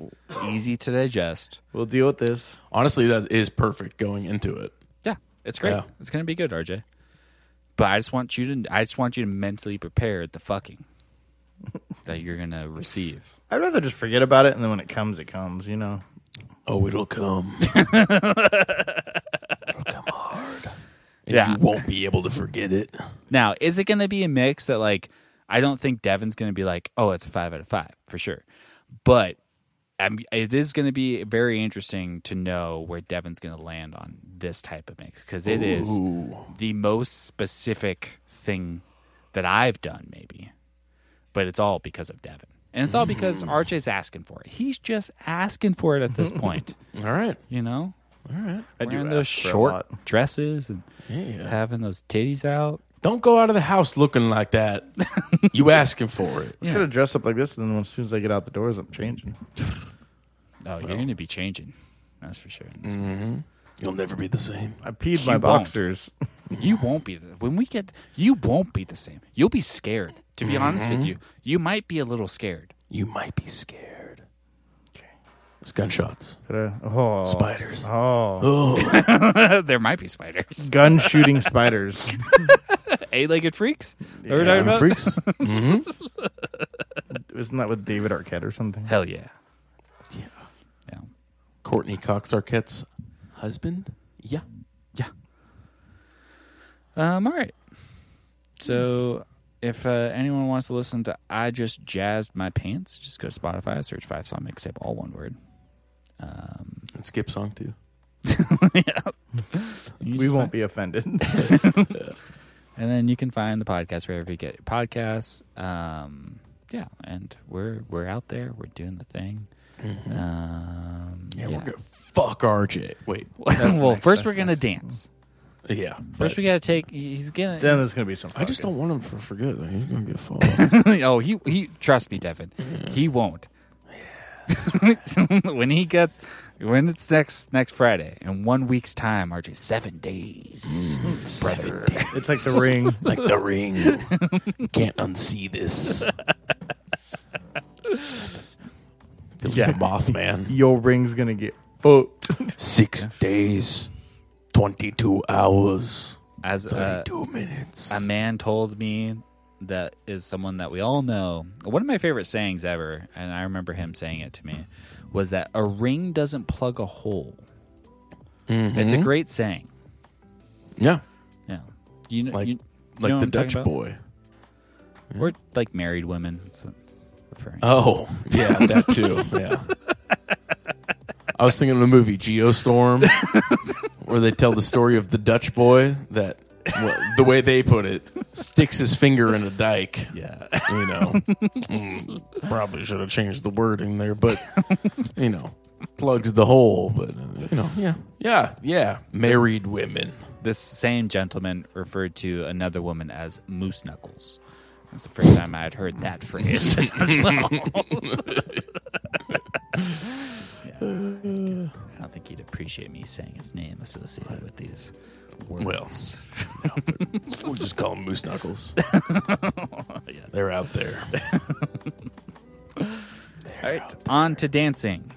[SPEAKER 1] easy to digest.
[SPEAKER 3] We'll deal with this.
[SPEAKER 2] Honestly, that is perfect going into it.
[SPEAKER 1] Yeah, it's great.
[SPEAKER 2] Yeah.
[SPEAKER 1] It's gonna be good, RJ. But I just want you to, I just want you to mentally prepare the fucking that you're gonna receive.
[SPEAKER 3] I'd rather just forget about it, and then when it comes, it comes. You know.
[SPEAKER 2] Oh, <laughs> it'll come. it'll come hard. And
[SPEAKER 1] Yeah.
[SPEAKER 2] You won't be able to forget it.
[SPEAKER 1] Now, is it going to be a mix that like I don't think Devin's going to be like, oh, it's a five out of five for sure, but um, it is going to be very interesting to know where Devin's going to land on this type of mix because it is the most specific thing that I've done, maybe, but it's all because of Devin. And it's all because
[SPEAKER 3] Mm.
[SPEAKER 1] RJ's asking for it. He's just asking for it at
[SPEAKER 3] <laughs>
[SPEAKER 1] this point,
[SPEAKER 2] All right.
[SPEAKER 1] you know?
[SPEAKER 3] I do
[SPEAKER 1] Wearing
[SPEAKER 3] ask
[SPEAKER 1] those
[SPEAKER 3] for a
[SPEAKER 1] short
[SPEAKER 3] lot.
[SPEAKER 1] dresses and
[SPEAKER 2] Yeah.
[SPEAKER 1] having those titties out.
[SPEAKER 2] Don't go out of the house looking like that. <laughs> you asking for it.
[SPEAKER 3] Just gotta dress up like this, and then as soon as I get out the doors, I'm changing.
[SPEAKER 1] Oh, you're going to be changing. That's for sure.
[SPEAKER 2] You'll never be the same.
[SPEAKER 3] I peed
[SPEAKER 1] You
[SPEAKER 3] my
[SPEAKER 1] won't.
[SPEAKER 3] boxers. <laughs>
[SPEAKER 1] You won't be the, when we get. You won't be the same. You'll be scared. To be honest with you, you might be a little scared. <laughs>
[SPEAKER 2] You might be scared. There's gunshots,
[SPEAKER 3] Gotta- Oh,
[SPEAKER 2] spiders.
[SPEAKER 3] oh,
[SPEAKER 1] there might be <laughs> spiders,
[SPEAKER 3] gun shooting spiders. <laughs>
[SPEAKER 1] eight-legged freaks. What we're
[SPEAKER 3] Yeah.
[SPEAKER 1] talking
[SPEAKER 2] Damn
[SPEAKER 1] about?
[SPEAKER 2] <laughs> freaks.
[SPEAKER 3] Isn't that with David Arquette or something?
[SPEAKER 1] Hell yeah.
[SPEAKER 2] Yeah.
[SPEAKER 1] Yeah.
[SPEAKER 2] Courtney Cox Arquette's husband. Yeah.
[SPEAKER 1] Um. All right. So, if uh, anyone wants to listen to "I Just Jazzed My Pants," just go to Spotify, search Five Song Mixtape, all one word.
[SPEAKER 2] And skip song too.
[SPEAKER 3] We won't be offended. <laughs>
[SPEAKER 1] And then you can find the podcast wherever you get your podcasts. Um, yeah, and we're we're out there. We're doing the thing. Um, <laughs>
[SPEAKER 2] Yeah, we're gonna fuck RJ. Wait.
[SPEAKER 1] well,
[SPEAKER 3] nice,
[SPEAKER 1] first
[SPEAKER 3] that's
[SPEAKER 1] we're gonna
[SPEAKER 3] nice.
[SPEAKER 1] dance.
[SPEAKER 2] <laughs> Yeah.
[SPEAKER 1] First we gotta take. He's gonna.
[SPEAKER 3] then there's gonna be some.
[SPEAKER 2] I just
[SPEAKER 3] fucking-
[SPEAKER 2] don't want him to forget that he's gonna get <laughs> fucked.
[SPEAKER 1] <laughs> oh, he he. Trust me, Devin. He won't. <laughs> when he gets, when it's next next Friday in one week's time, RJ, seven days.
[SPEAKER 2] Mm. Seven
[SPEAKER 3] It's like
[SPEAKER 2] <laughs>
[SPEAKER 3] the ring.
[SPEAKER 2] like the ring. Can't unsee this. Feels yeah. like a Mothman.
[SPEAKER 3] Your ring's gonna get booked.
[SPEAKER 2] Six days, twenty-two hours,
[SPEAKER 1] As uh,
[SPEAKER 2] thirty-two minutes.
[SPEAKER 1] a man told me that is someone that we all know. One of my favorite sayings ever, and I remember him saying it to me, was that a ring doesn't plug a hole.
[SPEAKER 2] Mm-hmm.
[SPEAKER 1] It's a great saying.
[SPEAKER 2] yeah,
[SPEAKER 1] Yeah. You know,
[SPEAKER 2] like
[SPEAKER 1] you, you
[SPEAKER 2] like
[SPEAKER 1] know what
[SPEAKER 2] the
[SPEAKER 1] I'm talking
[SPEAKER 2] Dutch
[SPEAKER 1] about?
[SPEAKER 2] boy.
[SPEAKER 1] Or like married women. That's what it's referring.
[SPEAKER 2] Oh, yeah, that too. Yeah. I was thinking of the movie Geostorm, where they tell the story of the Dutch boy that, well, the way they put it, sticks his finger in a dike.
[SPEAKER 1] yeah.
[SPEAKER 2] you know Mm, probably should have changed the wording there but you know plugs the hole but uh, you know yeah yeah yeah married women
[SPEAKER 1] this same gentleman referred to another woman as moose knuckles. That's the first time I had heard that phrase <laughs> as well. Yeah. I don't think he'd appreciate me saying his name associated with these words.
[SPEAKER 2] well we'll just call them moose knuckles they're out there
[SPEAKER 1] All right, on to dancing.